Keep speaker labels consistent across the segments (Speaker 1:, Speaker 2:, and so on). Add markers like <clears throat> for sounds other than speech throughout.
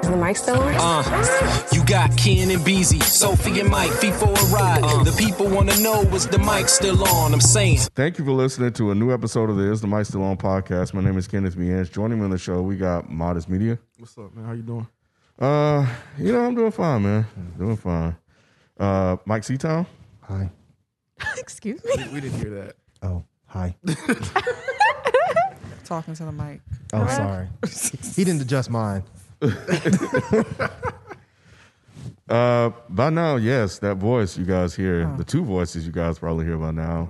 Speaker 1: Is the mic still on?
Speaker 2: Uh, you got Ken and Beezy, Sophie and Mike, fee for a ride.
Speaker 3: Uh-huh.
Speaker 2: the people wanna know is the mic still on? I'm saying.
Speaker 4: Thank you for listening to a new episode of the Is the Mic Still On podcast. My name is Kenneth Means. Joining me on the show, we got Modest Media.
Speaker 3: What's up, man? How you doing?
Speaker 4: Uh, you know, I'm doing fine, man. Doing fine. Uh, Mike Seatown.
Speaker 5: Hi.
Speaker 6: <laughs>
Speaker 1: Excuse me.
Speaker 3: We didn't hear that.
Speaker 5: Oh,
Speaker 3: <laughs>
Speaker 5: hi.
Speaker 6: talking to the mic.
Speaker 5: Oh,
Speaker 3: <laughs>
Speaker 5: sorry. he didn't adjust mine.
Speaker 4: Uh, by now, yes, that voice you guys hear, the two voices you guys probably hear by now.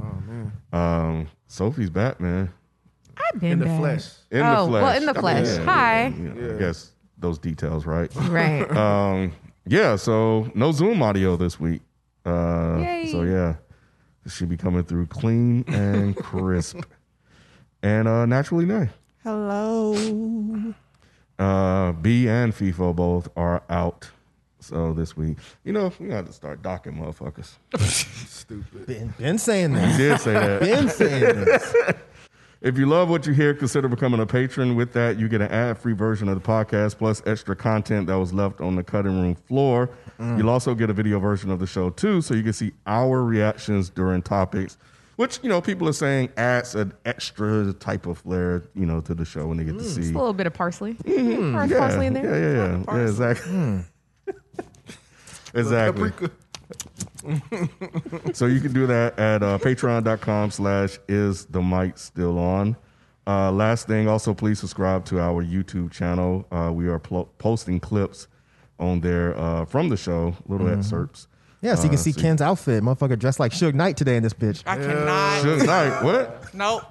Speaker 3: Oh,
Speaker 4: Um, Sophie's back, man.
Speaker 6: I've been
Speaker 3: In the
Speaker 6: back.
Speaker 3: flesh.
Speaker 4: In
Speaker 6: Oh,
Speaker 4: the flesh.
Speaker 6: well, in the
Speaker 4: I mean,
Speaker 6: flesh.
Speaker 4: yeah,
Speaker 6: Hi.
Speaker 4: yeah, yeah, I guess those details, right?
Speaker 5: <laughs>
Speaker 6: Right.
Speaker 4: um, yeah, so no Zoom audio this week. Uh,
Speaker 6: Yay.
Speaker 4: so yeah, it should be coming through clean and crisp, and uh, naturally nice.
Speaker 6: Hello.
Speaker 4: Uh, B and FIFO both are out. So this week, you know, we got to start docking motherfuckers.
Speaker 5: Been, been saying
Speaker 4: I
Speaker 5: this.
Speaker 4: did say that.
Speaker 5: Been saying this.
Speaker 4: <laughs> If you love what you hear, consider becoming a patron. With that, you get an ad free version of the podcast plus extra content that was left on the cutting room floor.
Speaker 5: Mm.
Speaker 4: You'll also get a video version of the show, too, so you can see our reactions during topics, which, you know, people are saying adds an extra type of flair, you know, to the show when they get to
Speaker 5: Mm,
Speaker 4: see.
Speaker 6: A little bit of parsley.
Speaker 5: Hmm,
Speaker 6: Or
Speaker 4: yeah,
Speaker 6: parsley in there.
Speaker 4: Yeah, yeah, yeah. yeah exactly. Hmm.
Speaker 5: <laughs>
Speaker 4: exactly. <laughs> so you can do that at uh, patreon.com slash is the mic still on. Uh, last thing, also please subscribe to our YouTube channel. Uh, we are pl- posting clips on there uh, from the show, little
Speaker 5: Mm-hmm.
Speaker 4: excerpts.
Speaker 5: Yeah,
Speaker 3: Oh,
Speaker 5: so you can see
Speaker 4: so-
Speaker 5: Ken's outfit. Motherfucker dressed like Suge Knight today in this bitch.
Speaker 6: I cannot.
Speaker 4: Suge Knight, what?
Speaker 6: Nope.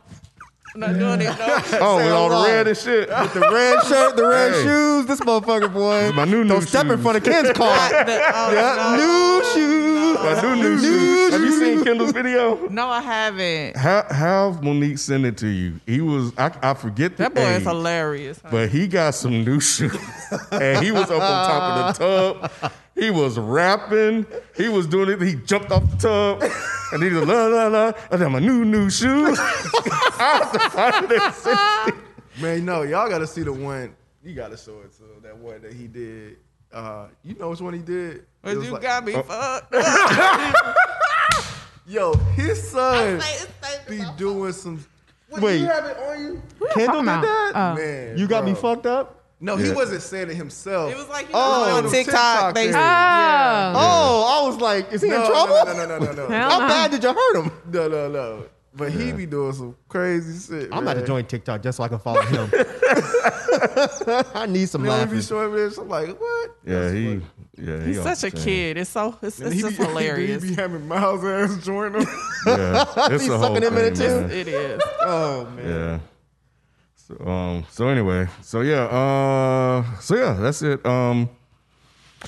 Speaker 6: I'm not doing it. No.
Speaker 4: <laughs> Oh, with all the
Speaker 5: Say
Speaker 4: red
Speaker 5: hello.
Speaker 4: and shit.
Speaker 5: The red shirt, the red
Speaker 4: Hey.
Speaker 5: shoes. This motherfucker, boy.
Speaker 4: my new
Speaker 5: Don't
Speaker 4: new
Speaker 5: step in
Speaker 4: shoes.
Speaker 5: front of Ken's car.
Speaker 3: <laughs>
Speaker 5: yeah, new shoes.
Speaker 4: My new new shoes. Have you seen Kendall's video?
Speaker 6: <laughs> No, I haven't.
Speaker 4: Have, have Monique send it to you. He was I, I forget the
Speaker 6: That boy
Speaker 4: age,
Speaker 6: is hilarious. huh?
Speaker 4: but he got some new shoes, <laughs> and he was up on top of the tub. He was rapping. He was doing it. He jumped off the tub, and he was la la la. I got my new new
Speaker 6: <laughs>
Speaker 4: shoes.
Speaker 3: Man, no, y'all gotta see the one. You gotta show it to that one that he did. Uh, you know which one he did? It
Speaker 6: But
Speaker 3: was
Speaker 6: you
Speaker 3: like-
Speaker 6: got
Speaker 4: Oh.
Speaker 6: me fucked.
Speaker 3: Yo, his son
Speaker 6: it's like-
Speaker 3: be doing some. What,
Speaker 5: Wait.
Speaker 3: you have it on you?
Speaker 5: Kendall did
Speaker 6: about? uh,
Speaker 5: that?
Speaker 3: Man,
Speaker 5: you got me
Speaker 3: bro.
Speaker 5: fucked up?
Speaker 3: No, he wasn't saying it himself.
Speaker 6: It was like, you
Speaker 3: Oh,
Speaker 6: know,
Speaker 3: it
Speaker 6: on
Speaker 3: was
Speaker 6: TikTok.
Speaker 3: TikTok
Speaker 6: they,
Speaker 3: thing.
Speaker 6: oh.
Speaker 5: Oh, I was like, is he
Speaker 3: no,
Speaker 5: in trouble?
Speaker 3: No, no, no, no, no, no,
Speaker 6: Hell
Speaker 5: How
Speaker 6: no.
Speaker 5: bad did you hurt him?
Speaker 3: no, no, no. But he be doing some crazy shit.
Speaker 5: I'm about to
Speaker 3: man.
Speaker 5: join TikTok just so I can follow him. I need some
Speaker 3: You know, he be
Speaker 5: laughing.
Speaker 3: showing me this. I'm like, what?
Speaker 4: yeah, he. Yeah, he
Speaker 6: He's
Speaker 4: on
Speaker 6: such a
Speaker 4: the chain.
Speaker 6: kid. It's so it's,
Speaker 3: And
Speaker 6: it's
Speaker 3: he
Speaker 6: just
Speaker 3: be, <laughs>
Speaker 6: hilarious.
Speaker 3: He be having Miles ass join him.
Speaker 4: Yeah,
Speaker 6: <laughs>
Speaker 4: it's
Speaker 5: He's
Speaker 4: a whole
Speaker 5: sucking him in
Speaker 4: thing,
Speaker 5: it too.
Speaker 4: man.
Speaker 6: it is.
Speaker 3: oh man.
Speaker 4: Yeah. So um so anyway, so yeah, uh so yeah, that's it. Um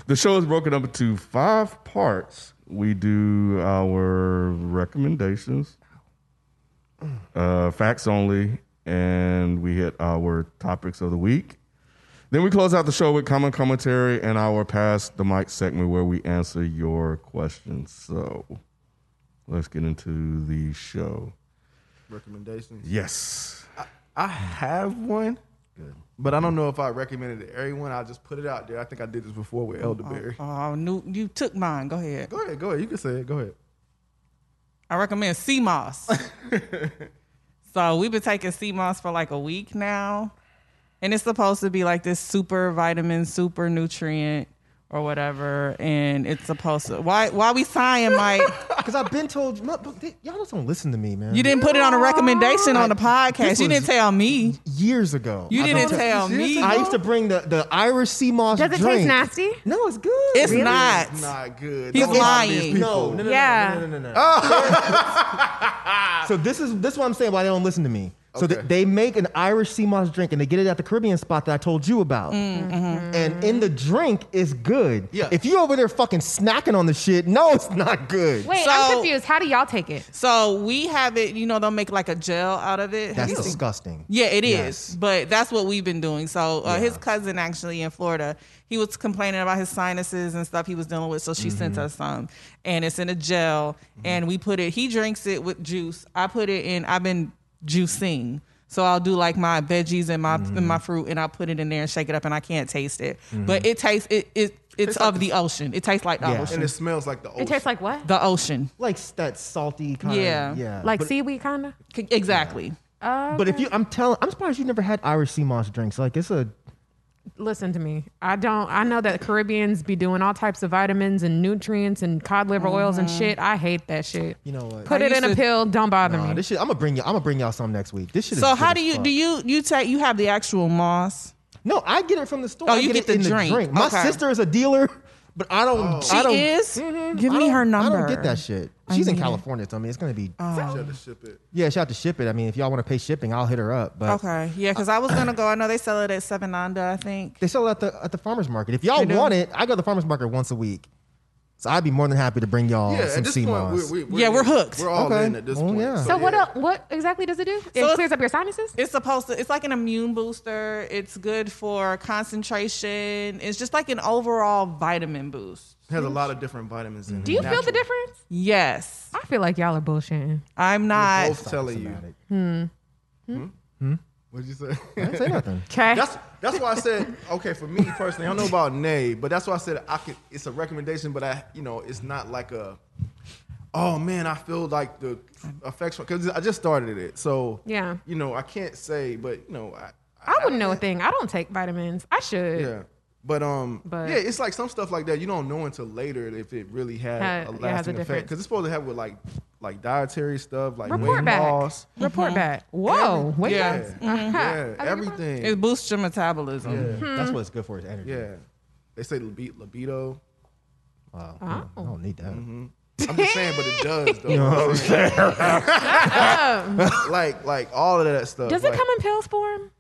Speaker 4: the show is broken up into five parts. We do our recommendations, uh facts only, and we hit our topics of the week. Then we close out the show with common commentary and our pass the mic segment where we answer your questions. So let's get into the show.
Speaker 3: Recommendations.
Speaker 4: Yes.
Speaker 3: I have one, but I don't know if I recommended it to everyone. I just put it out there. I think I did this before with elderberry.
Speaker 6: Oh, new, you took mine. Go ahead.
Speaker 3: Go ahead, go ahead. You can say it. Go ahead.
Speaker 7: <laughs>
Speaker 6: I recommend CMOS.
Speaker 4: So we've been taking sea moss for like a week now. And it's supposed to be like this super vitamin, super nutrient or whatever. And it's supposed to why why we sighing,
Speaker 7: <laughs>
Speaker 4: Mike?
Speaker 7: Because I've been told look, look, they- y'all just don't listen to me, man.
Speaker 4: You didn't put it on a recommendation on the podcast.
Speaker 7: This
Speaker 4: You didn't
Speaker 7: was
Speaker 4: tell me.
Speaker 7: years ago.
Speaker 4: You
Speaker 7: I
Speaker 4: didn't
Speaker 7: don't-
Speaker 4: tell me.
Speaker 7: I used to bring the, the Irish sea moss.
Speaker 3: Does it
Speaker 7: drink.
Speaker 3: taste nasty?
Speaker 7: No, it's good.
Speaker 4: It's
Speaker 7: Really?
Speaker 4: not.
Speaker 6: It's not good.
Speaker 4: He's
Speaker 6: Don't lie to these
Speaker 4: lying.
Speaker 7: No,
Speaker 6: people.
Speaker 7: no, no,
Speaker 3: Yeah.
Speaker 7: no, no, no, no, no. so this is this is what I'm saying why they don't listen to me. So th-
Speaker 6: Okay.
Speaker 7: they make an Irish sea moss drink and they get it at the Caribbean spot that I told you about. And in the drink is good.
Speaker 6: Yeah.
Speaker 7: If you over there fucking snacking on the shit, no, it's not good.
Speaker 3: Wait,
Speaker 4: So-
Speaker 3: I'm confused. How do y'all take it?
Speaker 4: So we have it, you know, they'll make like a gel out of it. Have
Speaker 7: That's
Speaker 4: you seen-
Speaker 7: disgusting.
Speaker 4: Yeah, it is.
Speaker 7: Yes.
Speaker 4: But that's what we've been doing. So uh, his cousin actually in Florida, he was complaining about his sinuses and stuff he was dealing with. So she
Speaker 7: Mm-hmm.
Speaker 4: sent us some, and it's in a gel, and we put it. He drinks it with juice. I put it in. I've been juicing. So I'll do like my veggies and my and
Speaker 7: Mm-hmm.
Speaker 4: my fruit, and I'll put it in there and shake it up, and I can't taste it, but it tastes it, it it's of the ocean. It tastes like the
Speaker 7: Yeah.
Speaker 4: ocean.
Speaker 6: And it smells like the ocean.
Speaker 3: It tastes like what?
Speaker 4: the ocean,
Speaker 7: Like s- that salty kind
Speaker 4: Yeah.
Speaker 7: of yeah.
Speaker 3: Like seaweed, kind of.
Speaker 4: C- exactly.
Speaker 7: But if you I'm telling I'm surprised you never had Irish sea moss drinks. Like it's a
Speaker 3: Listen to me. I don't. I know that Caribbeans be doing all types of vitamins and nutrients and cod liver oils
Speaker 4: Uh-huh.
Speaker 3: and shit. I hate that shit.
Speaker 7: you know what?
Speaker 3: Put it in
Speaker 4: used
Speaker 3: a
Speaker 4: to-
Speaker 3: pill. Don't bother
Speaker 7: Nah,
Speaker 3: me.
Speaker 7: this shit I'm gonna bring you I'm gonna bring y'all some next week. This shit is
Speaker 4: So
Speaker 7: good
Speaker 4: how
Speaker 7: as
Speaker 4: do you
Speaker 7: fuck.
Speaker 4: do you you take you have the actual moss?
Speaker 7: No, I get it from the store.
Speaker 4: Oh,
Speaker 7: I get,
Speaker 4: you get
Speaker 7: it
Speaker 4: the
Speaker 7: in
Speaker 4: drink.
Speaker 7: the drink. My
Speaker 4: Okay. Oh.
Speaker 7: sister is a dealer, <laughs> but I don't.
Speaker 4: She
Speaker 7: I don't, Mm-hmm.
Speaker 4: is. Give
Speaker 7: I
Speaker 4: me
Speaker 7: don't-
Speaker 4: her number.
Speaker 7: I don't get that shit. She's in
Speaker 4: need it. Oh.
Speaker 7: California, so I mean, it's gonna be.
Speaker 6: Shut the ship it.
Speaker 7: yeah, she have to ship it. I mean, if y'all want to pay shipping, I'll hit her up. But
Speaker 4: Okay, yeah, because I was gonna go. I know they sell it at Seven Nanda, I think.
Speaker 7: they sell it at the at the farmers market. If y'all
Speaker 4: They do.
Speaker 7: want it, I go to the farmers market once a week, so I'd be more than happy to bring y'all
Speaker 6: Yeah,
Speaker 7: some
Speaker 6: at this
Speaker 7: sea
Speaker 6: point,
Speaker 7: moss.
Speaker 6: we're, we we're
Speaker 4: Yeah,
Speaker 6: in.
Speaker 4: we're hooked.
Speaker 6: We're all
Speaker 7: Okay.
Speaker 6: in at this
Speaker 7: Oh,
Speaker 6: point.
Speaker 7: yeah.
Speaker 3: So what?
Speaker 6: yeah.
Speaker 3: el- What exactly does it do? It
Speaker 4: it's-
Speaker 3: clears up your sinuses.
Speaker 4: It's supposed to. It's like an immune booster. It's good for concentration. It's just like an overall vitamin boost.
Speaker 6: It has a lot of different vitamins in it.
Speaker 3: do you feel the difference?
Speaker 4: Yes,
Speaker 3: I feel like y'all are bullshitting.
Speaker 4: I'm not.
Speaker 6: Both telling you.
Speaker 7: Hmm.
Speaker 6: What'd you say?
Speaker 7: Say nothing.
Speaker 3: Okay.
Speaker 6: That's that's why I said okay for me personally. I don't know about Nay, but that's why I said I could. It's a recommendation, but I you know it's not like a. Oh man, I feel like the effects because I just started it, so
Speaker 3: Yeah.
Speaker 6: You know I can't say, but you know I.
Speaker 3: I wouldn't know a thing. I don't take vitamins. I should.
Speaker 6: Yeah. But um,
Speaker 3: But-
Speaker 6: yeah, it's like some stuff like that you don't know until later if it really had
Speaker 3: Had- yeah,
Speaker 6: a
Speaker 3: has a
Speaker 6: lasting effect
Speaker 3: difference.
Speaker 6: because it's supposed to have with like like dietary stuff like
Speaker 3: Report
Speaker 6: weight
Speaker 3: back.
Speaker 6: loss.
Speaker 3: Report back. Whoa. Wait.
Speaker 6: yeah,
Speaker 3: guys. Mm-hmm.
Speaker 6: yeah, everything.
Speaker 4: It boosts your metabolism.
Speaker 7: That's what it's good for. Is energy.
Speaker 6: yeah, they say libi- libido.
Speaker 7: Wow.
Speaker 3: Oh.
Speaker 7: I don't- I don't need that.
Speaker 6: I'm just saying, but it does though. Mm-hmm. <laughs> You know what I'm saying? <laughs> like like all of that stuff.
Speaker 3: Does it
Speaker 6: like,
Speaker 3: come in pills form?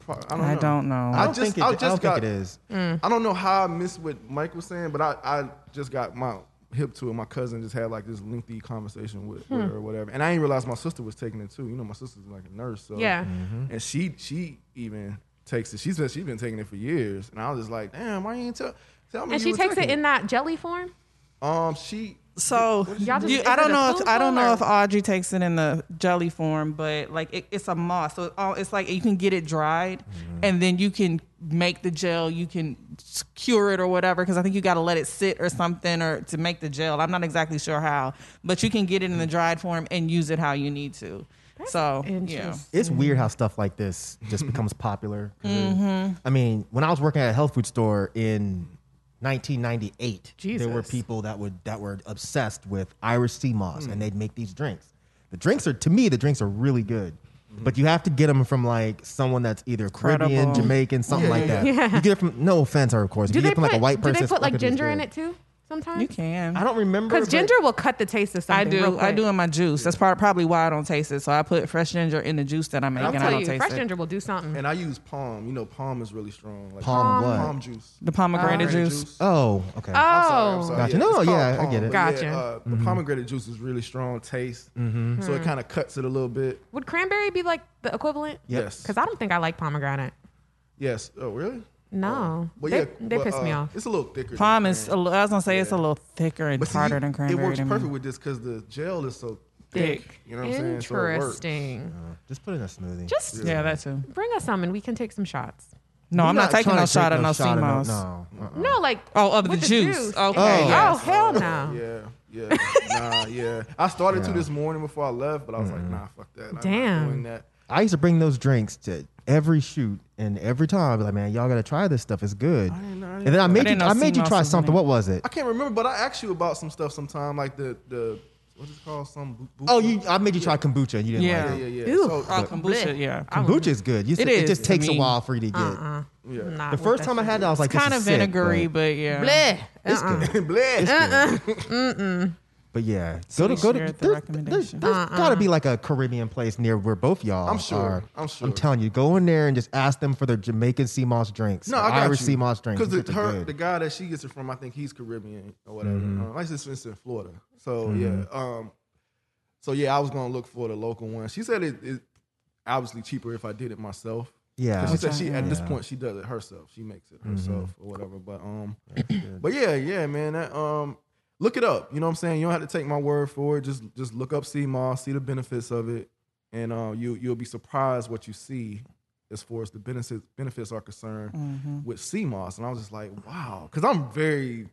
Speaker 6: pro- I don't know.
Speaker 4: I don't know.
Speaker 7: I
Speaker 6: I
Speaker 7: don't
Speaker 6: just-
Speaker 7: think it,
Speaker 6: I
Speaker 7: I
Speaker 6: just
Speaker 7: don't
Speaker 6: got-
Speaker 7: think it is.
Speaker 6: I don't know how I missed what Mike was saying, but I, I just got my hip to it. My cousin just had like this lengthy conversation with, with her or whatever. And I didn't realize my sister was taking it too. You know, my sister's like a nurse. So
Speaker 3: Yeah.
Speaker 6: Mm-hmm. and she she even takes it. She's been she's been taking it for years. And I was just like, damn, why you ain't tell tell me?
Speaker 3: And
Speaker 6: you
Speaker 3: she
Speaker 6: were
Speaker 3: takes it
Speaker 6: taking
Speaker 3: in that jelly form?
Speaker 6: Um she
Speaker 4: So
Speaker 3: Y'all just-
Speaker 4: you-
Speaker 3: is
Speaker 4: I
Speaker 3: it
Speaker 4: don't
Speaker 3: a
Speaker 4: know if
Speaker 3: food
Speaker 4: I don't
Speaker 3: color?
Speaker 4: know if Audrey takes it in the jelly form, but like it, it's a moss, so it all, it's like you can get it dried,
Speaker 7: Mm-hmm.
Speaker 4: and then you can make the gel. You can s- cure it or whatever, because I think you got to let it sit or something or to make the gel. I'm not exactly sure how, but you can get it in the dried form and use it how you need to. so yeah,
Speaker 3: Interesting.
Speaker 7: It's weird how stuff like this just becomes popular. 'Cause it-
Speaker 4: Mm-hmm.
Speaker 7: I mean, when I was working at a health food store in 1998, there were
Speaker 3: Jesus.
Speaker 7: people that would that were obsessed with Irish sea moss, and they'd make these drinks. The drinks are, to me, the drinks are really good. But you have to get them from like someone that's either Caribbean,
Speaker 4: Credible.
Speaker 7: Jamaican, something like that.
Speaker 3: <laughs>
Speaker 7: You get it from no offense, of course.
Speaker 3: Do
Speaker 7: you get
Speaker 3: they
Speaker 7: it from
Speaker 3: put
Speaker 7: like a white
Speaker 3: Do
Speaker 7: person.
Speaker 3: they put
Speaker 7: it's
Speaker 3: like
Speaker 7: not gonna be
Speaker 3: ginger in
Speaker 7: good.
Speaker 3: it too? Sometimes
Speaker 4: you can.
Speaker 7: I don't remember
Speaker 3: Because
Speaker 7: but-
Speaker 3: ginger will cut the taste of
Speaker 4: I
Speaker 3: something. real
Speaker 4: do. I
Speaker 3: quick.
Speaker 4: do in my juice. That's part, probably why I don't taste it. So I put fresh ginger in the juice that I make,
Speaker 3: I'll
Speaker 4: and I
Speaker 3: tell
Speaker 4: don't
Speaker 3: you,
Speaker 4: taste
Speaker 3: fresh
Speaker 4: it.
Speaker 3: ginger will do something.
Speaker 6: and I use palm. You know, palm is really strong. Like
Speaker 7: Palm what?
Speaker 6: palm juice.
Speaker 4: The pomegranate
Speaker 6: Pomegranate
Speaker 4: juice.
Speaker 7: Oh, okay.
Speaker 6: I'm sorry, I'm
Speaker 3: Oh,
Speaker 6: sorry.
Speaker 7: Gotcha.
Speaker 6: Yeah,
Speaker 7: No,
Speaker 6: it's called
Speaker 7: yeah, I
Speaker 6: palm,
Speaker 7: get it. Mm-hmm.
Speaker 6: but yeah,
Speaker 3: Gotcha.
Speaker 6: uh, The pomegranate juice is really strong taste, so it kind of cuts it a little bit.
Speaker 3: would cranberry be like the equivalent?
Speaker 6: Yes.
Speaker 3: Because I don't think I like pomegranate.
Speaker 6: Yes. Oh, really?
Speaker 3: No,
Speaker 6: But
Speaker 3: they,
Speaker 6: yeah,
Speaker 3: they
Speaker 6: but,
Speaker 3: piss me
Speaker 6: uh,
Speaker 3: off.
Speaker 6: It's a little thicker. than
Speaker 4: Palm is. a
Speaker 6: cran.
Speaker 4: li- I was gonna say it's a little thicker and
Speaker 6: But see,
Speaker 4: harder than
Speaker 6: It
Speaker 4: cranberry.
Speaker 6: works
Speaker 4: to me.
Speaker 6: perfect with this because the gel is so thick.
Speaker 4: Thick.
Speaker 6: You know what I'm saying? So it works.
Speaker 3: Interesting.
Speaker 7: Just put it in a smoothie.
Speaker 3: Just
Speaker 4: Yeah, that too.
Speaker 3: bring us some and we can take some shots.
Speaker 4: No, I'm not, taking
Speaker 7: trying
Speaker 4: no
Speaker 7: to
Speaker 4: shot
Speaker 7: take
Speaker 4: of no sea
Speaker 7: shot of
Speaker 4: moss.
Speaker 7: No, no.
Speaker 3: No, like
Speaker 4: Oh, of the
Speaker 3: with
Speaker 4: juice. Okay,
Speaker 3: Oh,
Speaker 4: yes.
Speaker 3: hell no.
Speaker 6: Yeah. Yeah, nah, yeah. I started to
Speaker 4: Yeah.
Speaker 6: this morning before I left, but I was
Speaker 7: Mm-hmm.
Speaker 6: like, nah, fuck that. I'm not
Speaker 3: Damn.
Speaker 6: doing that.
Speaker 4: I used to bring those drinks to every shoot and every time I'd be like, man, y'all gotta try this stuff. It's good. and then I made you, I made you try something. What was it?
Speaker 6: I can't remember, but I asked you about some stuff sometime, like the the what is it called? Some bu- bu-
Speaker 4: Oh, you I made you try kombucha and you didn't
Speaker 6: Yeah.
Speaker 4: like it.
Speaker 6: Yeah, yeah, yeah. Ew. So- Oh, kombucha,
Speaker 4: But
Speaker 6: yeah.
Speaker 4: Kombucha is good. You
Speaker 6: It
Speaker 4: it,
Speaker 6: is.
Speaker 4: it just
Speaker 6: I
Speaker 4: takes
Speaker 6: mean,
Speaker 4: a while for you to get.
Speaker 6: uh-uh. Yeah.
Speaker 3: Not
Speaker 4: The
Speaker 3: with
Speaker 4: first
Speaker 3: that
Speaker 4: time I
Speaker 3: shit.
Speaker 4: had it, I was like,
Speaker 8: It's
Speaker 4: this
Speaker 8: kind
Speaker 4: is
Speaker 8: of
Speaker 4: sick,
Speaker 8: vinegary,
Speaker 4: but,
Speaker 8: but yeah.
Speaker 3: Bleh.
Speaker 4: It's
Speaker 6: uh,
Speaker 3: Uh-uh.
Speaker 6: <laughs>
Speaker 4: good.
Speaker 6: Bleh.
Speaker 3: Uh-uh. Mm-mm.
Speaker 4: But yeah,
Speaker 8: So
Speaker 4: go to
Speaker 8: we
Speaker 4: go to.
Speaker 8: shared the
Speaker 4: there-
Speaker 8: recommendation.
Speaker 4: There's
Speaker 8: Uh-uh.
Speaker 4: got to be like a Caribbean place near where both y'all.
Speaker 6: I'm sure.
Speaker 4: Are.
Speaker 6: I'm sure.
Speaker 4: I'm telling you, go in there and just ask them for their Jamaican sea moss drinks.
Speaker 6: No,
Speaker 4: or
Speaker 6: I got
Speaker 4: Irish
Speaker 6: you.
Speaker 4: sea moss drinks. These
Speaker 6: Because
Speaker 4: shits are
Speaker 6: her,
Speaker 4: good.
Speaker 6: the guy that she gets it from, I think he's Caribbean or whatever.
Speaker 4: Mhm.
Speaker 6: Um, I just it's in Florida, so
Speaker 4: Mhm.
Speaker 6: yeah. Um, so yeah, I was gonna look for the local one. She said it is obviously cheaper if I did it myself. 'Cause
Speaker 4: Yeah.
Speaker 6: she said she at this
Speaker 4: Yeah.
Speaker 6: point she does it herself. She makes it
Speaker 4: Mhm.
Speaker 6: herself or whatever. But um, but yeah, yeah, man. That, um, look it up. You know what I'm saying? You don't have to take my word for it. Just just look up CMOS, see the benefits of it, and uh, you you'll be surprised what you see as far as the benefits benefits are concerned
Speaker 8: Mhm.
Speaker 6: with CMOS. And I was just like, wow, because I'm very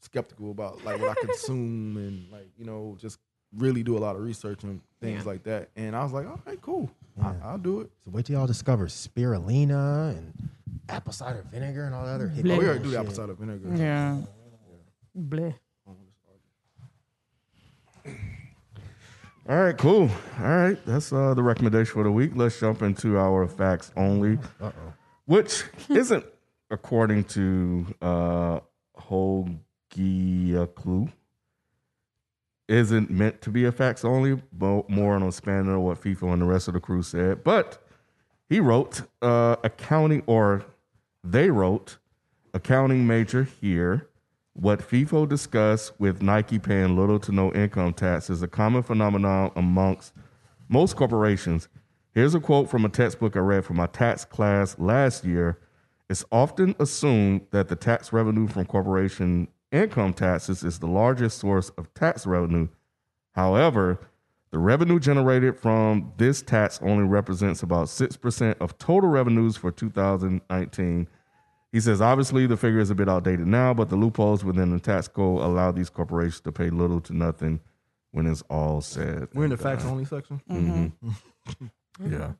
Speaker 6: skeptical about like what I consume and like you know just really do a lot of research and things
Speaker 4: Yeah.
Speaker 6: like that. And I was like, all right, cool, I, I'll do it.
Speaker 4: So wait till y'all discover spirulina and apple cider vinegar and all the other.
Speaker 6: Oh,
Speaker 4: hip
Speaker 6: we
Speaker 4: bullshit.
Speaker 6: already do the apple cider vinegar.
Speaker 8: Yeah.
Speaker 3: Bleh.
Speaker 9: All right, cool. All right, that's uh, the recommendation for the week. Let's jump into our facts only, which isn't according to uh, Hogiaklu. Isn't meant to be a facts only, but more on a span of what FIFA and the rest of the crew said. But he wrote uh, accounting, or they wrote accounting major here. What FIFO discussed with Nike paying little to no income tax is a common phenomenon amongst most corporations. Here's a quote from a textbook I read from my tax class last year. It's often assumed that the tax revenue from corporation income taxes is the largest source of tax revenue. However, the revenue generated from this tax only represents about 6% of total revenues for 2019. He says, obviously, the figure is a bit outdated now, but the loopholes within the tax code allow these corporations to pay little to nothing when it's all said.
Speaker 6: We're in the
Speaker 9: and
Speaker 6: facts
Speaker 9: done.
Speaker 6: only section.
Speaker 9: Mhm. yeah.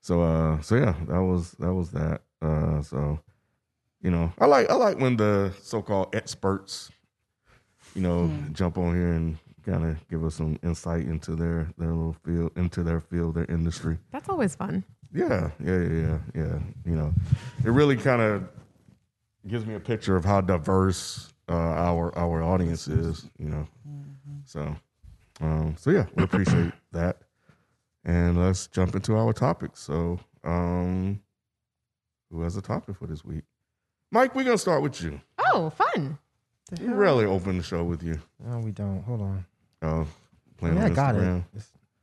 Speaker 9: So uh so yeah, that was that was that. Uh so you know, I like I like when the so-called experts you know jump on here and kind of give us some insight into their their little field into their field, their industry.
Speaker 3: That's always fun.
Speaker 9: Yeah, yeah, yeah, yeah, yeah. You know, it really kind of gives me a picture of how diverse uh, our our audience is. You know, so um, so yeah, we appreciate that. And let's jump into our topic. So, um, who has a topic for this week? Mike, we're gonna start with you.
Speaker 3: Oh, fun.
Speaker 9: We rarely open the show with you.
Speaker 4: No, we don't. Hold on.
Speaker 9: Oh, playing
Speaker 4: Yeah,
Speaker 9: on
Speaker 4: I got it.
Speaker 9: Instagram.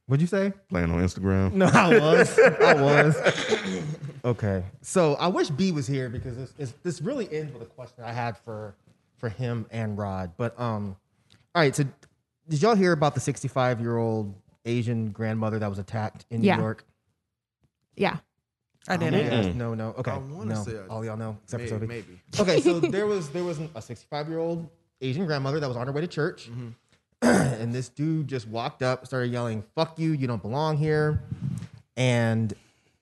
Speaker 4: What'd you say?
Speaker 9: Playing on Instagram.
Speaker 4: No, I was. I
Speaker 9: <laughs>
Speaker 4: was. Okay. So I wish B was here because this, is, this really ends with a question I had for for him and Rod. But um, all right. So did y'all hear about the 65 year old Asian grandmother that was attacked in New
Speaker 3: Yeah.
Speaker 4: York?
Speaker 3: Yeah.
Speaker 4: I
Speaker 8: didn't.
Speaker 4: Oh,
Speaker 8: Mm-mm.
Speaker 4: no, no. Okay.
Speaker 8: I
Speaker 6: wanna
Speaker 4: no.
Speaker 6: say I-
Speaker 4: all y'all know except
Speaker 6: May-
Speaker 4: for Sophie.
Speaker 6: maybe.
Speaker 4: Okay. So there was there was a 65 year old Asian grandmother that was on her way to church, <clears throat> and this dude just walked up, started yelling, "Fuck you! You don't belong here," and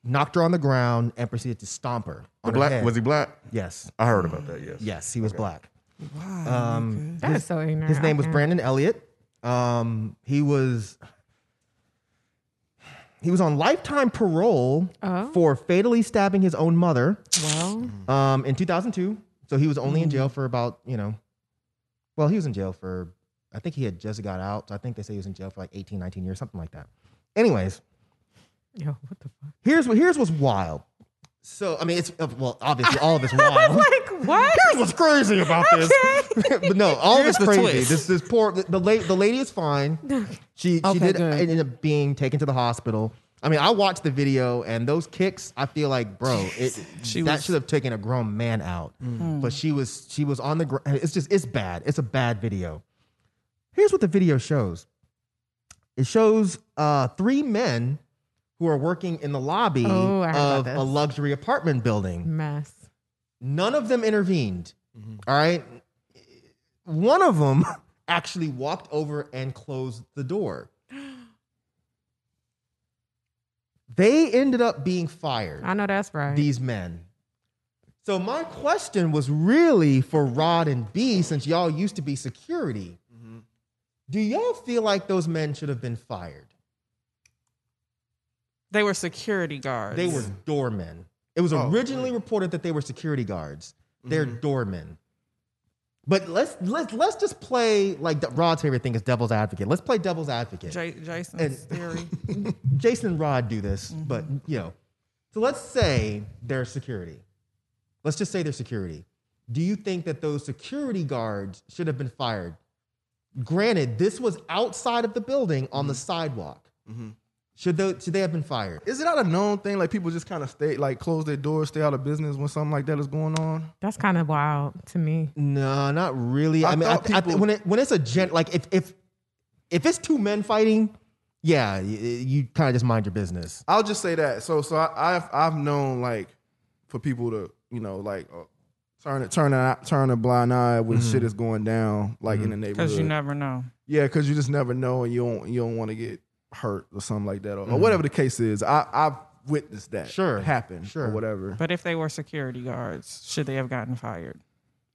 Speaker 4: knocked her on the ground and proceeded to stomp her.
Speaker 9: The
Speaker 4: on her
Speaker 9: black
Speaker 4: head.
Speaker 9: was he black?
Speaker 4: Yes.
Speaker 9: I heard about that. Yes.
Speaker 4: Yes, he was black. Um,
Speaker 3: That
Speaker 4: his-
Speaker 3: is so ignorant.
Speaker 4: His name was
Speaker 3: Okay.
Speaker 4: Brandon Elliott. Um, he was he was on lifetime parole
Speaker 3: Oh.
Speaker 4: for fatally stabbing his own mother
Speaker 3: Well, Hmm.
Speaker 4: um, in 2002. So he was only in jail for about you know, well, he was in jail for I think he had just got out. So I think they say he was in jail for like 18, 19 years, something like that. Anyways,
Speaker 3: yo, what the fuck?
Speaker 4: here's what here's what's wild. So I mean, it's uh, well, obviously all
Speaker 3: <laughs>
Speaker 4: of it's wild.
Speaker 3: Like what?
Speaker 4: Here's what's crazy about this. <laughs> but no, all
Speaker 8: Here's
Speaker 4: this
Speaker 8: the
Speaker 4: crazy.
Speaker 8: twist.
Speaker 4: This this poor the, the lady the lady
Speaker 3: <laughs>
Speaker 4: is fine. She
Speaker 3: Okay,
Speaker 4: she did
Speaker 3: good.
Speaker 4: ended up being taken to the hospital. I mean, I watched the video and those kicks. I feel like, bro, it,
Speaker 8: She
Speaker 4: that
Speaker 8: was- Mm.
Speaker 4: should have taken a grown man out.
Speaker 3: Hmm.
Speaker 4: But she was she was on the ground. It's just it's bad. It's a bad video. Here's what the video shows. It shows uh, three men who are working in the lobby
Speaker 3: Oh, I heard about
Speaker 4: of
Speaker 3: this.
Speaker 4: a luxury apartment building.
Speaker 3: Mess.
Speaker 4: None of them <laughs> intervened. all right. One of them actually walked over and closed
Speaker 3: <gasps>
Speaker 4: the door. They ended up being fired.
Speaker 3: I know that's right.
Speaker 4: These men. So my question was really for Rod and B, since y'all used to be security.
Speaker 6: Mm-hmm.
Speaker 4: Do y'all feel like those men should have been fired?
Speaker 10: They were security guards.
Speaker 4: They were doormen. It was
Speaker 10: Oh.
Speaker 4: originally reported that they were security guards. They're
Speaker 6: Mm-hmm.
Speaker 4: doormen. But let's let's let's just play like Rod's favorite thing is devil's advocate. Let's play devil's advocate.
Speaker 10: J- Jason's
Speaker 4: And-
Speaker 10: theory.
Speaker 4: <laughs>
Speaker 10: Mm-hmm.
Speaker 4: Jason and Rod do this, but you know. So let's say they're security. Let's just say they're security. Do you think that those security guards should have been fired? Granted, this was outside of the building on
Speaker 10: Mm-hmm.
Speaker 4: the sidewalk. Should they, should they have been fired?
Speaker 6: Is it not a known thing? Like people just kind of stay, like close their doors, stay out of business when something like that is going on.
Speaker 3: That's kind of wild to me.
Speaker 4: No, not really. I, mean, I,
Speaker 6: thought
Speaker 4: th- I th-
Speaker 6: people-
Speaker 4: when it when it's a gent like if if if it's two men fighting, yeah, you, you kind of just mind your business.
Speaker 6: I'll just say that. So so I, I've I've known like for people to you know like uh, turn it turn it turn a blind eye when
Speaker 4: Mm-hmm.
Speaker 10: Mhm.
Speaker 6: shit is going down like in the neighborhood.
Speaker 10: Because you never know.
Speaker 6: Yeah, because you just never know, and you don't you don't want to get hurt or something like that, or, or
Speaker 4: Mm-hmm.
Speaker 10: Mhm.
Speaker 6: whatever the case is. I I've witnessed that
Speaker 10: Sure.
Speaker 6: happen,
Speaker 10: Sure.
Speaker 6: or whatever.
Speaker 10: But if they were security guards, should they have gotten fired?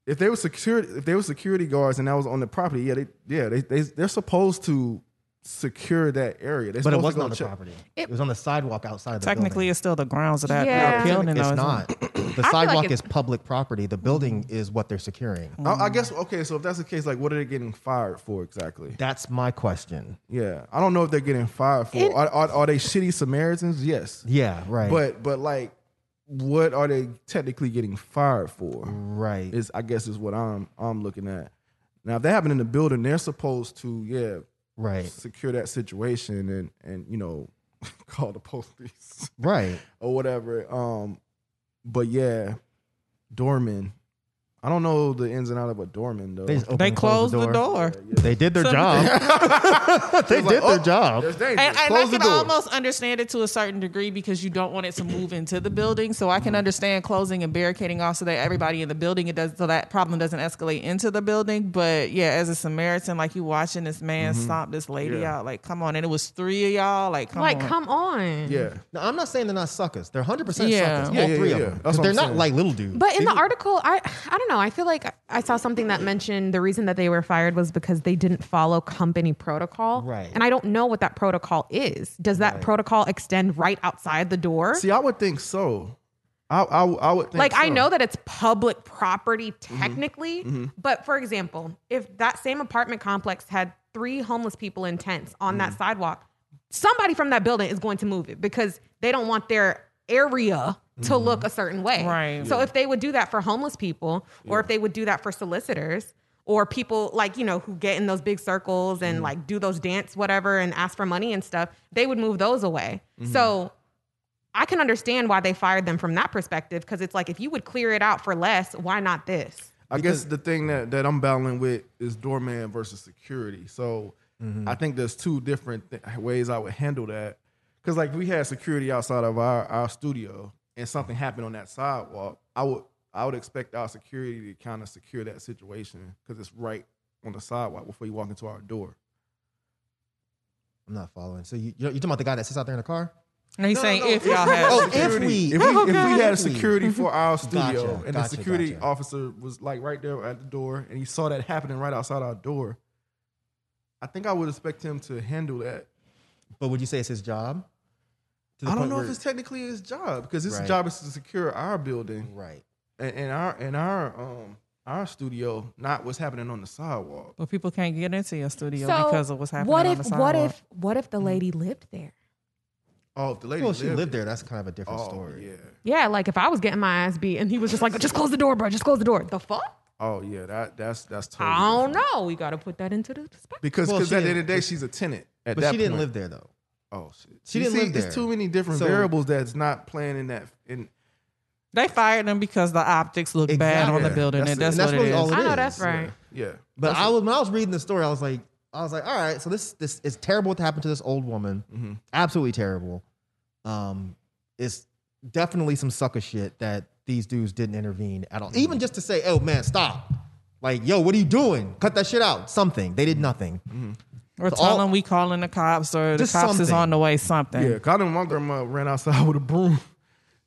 Speaker 6: If they were security, if they were security guards, and that was on the property, yeah, they yeah they they they're supposed to secure that area. They're
Speaker 4: But it
Speaker 6: supposed
Speaker 4: wasn't
Speaker 6: to go
Speaker 4: on the
Speaker 6: check-
Speaker 4: property. It, was on the sidewalk outside of the
Speaker 10: Technically,
Speaker 4: building.
Speaker 10: it's still the grounds of that
Speaker 6: Yeah.
Speaker 10: building.
Speaker 4: It's
Speaker 10: though, isn't
Speaker 4: not.
Speaker 10: it?
Speaker 4: The
Speaker 6: like
Speaker 4: sidewalk
Speaker 6: it's-
Speaker 4: is public property. The building is what they're securing.
Speaker 6: I, I guess okay. So if that's the case, like, what are they getting fired for exactly?
Speaker 4: That's my question.
Speaker 6: Yeah, I don't know if they're getting fired for.
Speaker 4: It-
Speaker 6: are, are are they shitty Samaritans? Yes.
Speaker 4: Yeah, right.
Speaker 6: But but like, what are they technically getting fired for?
Speaker 4: Right.
Speaker 6: Is I guess is what I'm I'm looking at. Now, if that happened in the building, they're supposed to yeah,
Speaker 4: Right.
Speaker 6: secure that situation and and you know <laughs> call the police
Speaker 4: right
Speaker 6: or whatever. Um, but yeah, doorman. I don't know the ins and out of a doorman though.
Speaker 4: They, just opened
Speaker 10: They
Speaker 4: and
Speaker 10: closed the door.
Speaker 4: They did their
Speaker 10: So-
Speaker 6: <laughs>
Speaker 4: job. they did their
Speaker 6: oh.
Speaker 4: job.
Speaker 10: And, and I can almost understand it to a certain degree because you don't want it to move into the building. So I can understand closing and barricading off so that everybody in the building it does so that problem doesn't escalate into the building. But yeah, as a Samaritan, like you watching this man
Speaker 4: Mhm.
Speaker 10: stomp this lady
Speaker 4: Yeah.
Speaker 10: out, like come on, and it was three of y'all, like come
Speaker 3: like,
Speaker 10: on.
Speaker 3: come on.
Speaker 4: No, I'm not saying they're not suckers. They're 100%
Speaker 10: Yeah.
Speaker 4: suckers.
Speaker 10: Yeah,
Speaker 4: all
Speaker 10: yeah,
Speaker 4: three
Speaker 10: yeah,
Speaker 4: of
Speaker 10: yeah.
Speaker 4: them.
Speaker 10: That's
Speaker 4: 'Cause
Speaker 10: what
Speaker 4: they're
Speaker 10: I'm
Speaker 4: not
Speaker 10: saying.
Speaker 4: like little dudes.
Speaker 3: But in
Speaker 4: These
Speaker 3: the
Speaker 4: are-
Speaker 3: article, I I don't know. I feel like I saw something that mentioned the reason that they were fired was because they didn't follow company protocol.
Speaker 6: Right.
Speaker 3: And I don't know what that protocol is. Does that
Speaker 6: Right.
Speaker 3: protocol extend right outside the door?
Speaker 6: See, I would think so. I I, I would think
Speaker 3: like I
Speaker 6: so.
Speaker 3: know that it's public property technically,
Speaker 6: Mhm.
Speaker 3: but for example, if that same apartment complex had three homeless people in tents on
Speaker 6: Mm-hmm.
Speaker 3: that sidewalk, somebody from that building is going to move it because they don't want their area to
Speaker 6: Mm-hmm.
Speaker 3: look a certain way.
Speaker 10: Right.
Speaker 3: So
Speaker 10: Yeah.
Speaker 3: if they would do that for homeless people, or if they would do that for solicitors, or people like you know who get in those big circles
Speaker 6: Mm-hmm.
Speaker 3: and like do those dance whatever and ask for money and stuff, they would move those away.
Speaker 6: Mm-hmm.
Speaker 3: So I can understand why they fired them from that perspective because it's like if you would clear it out for less, why not this?
Speaker 6: I guess the thing that, that I'm battling with is doorman versus security. So I think there's two different th- ways I would handle that. Because like we had security outside of our, our studio, and something happened on that sidewalk, I would I would expect our security to kind of secure that situation because it's right on the sidewalk before you walk into our door.
Speaker 4: I'm not following. So you, you're talking about the guy that sits out there in the car?
Speaker 10: And he's saying if y'all
Speaker 4: <laughs>
Speaker 6: had
Speaker 4: oh, if
Speaker 6: security.
Speaker 4: we,
Speaker 6: if we, if we had
Speaker 4: If we.
Speaker 6: security
Speaker 4: <laughs>
Speaker 6: for our
Speaker 4: Gotcha,
Speaker 6: studio and the
Speaker 4: gotcha,
Speaker 6: security
Speaker 4: gotcha.
Speaker 6: officer was like right there at the door and he saw that happening right outside our door, I think I would expect him to handle that.
Speaker 4: But would you say it's his job? To the
Speaker 6: I don't
Speaker 4: point
Speaker 6: know if
Speaker 4: where-
Speaker 6: it's technically his job because his
Speaker 4: Right.
Speaker 6: job is to secure our building,
Speaker 4: right,
Speaker 6: and, and our and our um our studio, not what's happening on the sidewalk.
Speaker 10: But people can't get into your studio
Speaker 3: So,
Speaker 10: because of what's happening
Speaker 3: What
Speaker 10: on
Speaker 3: if
Speaker 10: the sidewalk.
Speaker 3: what if what if the lady lived there?
Speaker 6: Oh, if the lady.
Speaker 4: Well, she lived
Speaker 6: there.
Speaker 4: That's kind of a different story.
Speaker 6: Yeah.
Speaker 3: Yeah, like if I was getting my ass beat and he was just like, just close the door, bro, just close the door. The fuck?
Speaker 6: Oh yeah. That that's that's totally
Speaker 3: I don't
Speaker 6: different.
Speaker 3: know. We gotta put that into the perspective.
Speaker 6: because
Speaker 4: Well,
Speaker 6: because
Speaker 4: she
Speaker 6: at the end
Speaker 4: didn't-
Speaker 6: of the day, she's a tenant. At
Speaker 4: but
Speaker 6: that
Speaker 4: she didn't
Speaker 6: point.
Speaker 4: live there though.
Speaker 6: Oh shit.
Speaker 4: She
Speaker 6: You
Speaker 4: didn't live there.
Speaker 6: It's too many different
Speaker 4: So-
Speaker 6: variables that's not playing in that. In
Speaker 10: They fired them because the optics look bad on the
Speaker 4: Yeah,
Speaker 10: building,
Speaker 4: that's
Speaker 10: and
Speaker 4: it.
Speaker 10: that's,
Speaker 4: And that's
Speaker 10: what
Speaker 4: really
Speaker 10: it is.
Speaker 4: all it I know, is. that's right.
Speaker 6: yeah.
Speaker 4: But I was when I was reading the story, I was like, I was like, all right, so this this is terrible what happened to this old woman.
Speaker 6: Mm-hmm.
Speaker 4: Absolutely terrible. Um, it's
Speaker 6: Mm-hmm.
Speaker 4: definitely some sucker shit that these dudes didn't intervene at all. Even just to say, oh man, stop. Like, yo, what are you doing? Cut that shit out. Something. They did
Speaker 6: Mm-hmm.
Speaker 4: nothing.
Speaker 11: Mm-hmm. Or
Speaker 4: So
Speaker 11: tell
Speaker 4: all-
Speaker 11: them we calling the cops or the cops
Speaker 4: Just
Speaker 11: is
Speaker 4: something.
Speaker 11: on the way, something.
Speaker 3: Yeah, cause I know my grandma ran outside with a broom.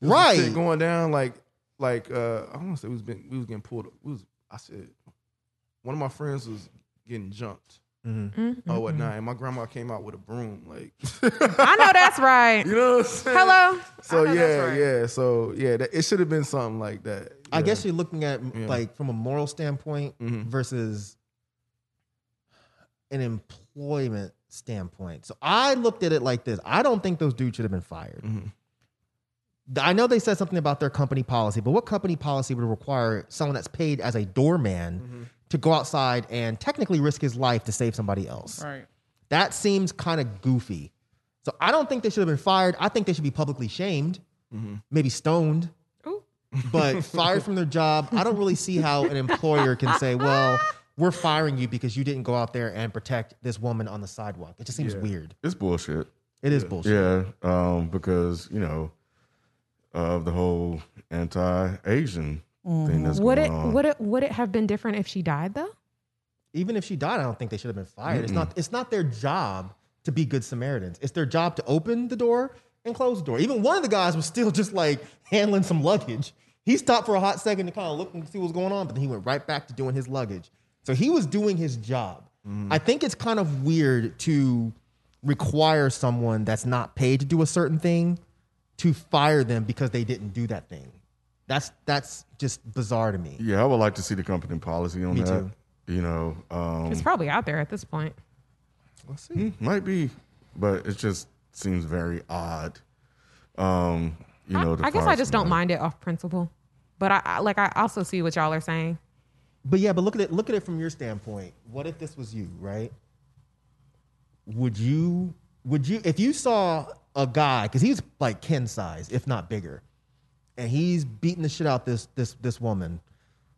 Speaker 3: There was some
Speaker 11: Right.
Speaker 3: shit going down like like uh, I want to say we was been we was getting pulled. We was I said one of my friends was getting jumped
Speaker 4: Mm-hmm.
Speaker 7: Mhm.
Speaker 3: or whatnot, and my grandma came out with a broom like. <laughs>
Speaker 7: I know that's right.
Speaker 3: You know what I'm saying?
Speaker 7: Hello.
Speaker 3: So yeah, yeah. So yeah, that, it should have been something like that.
Speaker 4: I
Speaker 3: Yeah.
Speaker 4: guess you're looking at m-
Speaker 3: Yeah.
Speaker 4: like from a moral standpoint versus an employment standpoint. So I looked at it like this. I don't think those dudes should have been fired. Th- I know they said something about their company policy, but what company policy would require someone that's paid as a doorman to go outside and technically risk his life to save somebody else?
Speaker 11: Right.
Speaker 4: That seems kind of goofy. So I don't think they should have been fired. I think they should be publicly shamed, maybe stoned, but fired from their job. I don't really see how an employer can say, well, we're firing you because you didn't go out there and protect this woman on the sidewalk. It just seems
Speaker 6: Yeah.
Speaker 4: weird.
Speaker 6: It's bullshit.
Speaker 4: It is bullshit.
Speaker 6: Yeah, um, because you know of the whole anti-Asian thing that's
Speaker 7: would
Speaker 6: going
Speaker 7: it
Speaker 6: on.
Speaker 7: would it would it have been different if she died though?
Speaker 4: Even if she died, I don't think they should have been fired. It's
Speaker 6: Mm-mm.
Speaker 4: not it's not their job to be good Samaritans. It's their job to open the door and close the door. Even one of the guys was still <laughs> just like handling some luggage. He stopped for a hot second to kind of look and see what was going on, but then he went right back to doing his luggage. So he was doing his job. I think it's kind of weird to require someone that's not paid to do a certain thing to fire them because they didn't do that thing. That's that's just bizarre to me.
Speaker 6: yeah, I would like to see the company policy on
Speaker 4: Me
Speaker 6: that.
Speaker 4: too.
Speaker 6: You know, um,
Speaker 7: It's probably out there at this point.
Speaker 6: Let's see. Might be, but it just seems very odd. Um, you know, to
Speaker 7: I guess
Speaker 6: fire
Speaker 7: I just don't
Speaker 6: somebody.
Speaker 7: mind it off principle. But I, I like I also see what y'all are saying.
Speaker 4: But yeah, but look at it. Look at it from your standpoint. What if this was you, right? Would you? Would you? If you saw a guy, because he's like Ken size, if not bigger, and he's beating the shit out this this this woman,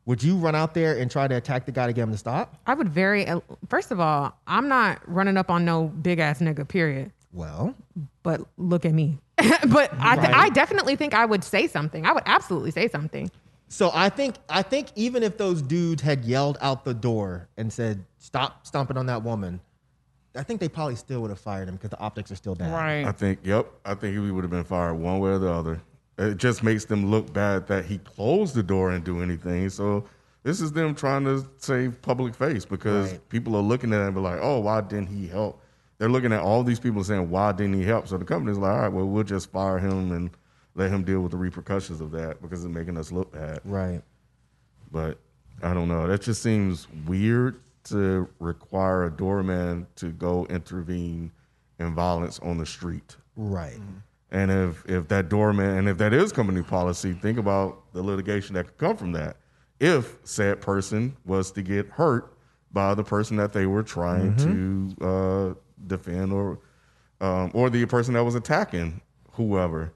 Speaker 4: would you run out there and try to attack the guy to get him to stop?
Speaker 7: I would very uh, first of all, I'm not running up on no big ass nigga. Period.
Speaker 4: Well,
Speaker 7: But look at me. <laughs> but I,
Speaker 4: Right.
Speaker 7: I definitely think I would say something. I would absolutely say something.
Speaker 4: So I think I think even if those dudes had yelled out the door and said stop stomping on that woman, I think they probably still would have fired him because the optics are still bad.
Speaker 6: I think. Yep. I think he would have been fired one way or the other. It just makes them look bad that he closed the door and do anything. So this is them trying to save public face because people are looking at it and be like, "Oh, why didn't he help?" They're looking at all these people saying, "Why didn't he help?" So the company's like, "All right, well, we'll just fire him and let him deal with the repercussions of that because it's making us look bad."
Speaker 4: Right.
Speaker 6: But I don't know. That just seems weird to require a doorman to go intervene in violence on the street.
Speaker 4: Right.
Speaker 6: And if if that doorman and if that is company policy, think about the litigation that could come from that. If said person was to get hurt by the person that they were trying
Speaker 4: Mm-hmm.
Speaker 6: to uh, defend or um, or the person that was attacking whoever.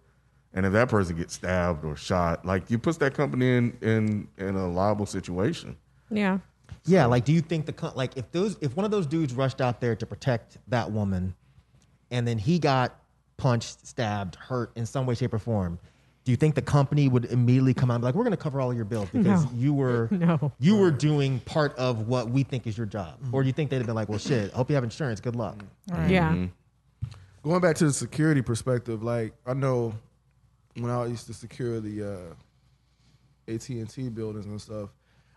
Speaker 6: And if that person gets stabbed or shot, like you put that company in in, in a liable situation.
Speaker 7: Yeah.
Speaker 4: Yeah, like do you think the co- like if those if one of those dudes rushed out there to protect that woman, and then he got punched, stabbed, hurt in some way, shape, or form, do you think the company would immediately come out and be like, "We're going to cover all your bills
Speaker 7: <laughs>
Speaker 4: because
Speaker 7: No.
Speaker 4: you were
Speaker 7: No.
Speaker 4: you were doing part of what we think is your job," or do you think they'd have been like, "Well, shit, hope you have insurance. Good luck."
Speaker 7: Yeah.
Speaker 3: Going back to the security perspective, like I know when I used to secure the uh, AT and T buildings and stuff,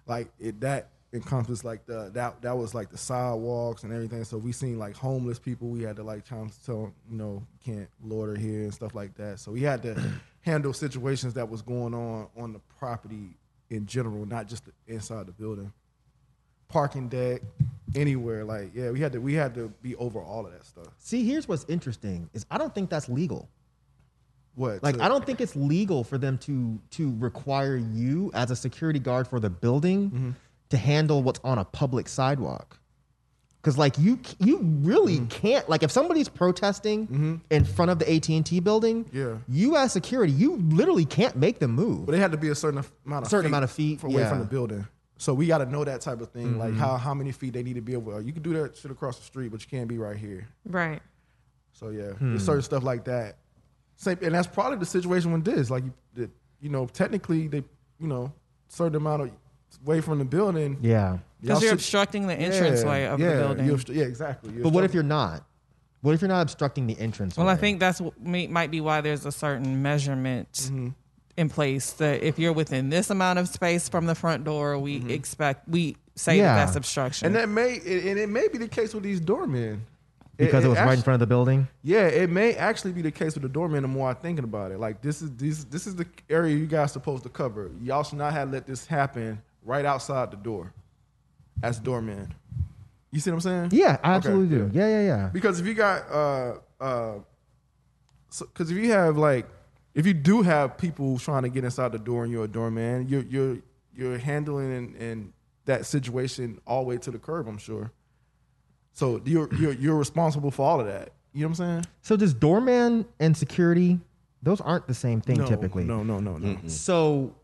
Speaker 3: like it that encompassed like the that that was like the sidewalks and everything. So we seen like homeless people. We had to like tell 'em- tell 'em, you know can't loiter here and stuff like that. So we had to handle situations that was going on on the property in general, not just the, inside the building, parking deck, anywhere. Like yeah, we had to we had to be over all of that stuff.
Speaker 4: See, here's what's interesting is I don't think that's legal.
Speaker 3: What?
Speaker 4: Like
Speaker 3: to-
Speaker 4: I don't think it's legal for them to to require you as a security guard for the building
Speaker 3: Mm-hmm.
Speaker 4: to handle what's on a public sidewalk. Cuz like you c- you really
Speaker 7: Mm.
Speaker 4: can't like if somebody's protesting in front of the AT&T building,
Speaker 3: Yeah.
Speaker 4: you as security, you literally can't make them move.
Speaker 3: But they had to be a certain amount of
Speaker 4: Certain
Speaker 3: feet
Speaker 4: amount of feet,
Speaker 3: for- away from
Speaker 4: yeah.
Speaker 3: the building. So we got to know that type of thing, like
Speaker 4: Mhm.
Speaker 3: how how many feet they need to be over. You can do that shit across the street, but you can't be right here.
Speaker 7: Right.
Speaker 3: So yeah,
Speaker 4: Hmm.
Speaker 3: there's certain stuff like that. Same, and that's probably the situation with this. Like you, the, you know, technically they, you know, certain amount of
Speaker 12: way from the building.
Speaker 6: Yeah.
Speaker 4: 'Cause you're obstructing the entranceway of the building.
Speaker 12: you're obstru- yeah, exactly.
Speaker 6: but what if you're not? What if you're not obstructing the entrance?
Speaker 4: Well, I think that's what may- might be why there's a certain measurement
Speaker 12: Mm-hmm.
Speaker 4: in place that if you're within this amount of space from the front door, we expect we say that that's obstruction.
Speaker 12: Mm-hmm. and that may it, and it may be the case with these doormen
Speaker 6: because it, was right in
Speaker 12: actu-
Speaker 6: front of the building.
Speaker 12: Yeah, it may actually be the case with the doorman. The more I'm thinking about it, like this is this this is the area you guys supposed to cover. Y'all should not have let this happen right outside the door, as doorman. You see what I'm saying?
Speaker 6: Yeah, I
Speaker 12: Okay.
Speaker 6: absolutely do. Yeah, yeah, yeah.
Speaker 12: Because if you got uh uh, because if you have like if you do have people trying to get inside the door and you're a doorman, you're you're you're handling and, and that situation all the way to the curb. I'm sure. So you're you're you're responsible for all of that. You know what I'm saying?
Speaker 6: So does doorman and security? Those aren't the same thing
Speaker 12: No,
Speaker 6: typically.
Speaker 12: no, no, no, no. Mm-mm.
Speaker 6: So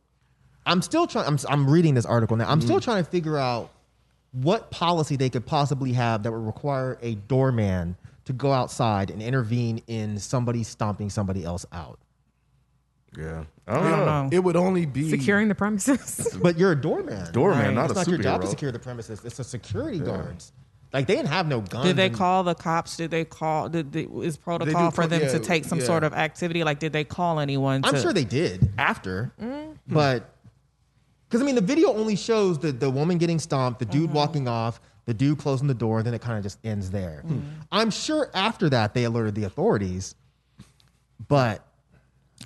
Speaker 6: I'm still trying. I'm, I'm reading this article now. I'm still trying to figure out what policy they could possibly have that would require a doorman to go outside and intervene in somebody stomping somebody else out.
Speaker 12: Mm-hmm.
Speaker 7: Yeah.
Speaker 6: I don't know.
Speaker 12: It would only be
Speaker 3: securing the premises.
Speaker 6: <laughs>
Speaker 3: <laughs>
Speaker 6: But you're a doorman.
Speaker 7: Doorman, not
Speaker 6: it's
Speaker 7: a
Speaker 6: not your job to
Speaker 7: superhero.
Speaker 6: secure the premises. It's the security
Speaker 7: Yeah.
Speaker 6: guards. Like they didn't have no guns.
Speaker 4: did they
Speaker 6: and-
Speaker 4: call the cops? Did they call? Did they, is protocol for
Speaker 6: pro-
Speaker 4: them to
Speaker 6: yeah,
Speaker 4: take some
Speaker 6: yeah.
Speaker 4: sort of activity? Like, did they call anyone?
Speaker 6: I'm
Speaker 4: to-
Speaker 6: sure they did after,
Speaker 4: Mm-hmm.
Speaker 6: but because I mean, the video only shows the the woman getting stomped, the dude
Speaker 4: Mm-hmm.
Speaker 6: walking off, the dude closing the door, then it kind of just ends there.
Speaker 4: Mm-hmm.
Speaker 6: I'm sure after that they alerted the authorities, but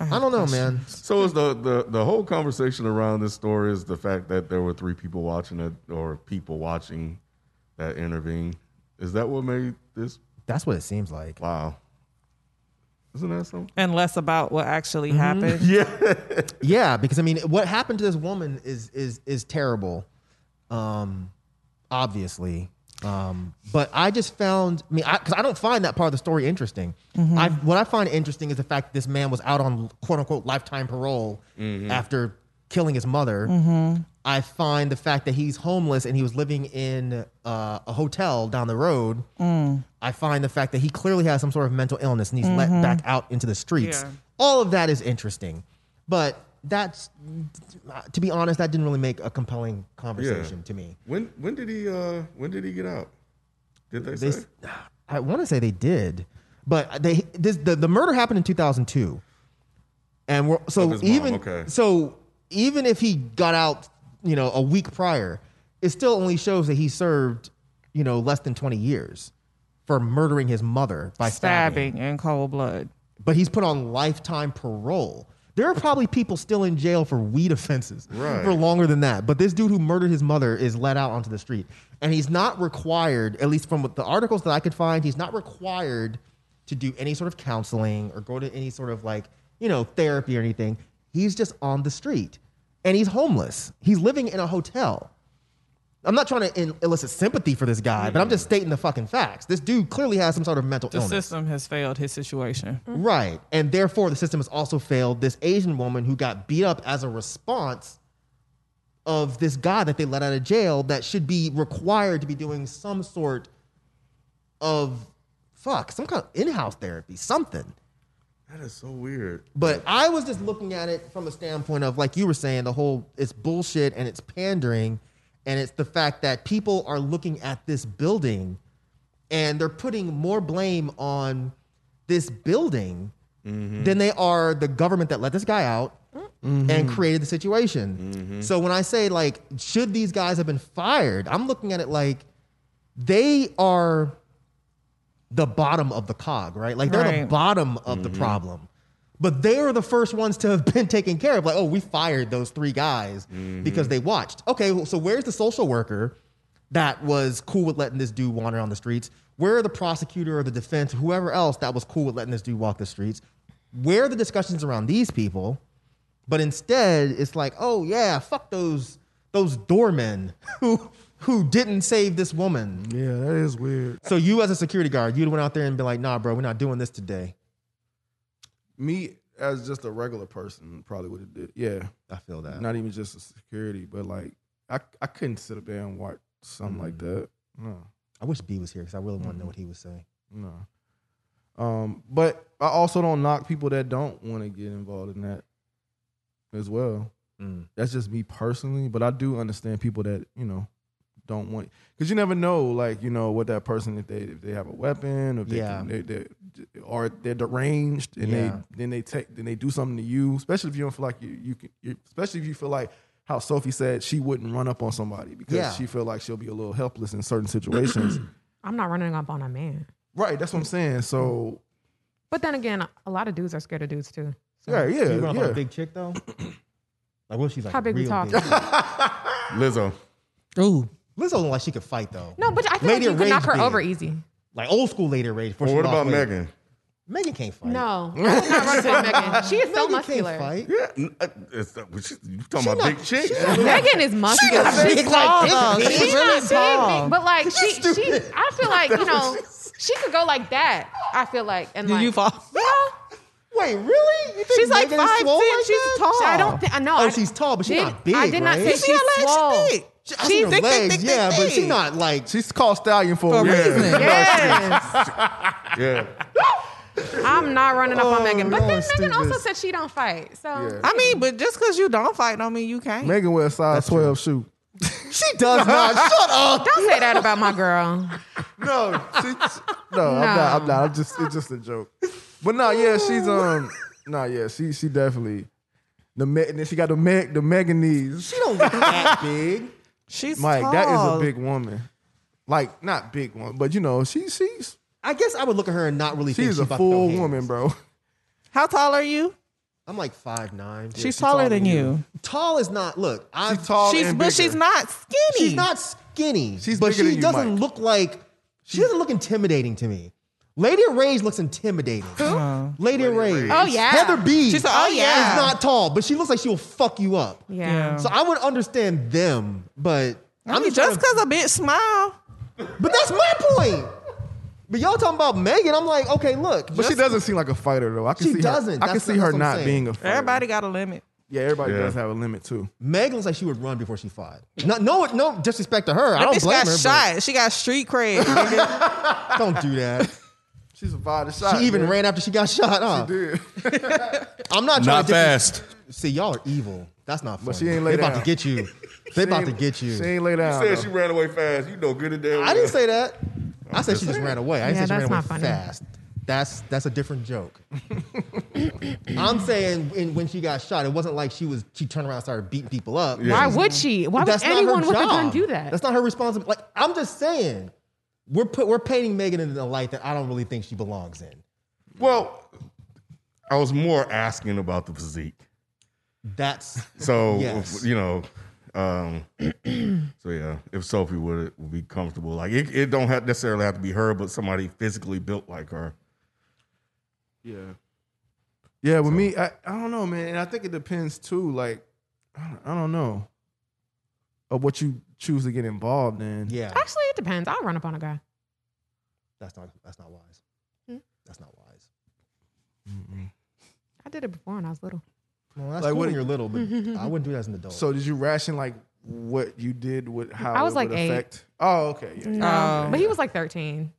Speaker 6: I, don't know, man.
Speaker 7: So is the, the the whole conversation around this story is the fact that there were three people watching it or people watching that intervene. Is that what made this?
Speaker 6: That's what it seems like.
Speaker 7: Wow. Isn't that something?
Speaker 4: and less about what actually happened.
Speaker 7: Mm-hmm. Yeah.
Speaker 6: yeah, because I mean, what happened to this woman is is is terrible, um, obviously. Um, but I just found, I mean, because I, don't find that part of the story interesting.
Speaker 4: Mhm.
Speaker 6: I, what I find interesting is the fact that this man was out on quote unquote lifetime parole
Speaker 7: Mhm.
Speaker 6: after killing his mother.
Speaker 4: Mhm.
Speaker 6: I find the fact that he's homeless and he was living in uh, a hotel down the road.
Speaker 4: Mm.
Speaker 6: I find the fact that he clearly has some sort of mental illness and he's
Speaker 4: Mhm.
Speaker 6: let back out into the streets.
Speaker 4: Yeah.
Speaker 6: All of that is interesting, but that's to be honest, that didn't really make a compelling conversation to me.
Speaker 7: When when did he uh when did he get out? Did they,
Speaker 6: They,
Speaker 7: say?
Speaker 6: I want to say they did, but they this the, the murder happened in 2002, and we're
Speaker 7: Of
Speaker 6: so
Speaker 7: his mom,
Speaker 6: even
Speaker 7: okay.
Speaker 6: so even if he got out, you know, a week prior, it still only shows that he served, you know, less than 20 years for murdering his mother by stabbing.
Speaker 4: stabbing in cold blood.
Speaker 6: but he's put on lifetime parole. There are probably people still in jail for weed offenses
Speaker 7: Right.
Speaker 6: for longer than that. But this dude who murdered his mother is let out onto the street. And he's not required, at least from what the articles that I could find, he's not required to do any sort of counseling or go to any sort of like, you know, therapy or anything. He's just on the street and he's homeless. He's living in a hotel. I'm not trying to in- elicit sympathy for this guy, but I'm just stating the fucking facts. This dude clearly has some sort of mental
Speaker 4: The
Speaker 6: illness.
Speaker 4: system has failed his situation.
Speaker 7: Mm-hmm.
Speaker 6: Right. And therefore, the system has also failed this Asian woman who got beat up as a response of this guy that they let out of jail that should be required to be doing some sort of fuck, some kind of in house therapy, something.
Speaker 7: That is so weird.
Speaker 6: But I was just looking at it from a standpoint of, like you were saying, the whole it's bullshit and it's pandering. And it's the fact that people are looking at this building and they're putting more blame on this building than they are the government that let this guy out and created the situation. So when I say, like, should these guys have been fired? I'm looking at it like they are the bottom of the cog, right? Like they're the
Speaker 4: Right.
Speaker 6: bottom of the problem. But they are the first ones to have <laughs> been taken care of. Like, oh, we fired those three guys because they watched. Okay, well, so where's the social worker that was cool with letting this dude wander on the streets? Where are the prosecutor or the defense, whoever else that was cool with letting this dude walk the streets? Where are the discussions around these people? But instead, it's like, oh yeah, fuck those those doormen <laughs> who who didn't save this woman.
Speaker 12: Yeah, that is weird.
Speaker 6: So you as a security guard, you'd went out there and been like, nah, bro, we're not doing this today.
Speaker 12: Me as just a regular person probably would have did. Yeah,
Speaker 6: I feel that.
Speaker 12: Not even just a security, but like I I couldn't sit up there and watch something like that. Mm. No, Mm.
Speaker 6: I wish B was here because I really want to know what he would say.
Speaker 12: no. Um, but I also don't knock people that don't want to get involved in that as well.
Speaker 6: Mm.
Speaker 12: That's just me personally, but I do understand people that you know don't want because you never know, like you know what that person if they if they have a weapon, or if they,
Speaker 6: Yeah.
Speaker 12: can, they, they or they're deranged and
Speaker 6: Yeah.
Speaker 12: they then they take then they do something to you, especially if you don't feel like you you can, you, especially if you feel like how Sophie said she wouldn't run up on somebody because
Speaker 3: Yeah.
Speaker 7: Oh.
Speaker 12: she feel like she'll be a little helpless in certain situations.
Speaker 3: I'm not running up on a man.
Speaker 12: right, that's what I'm saying. So
Speaker 3: But then again, a lot of dudes are scared of dudes too. So-
Speaker 12: yeah, yeah,
Speaker 6: You run up on a
Speaker 12: yeah.
Speaker 6: big
Speaker 7: <clears throat>
Speaker 6: chick though. Like what if she's like
Speaker 3: How big we
Speaker 6: real
Speaker 3: talking?
Speaker 7: <laughs> Lizzo.
Speaker 6: Ooh, Lizzo looked like she could fight though.
Speaker 3: No, but I think you
Speaker 6: of
Speaker 3: can knock
Speaker 6: Rage
Speaker 3: her
Speaker 6: did.
Speaker 3: over easy.
Speaker 6: Like old school lady rage. before
Speaker 7: Well,
Speaker 6: she
Speaker 7: what about
Speaker 6: lost weight.
Speaker 7: Megan?
Speaker 6: Megan can't fight.
Speaker 3: No, I would not run up on Megan. She is so muscular.
Speaker 7: Yeah, n- uh, it's, uh, she- you talking about big chicks?
Speaker 3: Megan is muscular.
Speaker 7: not big like this, bitch.
Speaker 3: though. She's
Speaker 7: She's
Speaker 3: not
Speaker 7: really
Speaker 3: big,
Speaker 7: tall.
Speaker 3: big, but like she,
Speaker 7: She's
Speaker 3: she,
Speaker 7: stupid.
Speaker 3: I feel like you know, she could go like that. I feel like, and like, you fall? Yeah.
Speaker 6: <laughs> Wait, really? You think
Speaker 3: she's like
Speaker 6: Megan is
Speaker 3: five
Speaker 6: swole
Speaker 3: ten.
Speaker 6: like
Speaker 3: she's
Speaker 6: that?
Speaker 3: tall. I don't think. I know.
Speaker 6: Oh,
Speaker 3: I-
Speaker 6: she's tall, but she's
Speaker 3: did-
Speaker 6: not big.
Speaker 3: I did not
Speaker 6: right?
Speaker 3: say she's swole.
Speaker 6: I seen her
Speaker 3: thick, thick,
Speaker 6: legs,
Speaker 3: thick, thick,
Speaker 6: yeah, but she's
Speaker 3: thick.
Speaker 6: not like
Speaker 12: she's called stallion for,
Speaker 6: a
Speaker 7: reason. reason.
Speaker 3: Yes.
Speaker 7: <laughs> Yeah.
Speaker 3: I'm not running up on
Speaker 12: Oh,
Speaker 3: Megan. But then
Speaker 12: y'all
Speaker 3: Megan
Speaker 12: stupid.
Speaker 3: also said she don't fight. So
Speaker 4: I mean, but just because you don't fight don't mean you can't.
Speaker 12: Megan wear a size twelve shoe.
Speaker 6: <laughs> She does
Speaker 12: <laughs>
Speaker 6: not. Shut up.
Speaker 3: Don't say that about my girl.
Speaker 12: No, she, no, I'm not. I'm not. I'm just. It's just a joke. But no, yeah, she's um. No, yeah, she she definitely the me- and then she got the meg the Megan knees. She
Speaker 6: don't look that
Speaker 12: big. <laughs>
Speaker 4: She's
Speaker 12: Mike, that is
Speaker 6: tall.
Speaker 12: a big woman. Like not big one, but you know she she's
Speaker 6: I guess I would look at her and not really think
Speaker 12: she's
Speaker 6: she
Speaker 12: a
Speaker 6: about to
Speaker 12: full
Speaker 6: throw hands.
Speaker 12: woman, bro.
Speaker 4: How tall are you?
Speaker 6: I'm like five nine.
Speaker 4: She's taller than you.
Speaker 6: Tall is not. Look, I'm
Speaker 12: tall
Speaker 4: She's- and but bigger. she's not skinny.
Speaker 6: She's not skinny.
Speaker 12: She's
Speaker 6: but
Speaker 12: bigger
Speaker 6: she
Speaker 12: than you,
Speaker 6: doesn't
Speaker 12: Mike.
Speaker 6: look like. She doesn't look intimidating to me. Lady Rage looks intimidating. Who? Lady, Rage.
Speaker 3: Oh, yeah.
Speaker 6: Heather B.
Speaker 4: She's like, oh, yeah.
Speaker 6: Is not tall, but she looks like she'll fuck you up.
Speaker 3: Yeah. Yeah.
Speaker 6: So I would understand them, but
Speaker 4: I mean, just
Speaker 6: trying to-
Speaker 4: because a bitch smile.
Speaker 6: But that's my point. But y'all talking about Megan? I'm like, okay, look.
Speaker 12: But she doesn't seem like a fighter though. I can
Speaker 6: She
Speaker 12: see
Speaker 6: doesn't.
Speaker 12: Her, I can
Speaker 6: That's
Speaker 12: see
Speaker 6: not-
Speaker 12: her
Speaker 6: that's what I'm
Speaker 12: not
Speaker 6: saying.
Speaker 12: being a fighter.
Speaker 4: Everybody got a limit.
Speaker 12: yeah, everybody
Speaker 7: Yeah.
Speaker 12: does have a limit too.
Speaker 6: Meg looks like she would run before she fought. No, no, no disrespect to her. I
Speaker 4: That
Speaker 6: don't
Speaker 4: bitch
Speaker 6: blame
Speaker 4: got
Speaker 6: her.
Speaker 4: shot. She got street cred. nigga.
Speaker 6: but <laughs> Don't
Speaker 12: <laughs>
Speaker 6: do that.
Speaker 12: She survived the shot.
Speaker 6: she even
Speaker 12: man.
Speaker 6: ran after she got shot. Huh?
Speaker 12: She did. <laughs>
Speaker 6: I'm not trying
Speaker 13: Not
Speaker 6: to dis-
Speaker 13: fast.
Speaker 6: See, y'all are evil. That's not funny.
Speaker 12: But she ain't
Speaker 6: They
Speaker 12: laid
Speaker 6: about to
Speaker 12: down.
Speaker 6: get
Speaker 12: <laughs>
Speaker 6: you. <laughs> They about to get you.
Speaker 12: She ain't lay
Speaker 7: You
Speaker 12: down.
Speaker 7: said
Speaker 12: though.
Speaker 7: she ran away fast. You know good and damn
Speaker 6: I didn't
Speaker 7: well.
Speaker 6: say that. I said she just ran away. I didn't
Speaker 3: Yeah,
Speaker 6: say she ran
Speaker 3: that's
Speaker 6: away
Speaker 3: not funny.
Speaker 6: fast. That's that's a different joke. <laughs> I'm saying when, when she got shot, it wasn't like she was she turned around and started beating people up.
Speaker 3: Why would she? Why
Speaker 6: But
Speaker 3: would
Speaker 6: that's not her
Speaker 3: anyone with a gun
Speaker 6: job.
Speaker 3: do that?
Speaker 6: That's not her responsibility. Like I'm just saying, we're put, we're painting Megan in a light that I don't really think she belongs in.
Speaker 7: Well, I was more asking about the physique.
Speaker 6: That's
Speaker 7: So
Speaker 6: Yes.
Speaker 7: if- you know, um, so yeah, if Sophie would would be comfortable, like it, it don't have necessarily have to be her, but somebody physically built like her.
Speaker 12: Yeah. Yeah, with me, I, I don't know, man. And I think it depends too, like, I don't, I don't know, of what you choose to get involved in.
Speaker 6: yeah.
Speaker 3: Actually, it depends. I'll run up on a guy.
Speaker 6: That's not that's not wise.
Speaker 3: Hmm.
Speaker 6: That's not wise.
Speaker 3: I did it before when I was little.
Speaker 6: Well, that's
Speaker 12: Like,
Speaker 6: cool
Speaker 12: what-
Speaker 6: when you're little, but <laughs> I wouldn't do that as an adult.
Speaker 12: So did you ration like what you did with how
Speaker 3: I was
Speaker 12: it
Speaker 3: like
Speaker 12: would
Speaker 3: eight.
Speaker 12: affect? Oh, okay. Yeah.
Speaker 3: No, but he was like 13.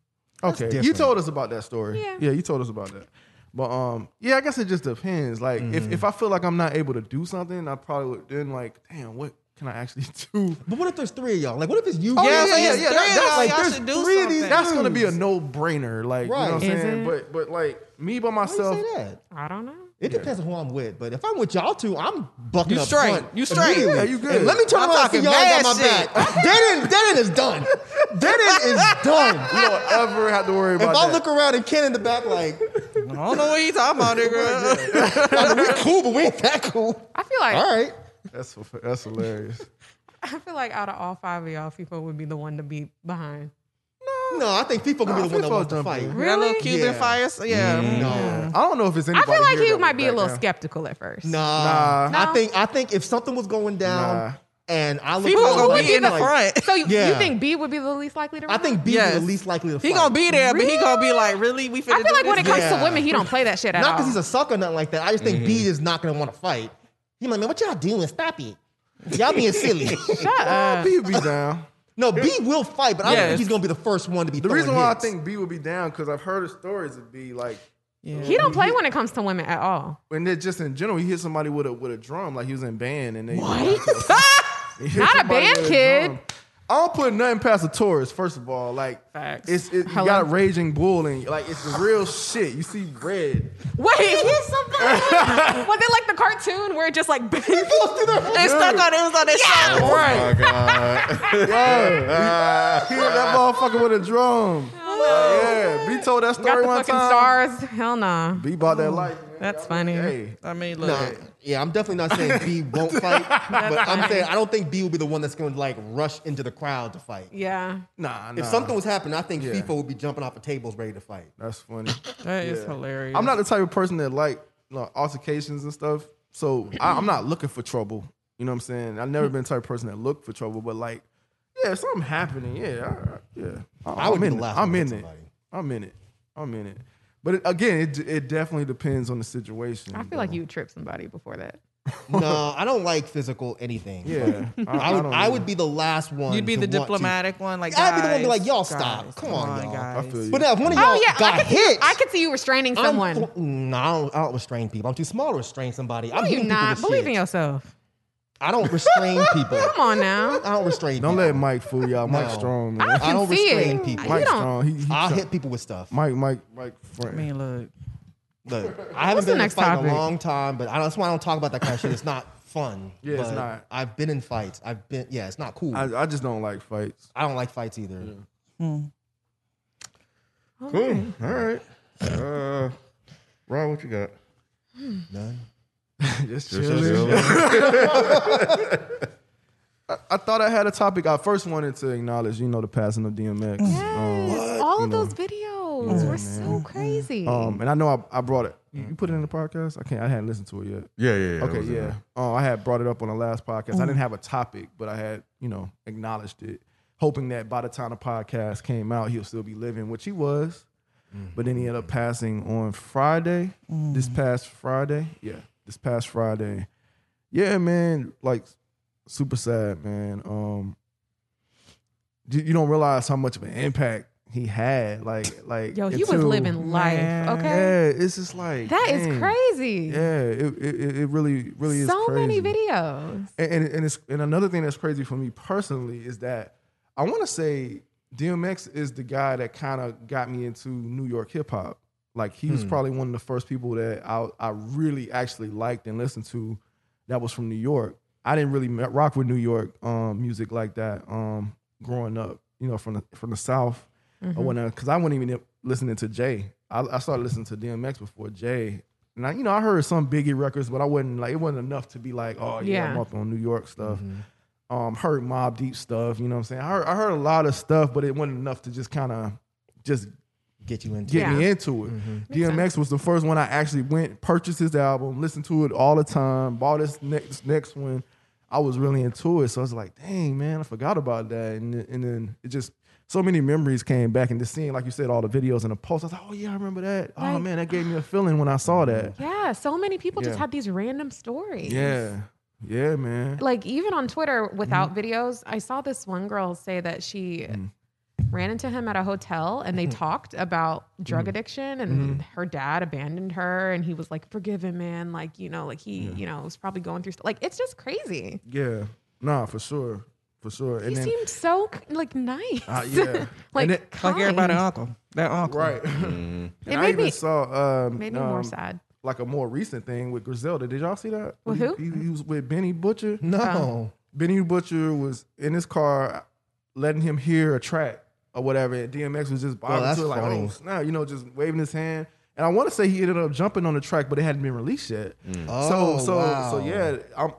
Speaker 12: Okay, you
Speaker 6: different.
Speaker 12: told us about that story.
Speaker 3: Yeah.
Speaker 12: you told us about that. But um, yeah, I guess it just depends. Like,
Speaker 6: Mm.
Speaker 12: if, if I feel like I'm not able to do something, I probably would then like, damn, what can I actually <laughs> do?
Speaker 6: but what if there's three of y'all? Like, what if it's you?
Speaker 4: Oh, yeah,
Speaker 6: you-
Speaker 4: yeah, yeah,
Speaker 12: that-
Speaker 4: yeah. Three of
Speaker 12: that's
Speaker 4: y'all,
Speaker 12: like,
Speaker 4: y'all
Speaker 12: there's
Speaker 4: should do
Speaker 12: three of these-
Speaker 4: something.
Speaker 12: That's gonna be a no brainer. Like you
Speaker 6: Right.
Speaker 12: know what I'm
Speaker 6: Is
Speaker 12: saying.
Speaker 3: it?
Speaker 12: But but like me by
Speaker 6: Why you
Speaker 12: myself.
Speaker 6: say that?
Speaker 3: I don't know.
Speaker 6: It depends on who I'm with, but if I'm with y'all two, I'm bucking
Speaker 4: You
Speaker 6: up
Speaker 4: straight.
Speaker 6: front
Speaker 4: You straight.
Speaker 6: immediately.
Speaker 12: Yeah, you good.
Speaker 6: And let me turn
Speaker 4: I'm
Speaker 6: around and see
Speaker 4: talking
Speaker 6: y'all
Speaker 4: mad
Speaker 6: got my
Speaker 4: shit.
Speaker 6: back. Dead end, dead end is done. Dead end is done.
Speaker 12: You don't ever have to worry
Speaker 6: If
Speaker 12: about
Speaker 6: I
Speaker 12: that.
Speaker 6: look around and Ken in the back, like,
Speaker 4: I don't know what you talking
Speaker 6: <laughs>
Speaker 4: about, nigga.
Speaker 6: I mean, we cool, but we ain't that cool.
Speaker 3: I feel like
Speaker 6: All right.
Speaker 12: that's that's hilarious.
Speaker 3: I feel like out of all five of y'all, FIFA would be the one to be behind.
Speaker 6: No, I think people can be
Speaker 12: Nah,
Speaker 6: the one that
Speaker 12: FIFA
Speaker 6: wants to
Speaker 12: jump
Speaker 6: fight.
Speaker 12: in.
Speaker 4: That little
Speaker 3: Really?
Speaker 4: Cuban
Speaker 6: Yeah. Mm-hmm.
Speaker 4: fire. so- Yeah.
Speaker 6: No.
Speaker 12: I don't know if it's
Speaker 3: I
Speaker 12: anybody.
Speaker 3: feel like
Speaker 12: here
Speaker 3: he
Speaker 12: that
Speaker 3: might
Speaker 12: would
Speaker 3: be a
Speaker 12: back
Speaker 3: little
Speaker 12: down.
Speaker 3: skeptical at first.
Speaker 6: Nah.
Speaker 3: Nah.
Speaker 6: I think I think if something was going down
Speaker 12: Nah.
Speaker 6: and I look
Speaker 4: He
Speaker 6: around,
Speaker 4: gonna
Speaker 6: like,
Speaker 4: be in the front.
Speaker 3: So you, you
Speaker 6: Yeah.
Speaker 3: think B would be the least likely to?
Speaker 6: I
Speaker 3: run up?
Speaker 6: think B
Speaker 4: Yes.
Speaker 6: is the least likely to fight.
Speaker 4: He gonna be there, but he gonna be like, really? We finna
Speaker 3: I feel like
Speaker 4: do
Speaker 3: when it
Speaker 4: this?
Speaker 3: comes
Speaker 6: Yeah.
Speaker 3: to women, he don't play that shit at
Speaker 6: Not
Speaker 3: all.
Speaker 6: because he's a sucker, or nothing like that. I just think B is not gonna want to fight. He like, man, what y'all doing? Stop it. Y'all being <laughs> silly.
Speaker 12: Nah, B would be down.
Speaker 6: no, B will fight, but I don't
Speaker 4: Yes.
Speaker 6: think he's gonna be the first one to be.
Speaker 12: The reason why I
Speaker 6: hits.
Speaker 12: think B would be down because I've heard of stories of B like
Speaker 3: He don't play when it comes to women at
Speaker 6: <laughs>
Speaker 3: all.
Speaker 6: And then just in general, he hit somebody with a with a drum, like he was in band, and they
Speaker 3: What?
Speaker 6: He hit
Speaker 3: Not a
Speaker 6: somebody
Speaker 3: band
Speaker 6: with
Speaker 3: kid.
Speaker 6: drum. I don't put nothing past a tourist. First of all, like it's it, you
Speaker 3: Hello?
Speaker 6: got a raging bull and like it's the real shit. You see red.
Speaker 3: <laughs> Wait, is something? <laughs> was it like the cartoon where it just like bends? It <laughs>
Speaker 6: stuck on-
Speaker 4: it was on his
Speaker 3: yeah!
Speaker 6: Oh my <laughs>
Speaker 12: god!
Speaker 6: yeah, he
Speaker 14: <laughs>
Speaker 6: hit that motherfucker with a drum. Yeah, B told that
Speaker 3: Got
Speaker 6: story
Speaker 3: the
Speaker 6: one
Speaker 3: fucking
Speaker 6: time.
Speaker 3: stars. Hell no.
Speaker 6: B bought that life.
Speaker 3: That's funny.
Speaker 4: I mean,
Speaker 14: No, yeah, I'm definitely not saying
Speaker 6: <laughs>
Speaker 14: B won't fight, but I'm saying I don't think B will be the one that's going to like rush into the crowd to fight.
Speaker 3: Yeah.
Speaker 6: Nah, nah.
Speaker 14: If something was happening, I think
Speaker 6: Yeah.
Speaker 14: FIFA would be jumping off the tables ready to fight.
Speaker 6: That's funny.
Speaker 4: That is hilarious.
Speaker 6: I'm not the type of person that like, like, altercations and stuff. So I, I'm not looking for trouble. You know what I'm saying? I've never been the type of person that look for trouble, but like, yeah, if something happening, yeah, I, I- yeah. I,
Speaker 14: I would
Speaker 6: I'm
Speaker 14: be
Speaker 6: in
Speaker 14: the
Speaker 6: it.
Speaker 14: last one
Speaker 6: I'm
Speaker 14: to
Speaker 6: in
Speaker 14: hit
Speaker 6: it.
Speaker 14: somebody.
Speaker 6: I'm in it. I'm in it. But it, again, it it definitely depends on the situation.
Speaker 3: I feel
Speaker 6: <laughs>
Speaker 3: like you would trip somebody before that.
Speaker 14: no, I don't like physical anything.
Speaker 6: Yeah, I-
Speaker 14: I,
Speaker 6: I
Speaker 14: would.
Speaker 6: don't
Speaker 14: I,
Speaker 6: either.
Speaker 14: would be the last one.
Speaker 4: You'd be
Speaker 14: to
Speaker 4: the
Speaker 14: want to-
Speaker 4: diplomatic one, like
Speaker 14: I'd be the one to be
Speaker 4: guys,
Speaker 14: like, y'all
Speaker 4: guys,
Speaker 14: stop. Come on, y'all.
Speaker 4: guys.
Speaker 6: I feel you.
Speaker 14: But now, if one of y'all
Speaker 3: Oh yeah,
Speaker 14: got
Speaker 3: I could see. You,
Speaker 14: hit,
Speaker 3: I could see you restraining someone.
Speaker 14: I'm, fo- no, I don't, I don't restrain people. I'm too small to restrain somebody.
Speaker 3: no,
Speaker 14: I'm
Speaker 3: you
Speaker 14: hitting people
Speaker 3: not.
Speaker 14: with
Speaker 3: Believe
Speaker 14: shit.
Speaker 3: in yourself.
Speaker 14: I don't restrain people.
Speaker 3: <laughs> Come on now.
Speaker 14: I don't restrain.
Speaker 6: Don't
Speaker 14: people.
Speaker 6: let Mike fool y'all. Mike
Speaker 14: No.
Speaker 6: Strong,
Speaker 3: I
Speaker 6: man.
Speaker 3: can
Speaker 14: I don't
Speaker 3: see
Speaker 14: restrain
Speaker 3: it.
Speaker 14: people.
Speaker 3: You
Speaker 6: Mike
Speaker 3: don't-
Speaker 6: Strong. He, he
Speaker 14: I'll
Speaker 6: try-
Speaker 14: hit people with stuff.
Speaker 6: Mike, Mike, Mike.
Speaker 4: I
Speaker 6: Friend.
Speaker 4: mean, look.
Speaker 14: Look,
Speaker 3: <laughs>
Speaker 14: I haven't
Speaker 3: the
Speaker 14: been in a
Speaker 3: next
Speaker 14: fight
Speaker 3: topic?
Speaker 14: in a long time, but I, that's why I don't talk about that kind of shit. It's not <laughs> fun.
Speaker 6: Yeah, it's
Speaker 14: but
Speaker 6: not.
Speaker 14: I've been in fights. I've been. Yeah, it's not cool. I,
Speaker 6: I, I just don't like fights.
Speaker 14: don't like fights either.
Speaker 3: Hmm.
Speaker 12: Cool. All right. Uh, Rob, what you got?
Speaker 14: Hmm. None.
Speaker 6: <laughs>
Speaker 12: Just
Speaker 6: just chilling.
Speaker 12: chilling.
Speaker 6: <laughs> I thought I had a topic. I first wanted to acknowledge, you know, the passing of DMX. Um,
Speaker 3: Yes, all
Speaker 6: you
Speaker 3: of
Speaker 6: know.
Speaker 3: those videos were so crazy.
Speaker 6: Um, and I know I, I brought it. You, you put it in the podcast. I can't. I hadn't listened to it yet.
Speaker 12: Yeah, yeah, yeah. that
Speaker 6: okay,
Speaker 12: was it.
Speaker 6: yeah. Oh, I had brought it up on the last podcast. I didn't have a topic, but I had you know acknowledged it, hoping that by the time the podcast came out, he'll still be living, which he was. But then he ended up
Speaker 12: Mm-hmm.
Speaker 6: passing on Friday, this past Friday. Yeah, this past Friday. Yeah, man. Like, super sad, man. Um, you, you don't realize how much of an impact he had. Like, like
Speaker 3: Yo, he was
Speaker 6: until-
Speaker 3: living life.
Speaker 12: Man.
Speaker 3: Okay,
Speaker 6: Yeah, it's just like
Speaker 3: that is
Speaker 6: dang.
Speaker 3: crazy.
Speaker 6: Yeah, it it, it- it really really is
Speaker 3: so many
Speaker 6: crazy.
Speaker 3: videos.
Speaker 6: And, and and it's and another thing that's crazy for me personally is that I want to say DMX is the guy that kind of got me into New York hip hop. Like he was probably one of the first people that I I really actually liked and listened to that was from New York. I didn't really m- rock with New York um, music like that um, growing up. You know, from the from the South
Speaker 3: Mm-hmm.
Speaker 6: or whatnot. Because I wasn't even listening to Jay. I, I started listening to DMX before Jay. And I, you know, I heard some Biggie records, but I wasn't like it wasn't enough to be like, oh yeah, I'm
Speaker 3: Yeah. Mm-hmm.
Speaker 6: up on New York stuff. Um, heard Mob Deep stuff. You know what I'm saying? I heard, I heard a lot of stuff, but it wasn't enough to just kind of just
Speaker 14: Get you into. Mm-hmm.
Speaker 6: get
Speaker 3: Yeah.
Speaker 6: me into it. DMX was the first one I actually went purchased his album, listened to it all the time, bought his next next one. I was really into it, so I was like, "Dang, man, I forgot about that." And th- and then it just so many memories came back, and just seeing, like you said, all the videos and the posts. I was like, "Oh yeah, I remember that." oh
Speaker 3: Right.
Speaker 6: man, that gave me a feeling when I saw that.
Speaker 3: Yeah, so many people
Speaker 6: Yeah.
Speaker 3: just have these random stories.
Speaker 14: Mm-hmm.
Speaker 6: Yeah, yeah, man.
Speaker 3: Like even on Twitter without
Speaker 6: Mm-hmm.
Speaker 3: videos, I saw this one girl say that she
Speaker 6: Mm-hmm.
Speaker 3: ran into him at a hotel and they talked about drug addiction
Speaker 6: Mm-hmm.
Speaker 3: and her dad abandoned her and he was like, "Forgive him, man." Like you know, like he you know was probably going through st- like it's just crazy.
Speaker 6: Yeah, nah, for sure, for sure. And
Speaker 3: he
Speaker 6: then,
Speaker 3: seemed so like nice. <laughs>
Speaker 6: Uh, yeah.
Speaker 3: like
Speaker 6: And it-
Speaker 4: Like everybody,
Speaker 3: kind.
Speaker 4: uncle. That uncle.
Speaker 6: right,
Speaker 3: It
Speaker 14: Mm-hmm.
Speaker 6: and I
Speaker 3: made
Speaker 6: even
Speaker 3: me-
Speaker 6: saw um,
Speaker 3: made me more
Speaker 6: um,
Speaker 3: sad.
Speaker 6: like a more recent thing with Griselda. Did y'all see that?
Speaker 3: With
Speaker 6: He-
Speaker 3: who?
Speaker 6: He, he was with Benny Butcher.
Speaker 14: No.
Speaker 6: Benny Butcher was in his car, letting him hear a track or whatever. And DMX was just bobbing
Speaker 14: that's
Speaker 6: to it, like,
Speaker 14: funny.
Speaker 6: oh snap, you know, just waving his hand. And I want to say he ended up jumping on the track, but it hadn't been released yet.
Speaker 14: Oh,
Speaker 6: so so so
Speaker 14: wow.
Speaker 6: yeah, I'm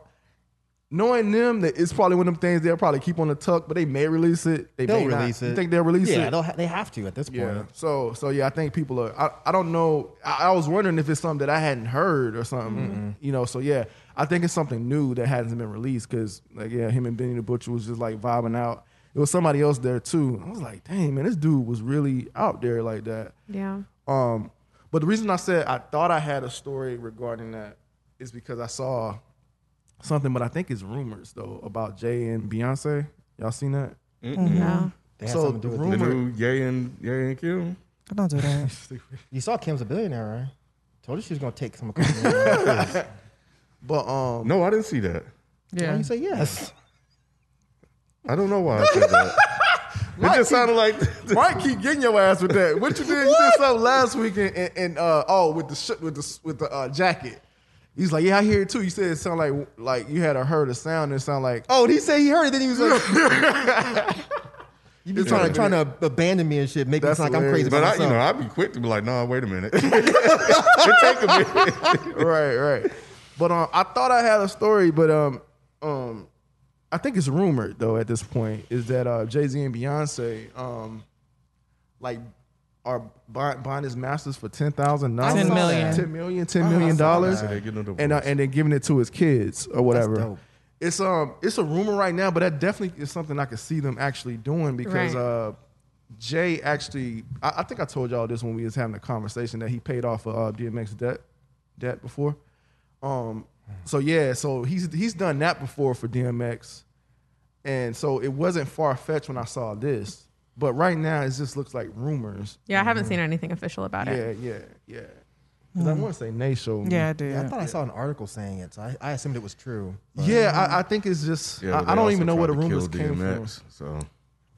Speaker 6: knowing them that it's probably one of them things they'll probably keep on the tuck, but they may release it. They
Speaker 14: They'll
Speaker 6: may not.
Speaker 14: release it.
Speaker 6: You think they'll release it?
Speaker 14: Yeah, they'll ha- they have to at this point.
Speaker 6: Yeah. So so yeah, I think people are. I, I don't know. I, I was wondering if it's something that I hadn't heard or something. You know. So yeah, I think it's something new that hasn't been released because like yeah, him and Benny the Butcher was just like vibing out. It was somebody else there too. I was like, dang man, this dude was really out there like that.
Speaker 3: Yeah.
Speaker 6: Um, but the reason I said I thought I had a story regarding that is because I saw something, but I think it's rumors though about Jay and Beyonce. Y'all seen that?
Speaker 14: They have
Speaker 6: so
Speaker 14: something to
Speaker 6: the
Speaker 14: do with
Speaker 12: The
Speaker 6: rumor.
Speaker 12: new Yay and Yay and Kim.
Speaker 4: Don't do that.
Speaker 7: you saw Kim's a billionaire, right? Told you she was gonna take some. but
Speaker 6: um,
Speaker 12: no, I didn't see that.
Speaker 7: Yeah, you say yes.
Speaker 12: I don't know why I said
Speaker 6: <laughs>
Speaker 12: that.
Speaker 6: It just sounded
Speaker 12: <laughs>
Speaker 6: like Mike keep getting your ass with that. What you did? You did something last weekend and, and uh, oh with the sh- with the with the uh, jacket. He's like, yeah, I hear it too. You said it sounded like like you had a heard a sound and it sounded like
Speaker 7: Oh, and he said he heard it. Then he was like,
Speaker 12: <laughs>
Speaker 6: <laughs>
Speaker 7: "You be
Speaker 12: It's
Speaker 7: trying to
Speaker 12: hilarious.
Speaker 7: trying to abandon me and shit, make
Speaker 12: That's
Speaker 7: me sound like I'm crazy."
Speaker 12: But
Speaker 7: by
Speaker 12: I, you
Speaker 7: myself.
Speaker 12: know, I'd be quick to be like, no, wait a minute. <laughs> it take a minute.
Speaker 6: right, right. But um, I thought I had a story, but um, um, I think it's rumored though at this point is that uh, Jay Z and Beyonce um, like are buying, buying his masters for ten thousand dollars,
Speaker 4: I saw that.
Speaker 6: ten million,
Speaker 4: Oh,
Speaker 6: ten
Speaker 4: I
Speaker 6: million
Speaker 4: saw
Speaker 6: dollars,
Speaker 12: that. So they're getting a
Speaker 6: and uh,
Speaker 12: divorce.
Speaker 6: and then giving it to his kids or whatever.
Speaker 12: dope.
Speaker 6: It's um, it's a rumor right now, but that definitely is something I could see them actually doing because
Speaker 12: Right.
Speaker 6: uh, Jay actually, I, I think I told y'all this when we was having a conversation that he paid off uh, DMX debt debt before. Um, so yeah, so he's he's done that before for DMX, and so it wasn't far fetched when I saw this. But right now, it just looks like rumors.
Speaker 3: Yeah, I haven't seen anything official about it.
Speaker 6: Yeah, yeah, yeah. 'Cause I
Speaker 7: Mm.
Speaker 6: want to say Nay showed me.
Speaker 7: I thought I saw an article saying it, so I, I assumed it was true. but-
Speaker 6: Yeah, I, I think it's just
Speaker 12: Yeah, but
Speaker 6: I, I
Speaker 12: they
Speaker 6: don't
Speaker 12: also
Speaker 6: even know where the
Speaker 12: tried to
Speaker 6: rumors
Speaker 12: kill
Speaker 6: came from.
Speaker 12: DMX, So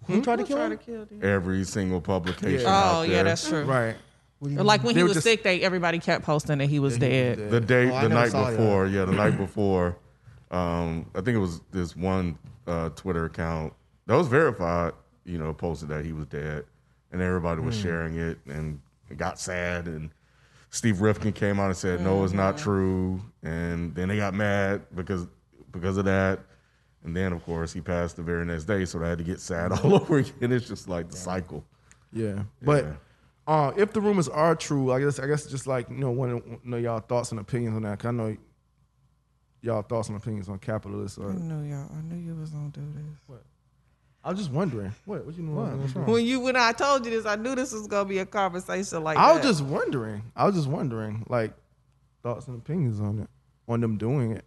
Speaker 7: Who tried to kill him?
Speaker 12: every single publication.
Speaker 4: Yeah.
Speaker 12: out
Speaker 4: Oh, yeah,
Speaker 12: there.
Speaker 4: that's true.
Speaker 6: Right.
Speaker 4: Like when
Speaker 12: They
Speaker 4: he
Speaker 12: were
Speaker 4: was
Speaker 12: just-
Speaker 4: sick, they everybody kept posting that he was dead.
Speaker 12: The day,
Speaker 4: Oh, I
Speaker 12: the
Speaker 4: never
Speaker 12: night
Speaker 4: saw that.
Speaker 12: before, yeah, the night before. Um, I think it was this one uh, Twitter account that was verified. You know, posted that he was dead, and everybody was
Speaker 15: Hmm.
Speaker 12: sharing it, and it got sad. And Steve Rifkin came out and said, "No, it's not true." And then they got mad because because of that. And then, of course, he passed the very next day, so they had to get sad <laughs> all over again. It's just like the cycle.
Speaker 6: Yeah, but uh, if the rumors are true, I guess I guess just like you know, want to know y'all thoughts and opinions on that. 'cause I know y'all thoughts and opinions on capitalists.
Speaker 4: I
Speaker 6: Or,
Speaker 4: knew y'all. I knew you was gonna do this.
Speaker 6: I was just wondering, what what you know?
Speaker 4: What?
Speaker 6: what's wrong?
Speaker 4: When you when I told you this, I knew this was gonna be a conversation like
Speaker 6: I was
Speaker 4: that.
Speaker 6: just wondering. I was just wondering, like thoughts and opinions on it, on them doing it.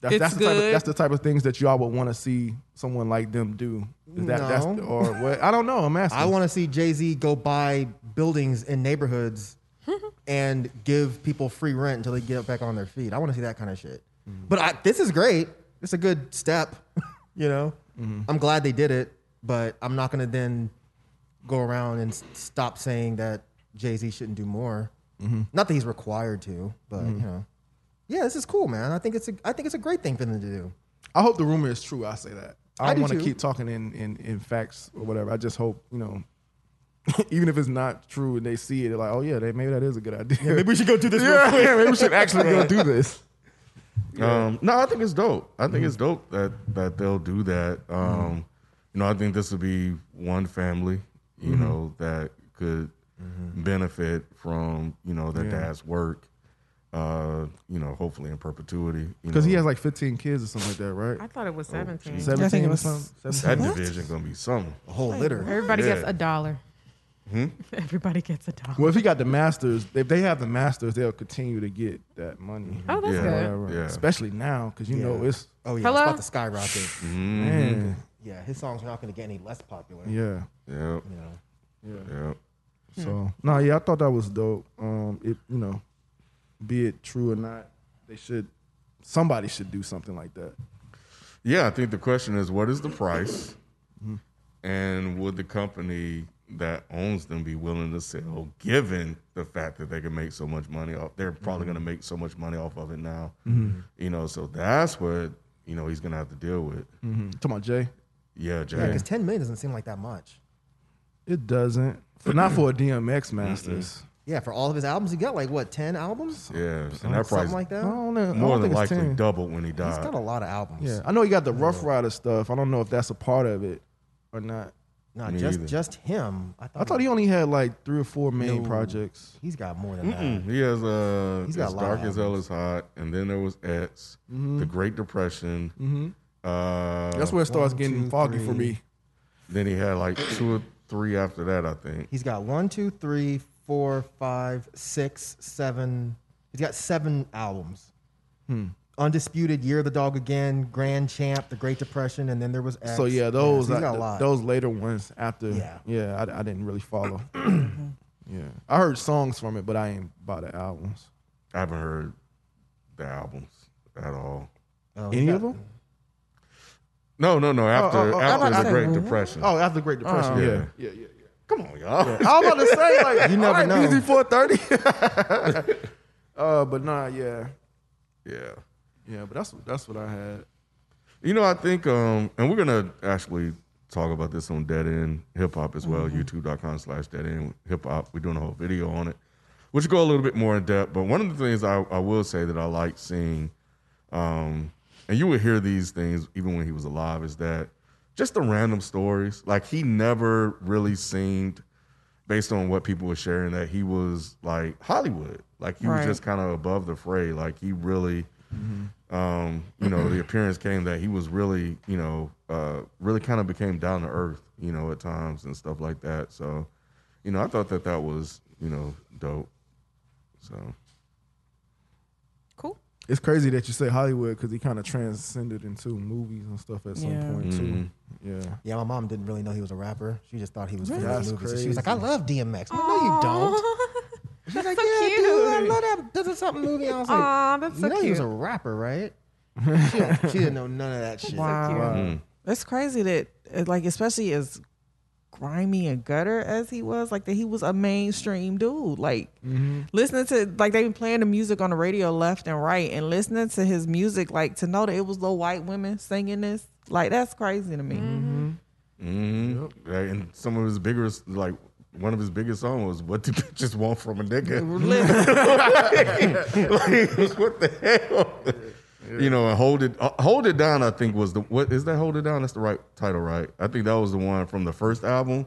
Speaker 6: That's,
Speaker 4: It's
Speaker 6: that's the type of,
Speaker 4: good.
Speaker 6: that's the type of things that y'all would want to see someone like them do. Is that that's
Speaker 7: No.
Speaker 6: or what? I don't know. I'm
Speaker 7: <laughs>
Speaker 6: asking.
Speaker 7: I want to see Jay Z go buy buildings in neighborhoods and give people free rent until they get back on their feet. I want to see that kind of shit.
Speaker 4: Mm.
Speaker 7: But I, this is great. It's a good step. <laughs> You know,
Speaker 4: Mm-hmm.
Speaker 7: I'm glad they did it, but I'm not going to then go around and s- stop saying that Jay Z shouldn't do more. Not that he's required to, but
Speaker 6: Mhm.
Speaker 7: you know, yeah, this is cool, man. I think it's a I think it's a great thing for them to do.
Speaker 6: I hope the rumor is true. I say that. I,
Speaker 7: I
Speaker 6: don't
Speaker 7: do
Speaker 6: want to
Speaker 7: too.
Speaker 6: keep talking in, in in facts or whatever. I just hope you know, <laughs> even if it's not true and they see it, they're like, oh yeah, they, maybe that is a good idea.
Speaker 7: maybe we should go do
Speaker 6: <laughs>
Speaker 7: this real
Speaker 6: Yeah,
Speaker 7: quick.
Speaker 6: yeah, maybe we should actually
Speaker 7: <laughs>
Speaker 6: go
Speaker 7: Right.
Speaker 6: do this.
Speaker 12: Um, no, I think it's dope. I think
Speaker 6: Mhm.
Speaker 12: it's dope that that they'll do that. Um, You know, I think this would be one family. You
Speaker 7: Mm-hmm.
Speaker 15: Mhm.
Speaker 12: know that could benefit from you know their
Speaker 6: Yeah.
Speaker 12: dad's work. Uh, you know, hopefully in perpetuity. you
Speaker 6: Because he
Speaker 12: know.
Speaker 6: has like 15 kids or something like that, right?
Speaker 3: I thought it was
Speaker 12: Oh,
Speaker 3: 17.
Speaker 12: geez.
Speaker 3: I think it
Speaker 6: 17 or
Speaker 3: was-
Speaker 6: something.
Speaker 12: that
Speaker 6: 17.
Speaker 12: division gonna be something. A
Speaker 7: whole
Speaker 3: Everybody gets a dollar.
Speaker 12: Hmm?
Speaker 3: <laughs> Everybody gets a dollar.
Speaker 6: Well, if he got the masters, if they have the masters, they'll continue to get that money.
Speaker 3: Oh, that's Yeah. good.
Speaker 7: Yeah.
Speaker 6: Especially now, because you know
Speaker 7: Yeah.
Speaker 6: it's.
Speaker 7: oh yeah,
Speaker 3: Hello?
Speaker 7: it's about to skyrocket.
Speaker 12: Mm-hmm.
Speaker 6: Man.
Speaker 7: Yeah, his songs are not going to get any less popular.
Speaker 6: Yeah.
Speaker 12: Yeah.
Speaker 6: Yeah.
Speaker 7: Hmm.
Speaker 6: So no, yeah, I thought that was dope. Um, it you know, be it true or not, they should somebody should do something like that.
Speaker 12: Yeah, I think the question is what is the price? And would the company that owns them be willing to sell given the fact that they can make so much money off? They're probably going to make so much money off of it now.
Speaker 6: Mhm.
Speaker 12: You know, so that's what, you know, he's going to have to deal with.
Speaker 6: Mm-hmm. Talking about Jay,
Speaker 12: Yeah,
Speaker 7: Yeah,
Speaker 12: Jay.
Speaker 7: because ten million doesn't seem like that much.
Speaker 6: it doesn't. For not for a DMX masters.
Speaker 7: Yeah, for all of his albums, he got like what ten albums?
Speaker 12: Yeah,
Speaker 7: Some-
Speaker 12: and that
Speaker 7: something
Speaker 12: price
Speaker 7: like that.
Speaker 6: I don't know. I
Speaker 12: more
Speaker 6: don't
Speaker 12: than
Speaker 6: think it's
Speaker 12: likely
Speaker 6: 10.
Speaker 12: doubled when he died.
Speaker 7: He's got a lot of albums.
Speaker 6: Yeah, I know he got the Rough Rider stuff. I don't know if that's a part of it or not.
Speaker 7: Not just just him. I thought,
Speaker 6: I thought he only had like three or four main
Speaker 7: No.
Speaker 6: projects.
Speaker 7: he's got more than
Speaker 12: Mm-mm.
Speaker 7: that.
Speaker 12: He has uh,
Speaker 7: He's got
Speaker 12: It's
Speaker 7: a lot
Speaker 12: dark
Speaker 7: of
Speaker 12: as hell is hot, and then there was X,
Speaker 6: Mhm.
Speaker 12: the Great Depression.
Speaker 6: Mhm.
Speaker 12: Uh,
Speaker 6: That's where it starts One, getting two, foggy for three. me.
Speaker 12: Then he had like two or three after that, I think.
Speaker 7: He's got one, two, three, four, five, six, seven. He's got seven albums.
Speaker 6: Hmm.
Speaker 7: Undisputed Year of the Dog again, Grand Champ, The Great Depression, and then there was X.
Speaker 12: So yeah, those
Speaker 7: he's
Speaker 12: I-
Speaker 7: got a lot.
Speaker 12: those later ones after. Yeah, I, I didn't really
Speaker 7: <clears throat>
Speaker 12: follow. yeah, I heard songs from it, but I ain't bought the albums.
Speaker 6: I haven't heard the albums at all.
Speaker 12: Oh, Any of them?
Speaker 6: Mm-hmm. No, no, no. After
Speaker 12: Oh, oh, oh,
Speaker 6: after
Speaker 12: I'm
Speaker 6: the
Speaker 12: not
Speaker 6: Great
Speaker 12: saying-
Speaker 6: Depression.
Speaker 12: Oh, after the Great Depression.
Speaker 6: Oh.
Speaker 12: yeah. yeah,
Speaker 6: Yeah.
Speaker 12: yeah, yeah.
Speaker 6: Come on, y'all.
Speaker 12: Yeah. I was about to say like
Speaker 6: <laughs> You never
Speaker 12: all right,
Speaker 6: know.
Speaker 12: BZ four thirty. <laughs> uh, but nah, yeah,
Speaker 6: yeah.
Speaker 12: yeah. But that's that's what I had.
Speaker 6: You know, I think, um, and we're gonna actually talk about this on Dead End Hip Hop as
Speaker 12: Mm-hmm.
Speaker 6: well. YouTube.com slash Dead End Hip Hop. We're doing a whole video on it, which go a little bit more in depth. But one of the things I, I will say that I like seeing, um, and you would hear these things even when he was alive, is that just the random stories. Like he never really seemed, based on what people were sharing, that he was like Hollywood. Like he was
Speaker 4: Right.
Speaker 6: just kind of above the fray. Like he really um, you know, the appearance came that he was really, you know, uh, really kind of became down to earth, you know, at times and stuff like that. So, you know, I thought that that was, you know, dope. So,
Speaker 12: It's crazy that you say Hollywood because he kind of transcended into movies and stuff at some
Speaker 7: Yeah.
Speaker 12: point
Speaker 6: Mhm.
Speaker 12: too. Yeah.
Speaker 7: Yeah, my mom didn't really know he was a rapper. She just thought he was
Speaker 12: Really?
Speaker 7: from
Speaker 12: That's
Speaker 7: the movies. And She was like, I
Speaker 12: crazy.
Speaker 7: love DMX. I'm like, no, you don't. She's like, yeah,
Speaker 3: cute.
Speaker 7: dude, I love that. This is something movie. I was like,
Speaker 3: Aw, that's
Speaker 7: you
Speaker 3: so
Speaker 7: know he was a
Speaker 3: cute.
Speaker 7: rapper, right?
Speaker 3: <laughs>
Speaker 7: she, don't- she didn't know none of that shit.
Speaker 4: Wow. That's crazy that, uh, like, especially as grimy and gutter as he was, like, that he was a mainstream dude. Like,
Speaker 12: Mm-hmm.
Speaker 4: listening to, like, they've been playing the music on the radio left and right, and listening to his music, like, to know that it was little white women singing this, like, that's crazy to me.
Speaker 6: mhm. Right, and some of his biggest, like, one of his biggest songs was "What Do <laughs> Bitches Want from a Nigga."
Speaker 12: <laughs>
Speaker 6: <laughs> like, like, what the hell? You know, and hold it, uh, hold it down. I think was the what is that? Hold it down. That's the right title, right? I think that was the one from the first album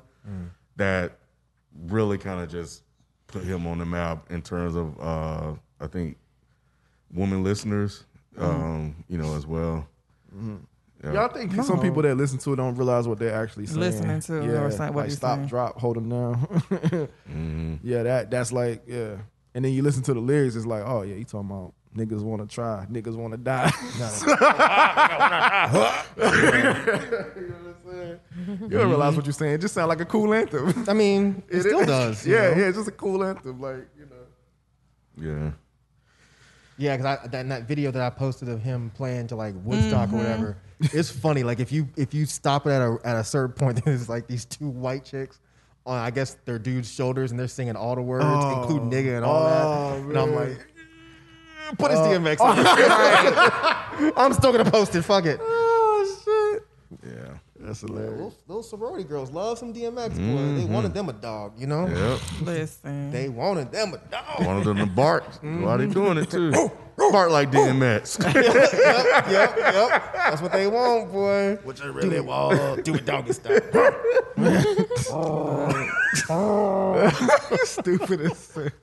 Speaker 6: that really kind of just put him on the map in terms of uh, I think women listeners, um, you know, as well. Yeah.
Speaker 12: Y'all think some people that listen to it don't realize what they're actually saying.
Speaker 4: Listening to it or saying what
Speaker 12: like
Speaker 4: you're
Speaker 12: stop,
Speaker 4: saying.
Speaker 12: drop, hold them down. <laughs> Yeah, that that's like yeah. And then you listen to the lyrics, it's like, oh yeah, he talking about niggas want to try, niggas want to die. you know what I'm saying? <laughs> You don't realize what you're saying. It just sound like a cool anthem. <laughs>
Speaker 7: I mean, it, still
Speaker 12: is.
Speaker 7: does. you
Speaker 12: Yeah,
Speaker 7: know?
Speaker 12: yeah, it's just a cool anthem. Like you know.
Speaker 6: yeah.
Speaker 7: Yeah, because that, in that video that I posted of him playing to like Woodstock or whatever, it's funny. Like if you if you stop it at a at a certain point, <laughs> there's like these two white chicks on I guess their dude's shoulders and they're singing all the words,
Speaker 12: Oh.
Speaker 7: including nigga and all
Speaker 12: Oh,
Speaker 7: that. And I'm
Speaker 12: man.
Speaker 7: like, put his DMX. on
Speaker 12: <laughs>
Speaker 7: it." I'm still gonna post it. Fuck it.
Speaker 12: Oh
Speaker 6: Yeah.
Speaker 12: shit, that's hilarious.
Speaker 7: Those, those sorority girls love some DMX. Boy. They wanted them a dog, you know.
Speaker 6: Yep.
Speaker 4: Listen.
Speaker 7: They wanted them a dog.
Speaker 6: One of them to bark.
Speaker 12: Mm-hmm.
Speaker 6: Why they doing it too?
Speaker 7: Oh,
Speaker 6: bark
Speaker 7: <laughs>
Speaker 6: like DMX.
Speaker 7: yep, yep. That's what they want, boy.
Speaker 12: What you really want?
Speaker 7: Do it doggy <laughs> style.
Speaker 12: <laughs> You stupid as shit.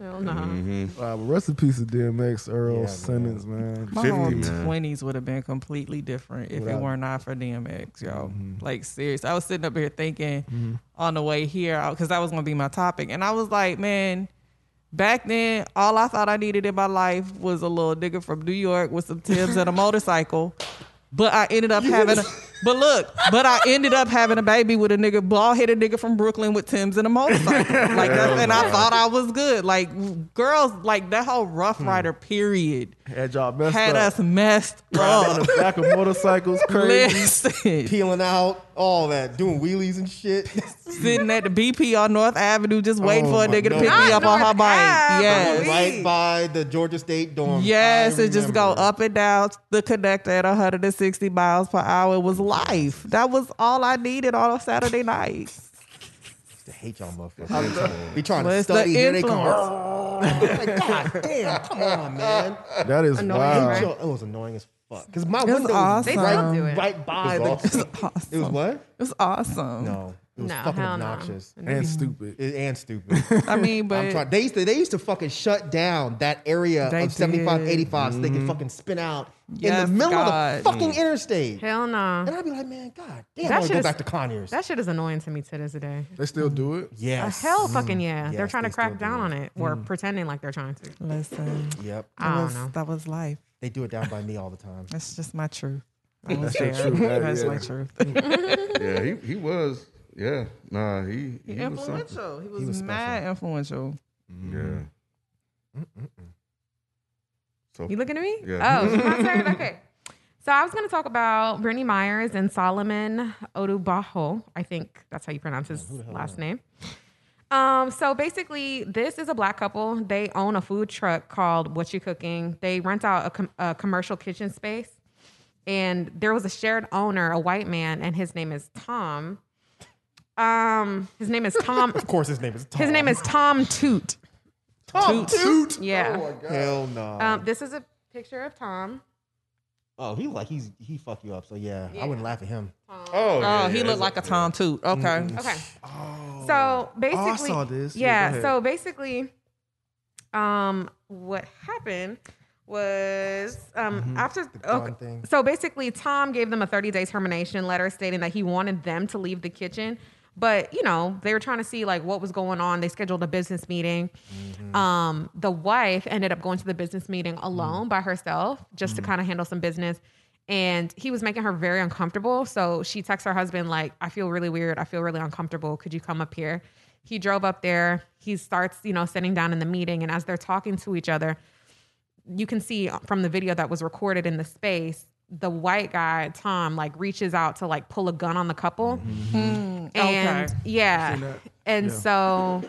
Speaker 3: Hell no.
Speaker 12: Wow, but rest in peace to DMX Earl
Speaker 7: Yeah,
Speaker 12: Sentence, man.
Speaker 4: My
Speaker 6: 50,
Speaker 4: whole
Speaker 6: man.
Speaker 4: twenties would have been completely different if
Speaker 12: Without-
Speaker 4: it were not for DMX, y'all. Like serious, I was sitting up here thinking on the way here because that was gonna be my topic, and I was like, man, back then all I thought I needed in my life was a little nigga from New York with some Timbs and a motorcycle. But I ended up having, a, but look, but I ended up having a baby with a nigga, bald headed nigga from Brooklyn with Tim's and a motorcycle. Like that, and I thought I was good. Like girls, like that whole Rough Rider period
Speaker 12: Had y'all messed
Speaker 4: had
Speaker 12: up.
Speaker 4: us messed
Speaker 12: Riding in
Speaker 4: up.
Speaker 12: the back of
Speaker 4: <laughs>
Speaker 12: motorcycles, crazy.
Speaker 4: Listen,
Speaker 7: peeling out, all that, doing wheelies and
Speaker 4: <laughs>
Speaker 7: shit.
Speaker 4: sitting at the BP on North Avenue, just waiting
Speaker 7: Oh
Speaker 4: for a
Speaker 7: my
Speaker 4: nigga to
Speaker 7: God.
Speaker 4: pick me
Speaker 7: Not
Speaker 4: up on her
Speaker 3: North
Speaker 4: bike.
Speaker 3: Ave,
Speaker 4: Yes,
Speaker 7: right by the Georgia State dorm.
Speaker 4: yes,
Speaker 7: I
Speaker 4: it just go
Speaker 7: remember.
Speaker 4: up and down the connector at 160 miles per hour. It was life. That was all I needed on a Saturday night.
Speaker 7: I hate y'all motherfuckers. Be trying to
Speaker 4: What's the
Speaker 7: study. Here they come.
Speaker 4: influence?
Speaker 7: Like, God damn! Come on, man.
Speaker 12: That is
Speaker 3: Annoying,
Speaker 12: wild.
Speaker 3: right?
Speaker 7: Yo, it was annoying as fuck. Cause my window was
Speaker 4: awesome. They
Speaker 3: still do
Speaker 7: right,
Speaker 3: it.
Speaker 7: right by
Speaker 6: It
Speaker 7: the.
Speaker 4: <laughs>
Speaker 6: was
Speaker 7: It was what?
Speaker 4: It was awesome.
Speaker 7: No, it was
Speaker 3: No,
Speaker 7: fucking
Speaker 3: hell no.
Speaker 7: obnoxious
Speaker 12: and stupid.
Speaker 7: It- and stupid.
Speaker 4: <laughs> I
Speaker 7: <laughs>
Speaker 4: mean,
Speaker 7: I'm
Speaker 4: but
Speaker 7: trying, they used to they used to fucking shut down that area
Speaker 4: They
Speaker 7: of 75,
Speaker 4: did. Mm-hmm.
Speaker 7: 85 so they could fucking spin out in
Speaker 4: Yes,
Speaker 7: the middle
Speaker 4: God. Mm.
Speaker 7: of the fucking interstate.
Speaker 3: Hell no.
Speaker 7: And I'd be like, man, God damn,
Speaker 3: That
Speaker 7: I want to
Speaker 3: shit
Speaker 7: go
Speaker 3: is-
Speaker 7: back to Conyers.
Speaker 3: That shit is annoying to me to this day.
Speaker 12: They still do it.
Speaker 3: Uh,
Speaker 7: yes.
Speaker 3: hell fucking yeah. they're
Speaker 7: Mm. Yes,
Speaker 3: trying to
Speaker 7: they still
Speaker 3: crack down
Speaker 7: do.
Speaker 3: on it or pretending like they're trying to.
Speaker 4: listen,
Speaker 7: Yep.
Speaker 4: that
Speaker 3: I don't
Speaker 4: was,
Speaker 3: know.
Speaker 4: that was life.
Speaker 6: They do it down by me all the time.
Speaker 4: That's just
Speaker 7: <laughs>
Speaker 4: my truth.
Speaker 6: I was
Speaker 7: That's your
Speaker 6: there.
Speaker 7: truth. That-
Speaker 4: That's
Speaker 7: yeah.
Speaker 4: my truth.
Speaker 3: <laughs>
Speaker 7: yeah, he, he was. Yeah, nah, he,
Speaker 4: He
Speaker 7: was something.
Speaker 4: influential. He was, mad influential.
Speaker 7: Yeah. So
Speaker 3: You looking at me?
Speaker 7: Yeah.
Speaker 3: Oh, my turn. Okay. So I was going to talk about Brittany Myers and Solomon Odubaho. I think that's how you pronounce his last name. Um, so basically, this is a black couple. They own a food truck called What You Cooking. They rent out a, com- a commercial kitchen space, and there was a shared owner, a white man, and his name is Tom. Um, his name is Tom.
Speaker 6: Of course, his name is Tom.
Speaker 3: His name is Tom Toot.
Speaker 6: Tom Toot?
Speaker 3: Yeah.
Speaker 6: Hell no.
Speaker 3: Um, this is a picture of Tom.
Speaker 6: oh, he like he's he fuck you up. So yeah, I wouldn't laugh at him.
Speaker 3: Tom.
Speaker 4: Oh, he looked like a Tom Toot.
Speaker 7: Mm-hmm.
Speaker 4: Okay.
Speaker 3: Okay. Oh. So basically,
Speaker 6: Oh, I saw this. Yeah,
Speaker 3: Yeah.
Speaker 6: go ahead.
Speaker 3: so basically, um, what happened was um after
Speaker 6: gun
Speaker 3: okay,
Speaker 6: Mm-hmm. thing.
Speaker 3: so basically Tom gave them a 30 day termination letter stating that he wanted them to leave the kitchen. But you know they were trying to see like what was going on. They scheduled a business meeting.
Speaker 6: Mm.
Speaker 3: Um, the wife ended up going to the business meeting alone by herself just to kind of handle some business. And he was making her very uncomfortable. So she texts her husband, like, I feel really weird. I feel really uncomfortable. Could you come up here? He drove up there. He starts, you know, sitting down in the meeting. And as they're talking to each other, you can see from the video that was recorded in the space, the white guy, Tom, like reaches out to like pull a gun on the couple. And
Speaker 4: Okay. Mm-hmm. Seen
Speaker 3: yeah.
Speaker 4: that.
Speaker 3: And
Speaker 4: Yeah.
Speaker 3: so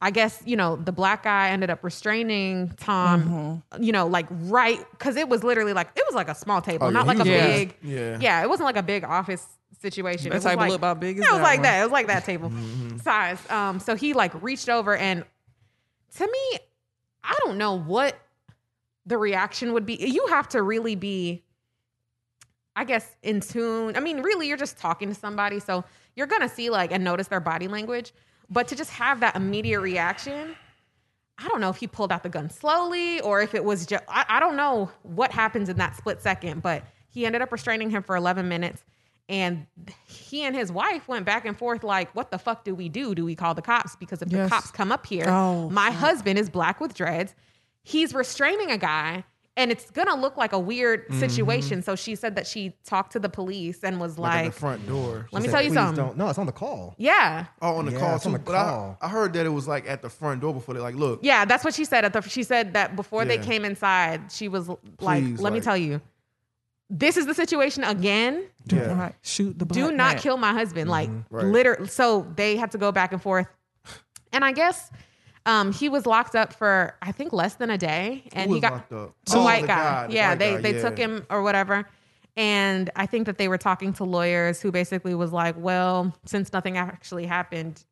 Speaker 3: I guess, you know, the black guy ended up restraining Tom,
Speaker 4: Mm-hmm.
Speaker 3: you know, like right because it was literally like it was like a small table,
Speaker 4: Oh, yeah,
Speaker 3: not
Speaker 4: he
Speaker 3: like a
Speaker 4: was big.
Speaker 3: big
Speaker 4: Yeah.
Speaker 3: yeah, it wasn't like a big office situation.
Speaker 4: That
Speaker 3: it was
Speaker 4: table
Speaker 3: like,
Speaker 4: looked about big as
Speaker 3: Yeah, it was
Speaker 4: that
Speaker 3: like
Speaker 4: one.
Speaker 3: that. It was like that table
Speaker 4: Mm-hmm.
Speaker 3: size. Um, so he like reached over and to me, I don't know what the reaction would be. You have to really be, I guess, in tune. I mean, really, you're just talking to somebody, so you're gonna see like and notice their body language. But to just have that immediate reaction, I don't know if he pulled out the gun slowly or if it was just, I, I don't know what happens in that split second, but he ended up restraining him for 11 minutes. And he and his wife went back and forth like, what the fuck do we do? Do we call the cops? Because if the
Speaker 4: Yes.
Speaker 3: cops come up here,
Speaker 4: Oh,
Speaker 3: my husband is black with dreads. He's restraining a guy and it's going to look like a weird
Speaker 12: Mm-hmm.
Speaker 3: situation. So she said that she talked to the police and was
Speaker 12: Like, at
Speaker 3: like,
Speaker 12: the front door.
Speaker 3: let me tell you
Speaker 6: "Please
Speaker 3: something.
Speaker 6: don't- No, it's on the call.
Speaker 3: Yeah.
Speaker 12: Oh, on the
Speaker 6: Yeah,
Speaker 12: call
Speaker 6: it's on
Speaker 12: too.
Speaker 6: the
Speaker 12: But I,
Speaker 6: call.
Speaker 12: I heard that it was like at the front door before they like look.
Speaker 3: Yeah, that's what she said. At the, she said that before they
Speaker 12: Yeah.
Speaker 3: came inside, she was l- like,
Speaker 12: Please,
Speaker 3: "Let me
Speaker 12: like-
Speaker 3: tell you, this is the situation again.
Speaker 4: Do not shoot the
Speaker 3: Do
Speaker 4: black
Speaker 3: not
Speaker 4: man.
Speaker 3: kill my husband." Like,
Speaker 12: Mm-hmm.
Speaker 4: Right.
Speaker 3: literally. So they had to go back and forth, and I guess um, he was locked up for I think less than a day, and
Speaker 12: was
Speaker 3: he got
Speaker 12: locked up?
Speaker 3: a
Speaker 12: Oh,
Speaker 3: white
Speaker 12: the
Speaker 3: guy.
Speaker 12: guy, the
Speaker 3: yeah,
Speaker 12: white
Speaker 3: they
Speaker 12: guy,
Speaker 3: they
Speaker 12: yeah.
Speaker 3: took him or whatever. And I think that they were talking to lawyers who basically was like, well, since nothing actually happened,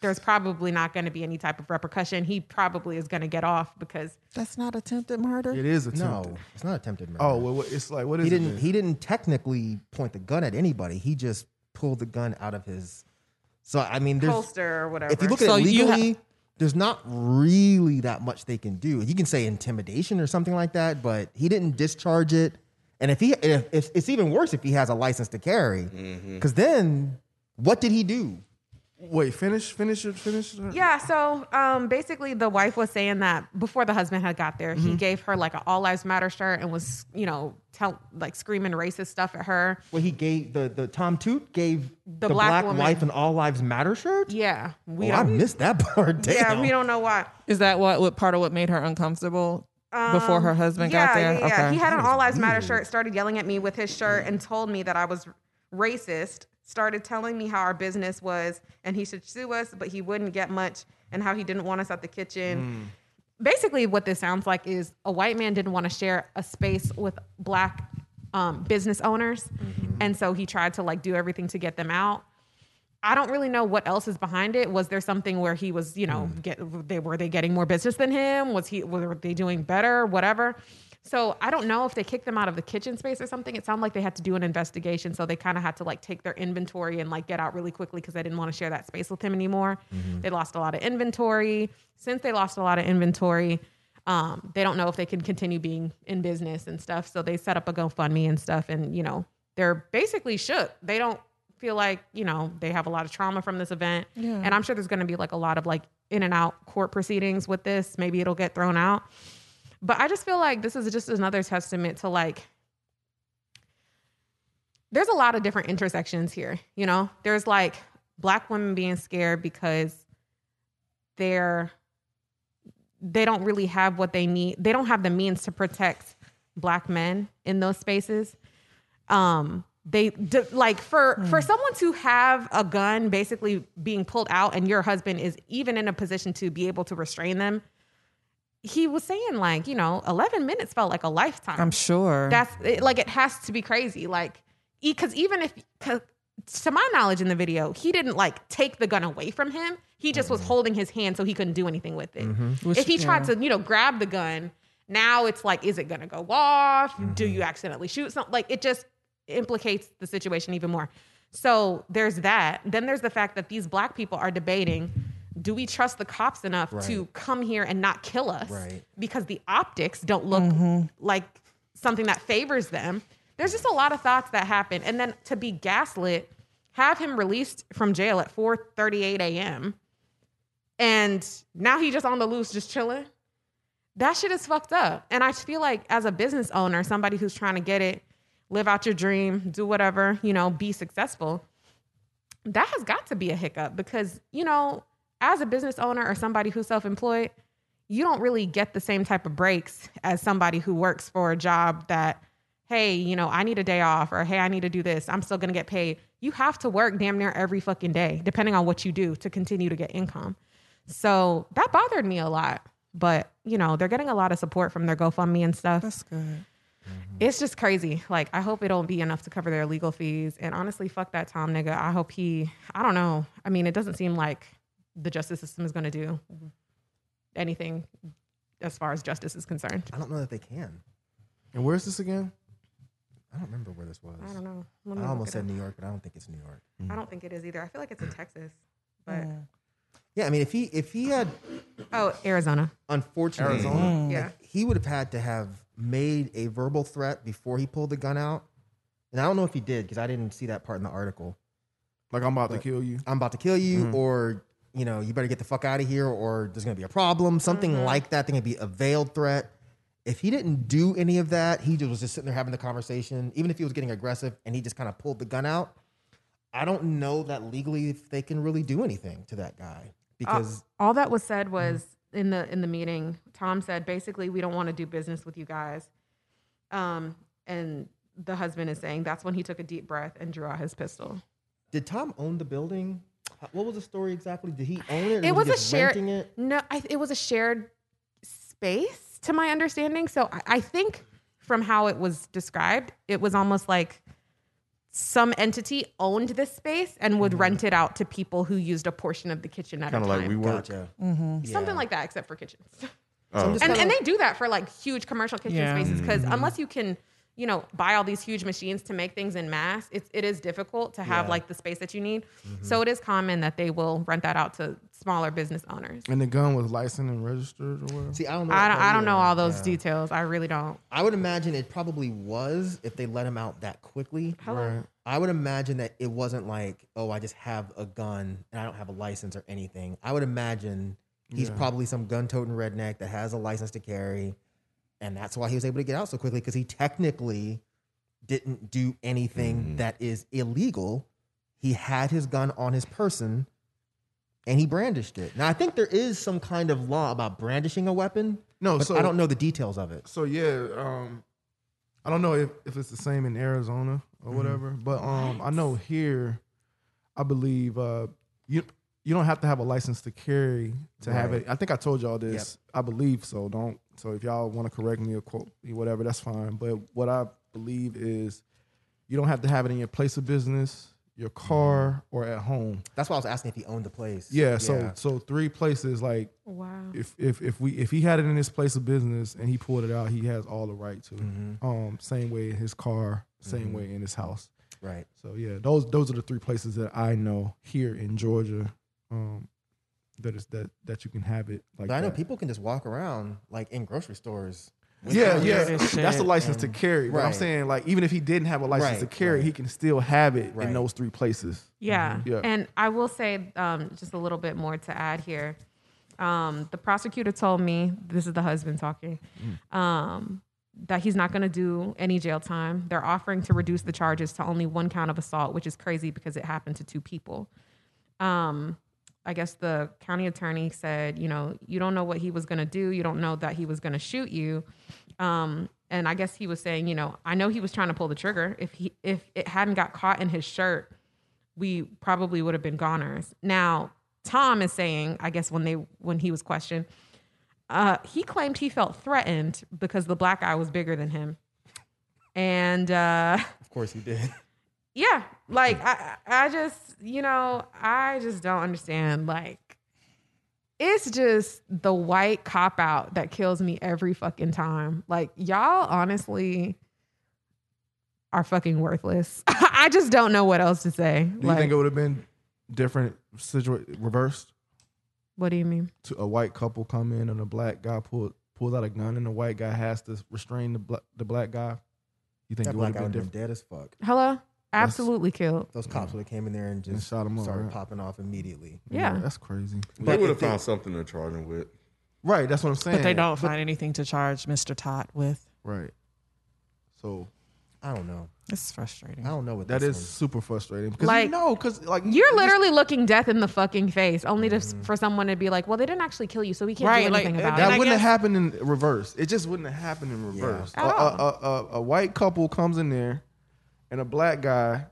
Speaker 3: there's probably not going to be any type of repercussion. He probably is going to get off because
Speaker 4: That's not attempted murder.
Speaker 12: It is
Speaker 6: No,
Speaker 12: attempted.
Speaker 6: it's not attempted murder.
Speaker 12: Oh, well, what- it's like what is
Speaker 6: he
Speaker 12: it?
Speaker 6: didn't.
Speaker 12: then?
Speaker 6: He didn't technically point the gun at anybody. He just pulled the gun out of his. So I mean, there's
Speaker 3: Holster or whatever.
Speaker 6: If you look at
Speaker 4: So
Speaker 6: it
Speaker 4: you ha-
Speaker 6: legally, there's not really that much they can do. You can say intimidation or something like that, but he didn't discharge it. And if he, if, if it's even worse if he has a license to carry, because then what did he do?
Speaker 12: Mm-hmm. Wait, finish, finish, it, finish. it.
Speaker 3: Yeah, so um, basically, the wife was saying that before the husband had got there,
Speaker 12: Mm-hmm.
Speaker 3: he gave her like an All Lives Matter shirt and was, you know, tell like screaming racist stuff at her.
Speaker 6: Well, he gave the the Tom Toot gave the,
Speaker 3: black
Speaker 6: black,
Speaker 3: woman-
Speaker 6: life and all lives matter shirt.
Speaker 3: Yeah, we
Speaker 6: oh, I
Speaker 3: don't.
Speaker 6: missed that <laughs> part. Damn.
Speaker 3: yeah, we don't know why.
Speaker 4: Is that what, what part of what made her uncomfortable before her
Speaker 3: Um,
Speaker 4: husband
Speaker 3: yeah,
Speaker 4: got there?
Speaker 3: Yeah, yeah.
Speaker 4: Okay.
Speaker 3: He had an All Lives Matter shirt, started yelling at me with his shirt, and told me that I was racist, started telling me how our business was and he should sue us, but he wouldn't get much, and how he didn't want us at the kitchen. Basically, what this sounds like is a white man didn't want to share a space with black um, business owners, and so he tried to like do everything to get them out. I don't really know what else is behind it. Was there something where he was, you know, get they were they getting more business than him? Was he were they doing better? Whatever. So I don't know if they kicked them out of the kitchen space or something. It sounded like they had to do an investigation, so they kind of had to like take their inventory and like get out really quickly because they didn't want to share that space with him anymore. They lost a lot of inventory. Since they lost a lot of inventory, um, they don't know if they can continue being in business and stuff. So they set up a GoFundMe and stuff, and you know they're basically shook. They don't feel like you know they have a lot of trauma from this event,
Speaker 4: Yeah.
Speaker 3: and I'm sure there's going to be like a lot of like in and out court proceedings with this. Maybe it'll get thrown out. But I just feel like this is just another testament to like there's a lot of different intersections here, you know? There's like black women being scared because they're they don't really have what they need. They don't have the means to protect black men in those spaces. Um they d- like for for someone to have a gun basically being pulled out and your husband is even in a position to be able to restrain them he was saying like you know 11 minutes felt like a lifetime
Speaker 4: I'm sure.
Speaker 3: that's it, like it has to be crazy like because even if 'cause to my knowledge in the video he didn't like take the gun away from him he just was holding his hand so he couldn't do anything with it
Speaker 13: Mhm. Mm-hmm. Which-
Speaker 3: if he tried
Speaker 13: yeah.
Speaker 3: to you know grab the gun now it's like is it gonna go off do you
Speaker 13: Mm-hmm.
Speaker 3: accidentally shoot something like it just implicates the situation even more so there's that then there's the fact that these black people are debating do we trust the cops enough to
Speaker 13: Right.
Speaker 3: come here and not kill us
Speaker 13: Right.
Speaker 3: because the optics don't look like something that favors them. There's just a lot of thoughts that happen. And then to be gaslit, have him released from jail at 4:38 a.m. And now he just on the loose, just chilling. That shit is fucked up. And I feel like as a business owner, somebody who's trying to get it, live out your dream, do whatever, you know, be successful that has got to be a hiccup because you know as a business owner or somebody who's self-employed you don't really get the same type of breaks as somebody who works for a job that hey you know i need a day off or hey i need to do this i'm still going to get paid you have to work damn near every fucking day depending on what you do to continue to get income so that bothered me a lot but you know they're getting a lot of support from their gofundme and stuff that's
Speaker 4: good
Speaker 3: it's just crazy. Like, I hope it don't be enough to cover their legal fees. And honestly, fuck that Tom nigga. I hope he, I don't know. I mean, it doesn't seem like the justice system is going to do anything as far as justice is concerned.
Speaker 6: I don't know that they can.
Speaker 12: And where's this again?
Speaker 6: I don't remember where this was.
Speaker 3: I don't know. Let me
Speaker 6: I
Speaker 3: look
Speaker 6: almost
Speaker 3: it
Speaker 6: said
Speaker 3: up.
Speaker 6: New York, but I don't think it's New York.
Speaker 3: I don't think it is either. I feel like it's in Texas. But
Speaker 6: Yeah, I mean, if he if he had,
Speaker 3: oh, Arizona.
Speaker 6: Unfortunately,
Speaker 3: Arizona. Mm. Yeah.
Speaker 6: he would have had to have made a verbal threat before he pulled the gun out, and I don't know if he did because I didn't see that part in the article.
Speaker 12: Like I'm about to kill you.
Speaker 6: I'm about to kill you,
Speaker 3: Mm-hmm.
Speaker 12: Mhm.
Speaker 6: or you know, you better get the fuck out of here, or there's gonna be a problem, something
Speaker 3: Mm-hmm.
Speaker 12: Mhm.
Speaker 6: like that. There could be a veiled threat. If he didn't do any of that, he just was just sitting there having the conversation. Even if he was getting aggressive and he just kind of pulled the gun out, I don't know that legally if they can really do anything to that guy because
Speaker 3: Uh, all, all that was
Speaker 6: Mm-hmm.
Speaker 3: said was in the in the meeting tom said basically we don't want to do business with you guys um and the husband is saying that's when he took a deep breath and drew out his pistol
Speaker 6: did Tom own the building? How- What was the story exactly? Did he own it? or
Speaker 3: it was
Speaker 6: he
Speaker 3: a
Speaker 6: just
Speaker 3: shared
Speaker 6: renting it?
Speaker 3: no I, it was a shared space to my understanding so I, I think from how it was described it was almost like some entity owned this space and
Speaker 6: Mm-hmm.
Speaker 3: would rent it out to people who used a portion of the kitchen at
Speaker 7: Kind of
Speaker 3: a time.
Speaker 7: like we work.
Speaker 3: Mm. something like that except for kitchens <laughs>
Speaker 7: Oh. So I'm just
Speaker 3: and,
Speaker 7: kinda-
Speaker 3: and they do that for like huge commercial kitchen
Speaker 7: Yeah.
Speaker 3: spaces because
Speaker 7: Mhm.
Speaker 3: unless you can you know buy all these huge machines to make things in mass it's, it is difficult to have
Speaker 12: Yeah.
Speaker 3: like the space that you need so it is common that they will rent that out to smaller business owners
Speaker 12: And the gun was licensed and registered or whatever.
Speaker 6: See, I don't know.
Speaker 3: I
Speaker 6: that
Speaker 3: don't, I
Speaker 6: part
Speaker 3: don't know
Speaker 6: either.
Speaker 3: all those
Speaker 6: Yeah.
Speaker 3: details i really don't
Speaker 6: I would imagine it probably was if they let him out that quickly. Right. I would imagine that it wasn't like, oh, I just have a gun and I don't have a license or anything. I would imagine he's
Speaker 12: Yeah.
Speaker 6: probably some gun-toting redneck that has a license to carry, and that's why he was able to get out so quickly because he technically didn't do anything
Speaker 12: Mm-hmm.
Speaker 6: that is illegal. He had his gun on his person and he brandished it. Now I think there is some kind of law about brandishing a weapon.
Speaker 12: No,
Speaker 6: but
Speaker 12: so-
Speaker 6: I don't know the details of it.
Speaker 12: So yeah, um, I don't know if, if it's the same in Arizona or
Speaker 6: Mhm.
Speaker 12: whatever, but um, I know here, I believe uh, you you don't have to have a license to carry to have
Speaker 6: Right.
Speaker 12: it. I think I told y'all this. I believe so. Don't so if y'all want to correct me or quote me, whatever, that's fine. But what I believe is you don't have to have it in your place of business, your car, or at home.
Speaker 6: That's why I was asking if he owned the place.
Speaker 12: Yeah. So so three places like
Speaker 3: Wow.
Speaker 12: If if if we if he had it in his place of business and he pulled it out, he has all the right to.
Speaker 6: Mm-hmm.
Speaker 12: Um, same way in his car, same
Speaker 6: Mhm.
Speaker 12: way in his house.
Speaker 6: Right.
Speaker 12: So yeah, those those are the three places that I know here in Georgia. Um, that is that that you can have it like
Speaker 6: but I know
Speaker 12: that.
Speaker 6: people can just walk around like in grocery stores. with
Speaker 12: Yeah,
Speaker 6: guns
Speaker 12: yeah,
Speaker 6: and
Speaker 12: that's a
Speaker 6: shit
Speaker 12: license
Speaker 6: and-
Speaker 12: to carry. But I'm
Speaker 6: Right.
Speaker 12: saying, like, even if he didn't have a license
Speaker 6: Right, Mm-hmm.
Speaker 12: to carry, he can still have it in those three places.
Speaker 3: Yeah.
Speaker 12: yeah.
Speaker 3: And I will say um, just a little bit more to add here. Um, the prosecutor told me this is the husband talking. Um, that he's not going to do any jail time. They're offering to reduce the charges to only one count of assault, which is crazy because it happened to two people. Um, I guess the county attorney said, you know, you don't know what he was going to do. You don't know that he was going to shoot you. Um, and I guess he was saying, you know, I know he was trying to pull the trigger. If he if it hadn't got caught in his shirt, we probably would have been goners. Now, Tom is saying, I guess when they when he was questioned, uh, he claimed he felt threatened because the black guy was bigger than him. And uh,
Speaker 6: Of course
Speaker 12: <laughs>
Speaker 6: he did.
Speaker 3: yeah, like I, I I just, you know, I just don't understand. Like, it's just the white cop out that kills me every fucking time. Like, y'all honestly are fucking worthless. <laughs> I just don't know what else to say.
Speaker 12: Do you
Speaker 3: like,
Speaker 12: think it would have been different situation reversed?
Speaker 3: what do you mean?
Speaker 12: To a white couple come in and a black guy pull pulls out a gun and the white guy has to restrain the black the black guy. You think
Speaker 6: That
Speaker 12: it would have
Speaker 6: black guy
Speaker 12: been
Speaker 6: would've been
Speaker 12: different? Mm-hmm.
Speaker 6: dead as fuck.
Speaker 3: Hello? Absolutely killed.
Speaker 6: Those cops would have came in there and just
Speaker 12: shot 'em up,
Speaker 6: started
Speaker 12: right?
Speaker 6: popping off immediately.
Speaker 3: Yeah. Yeah,
Speaker 12: that's crazy.
Speaker 7: They
Speaker 6: But
Speaker 7: would
Speaker 6: if
Speaker 7: have
Speaker 6: they-
Speaker 7: found something to charge him with.
Speaker 12: Right, that's what I'm saying.
Speaker 4: But they don't find anything to charge Mr. Todd with.
Speaker 12: Right. So
Speaker 6: I don't know.
Speaker 4: It's frustrating.
Speaker 6: I don't know what
Speaker 12: that
Speaker 6: this Oh,
Speaker 12: is super frustrating because
Speaker 3: Like-
Speaker 12: you know because like
Speaker 3: You're literally looking death in the fucking face, only to, for someone to be like, "Well, they didn't actually kill you, so we can't
Speaker 4: Right,
Speaker 3: do
Speaker 4: like, uh,
Speaker 3: anything
Speaker 4: and
Speaker 3: about
Speaker 12: that
Speaker 3: it."
Speaker 12: wouldn't have happened in reverse. It just wouldn't have happened in reverse.
Speaker 3: At
Speaker 12: A, a,
Speaker 3: all.
Speaker 12: a, a- a white couple comes in there, and a black guy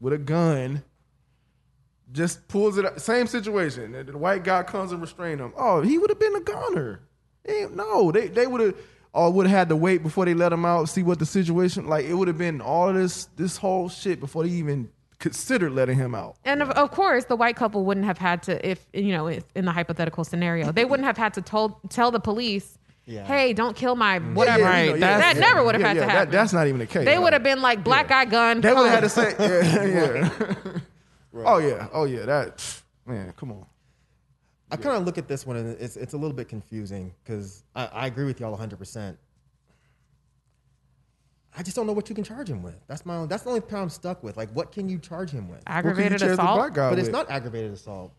Speaker 12: with a gun just pulls it. up. Same situation. The, the white guy comes and restrain him. Oh, he would have been a goner. They- no, they they would have or would have had to wait before they let him out. See what the situation like. It would have been all this this whole shit before they even considered letting him out.
Speaker 3: And of, of course, the white couple wouldn't have had to, if you know, if, in the hypothetical scenario, they wouldn't have had to told, tell the police,
Speaker 6: Yeah. Mm.
Speaker 3: "Hey, don't kill my whatever."
Speaker 12: Yeah, yeah, you know, yeah,
Speaker 3: that
Speaker 12: yeah,
Speaker 3: never would have
Speaker 12: yeah,
Speaker 3: had
Speaker 12: yeah,
Speaker 3: to
Speaker 12: that-
Speaker 3: happen.
Speaker 12: that's not even the case.
Speaker 3: they would
Speaker 12: Like,
Speaker 3: have been like, "Black guy gun."
Speaker 12: They would
Speaker 3: come."
Speaker 12: have had to say,
Speaker 3: <laughs>
Speaker 12: yeah, yeah. Oh yeah, oh yeah, that man, come on.
Speaker 6: I kind of look at this one and it's it's a little bit confusing because I, I agree with y'all 100. percent I just don't know what you can charge him with. That's my own, that's the only part I'm stuck with. Like, what can you charge him with?
Speaker 3: aggravated
Speaker 12: charge the
Speaker 3: assault.
Speaker 12: black guy
Speaker 6: but it's
Speaker 12: with?
Speaker 6: not aggravated assault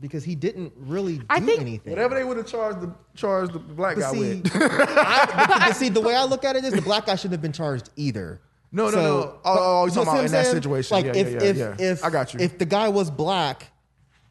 Speaker 6: because he didn't really do
Speaker 3: I think-
Speaker 6: anything.
Speaker 12: Whatever they would have charged the charged the black
Speaker 6: But
Speaker 12: guy
Speaker 6: see,
Speaker 12: with. <laughs>
Speaker 6: I, but- but see, the way I look at it is the black guy shouldn't have been charged either.
Speaker 12: No, no, no. Oh,
Speaker 6: but-
Speaker 12: oh, you're
Speaker 6: you
Speaker 12: talking
Speaker 6: know what
Speaker 12: about
Speaker 6: I'm
Speaker 12: in that
Speaker 6: saying?
Speaker 12: situation.
Speaker 6: Like
Speaker 12: Yeah,
Speaker 6: if,
Speaker 12: yeah, yeah,
Speaker 6: if,
Speaker 12: yeah.
Speaker 6: if
Speaker 12: I got you.
Speaker 6: If the guy was black,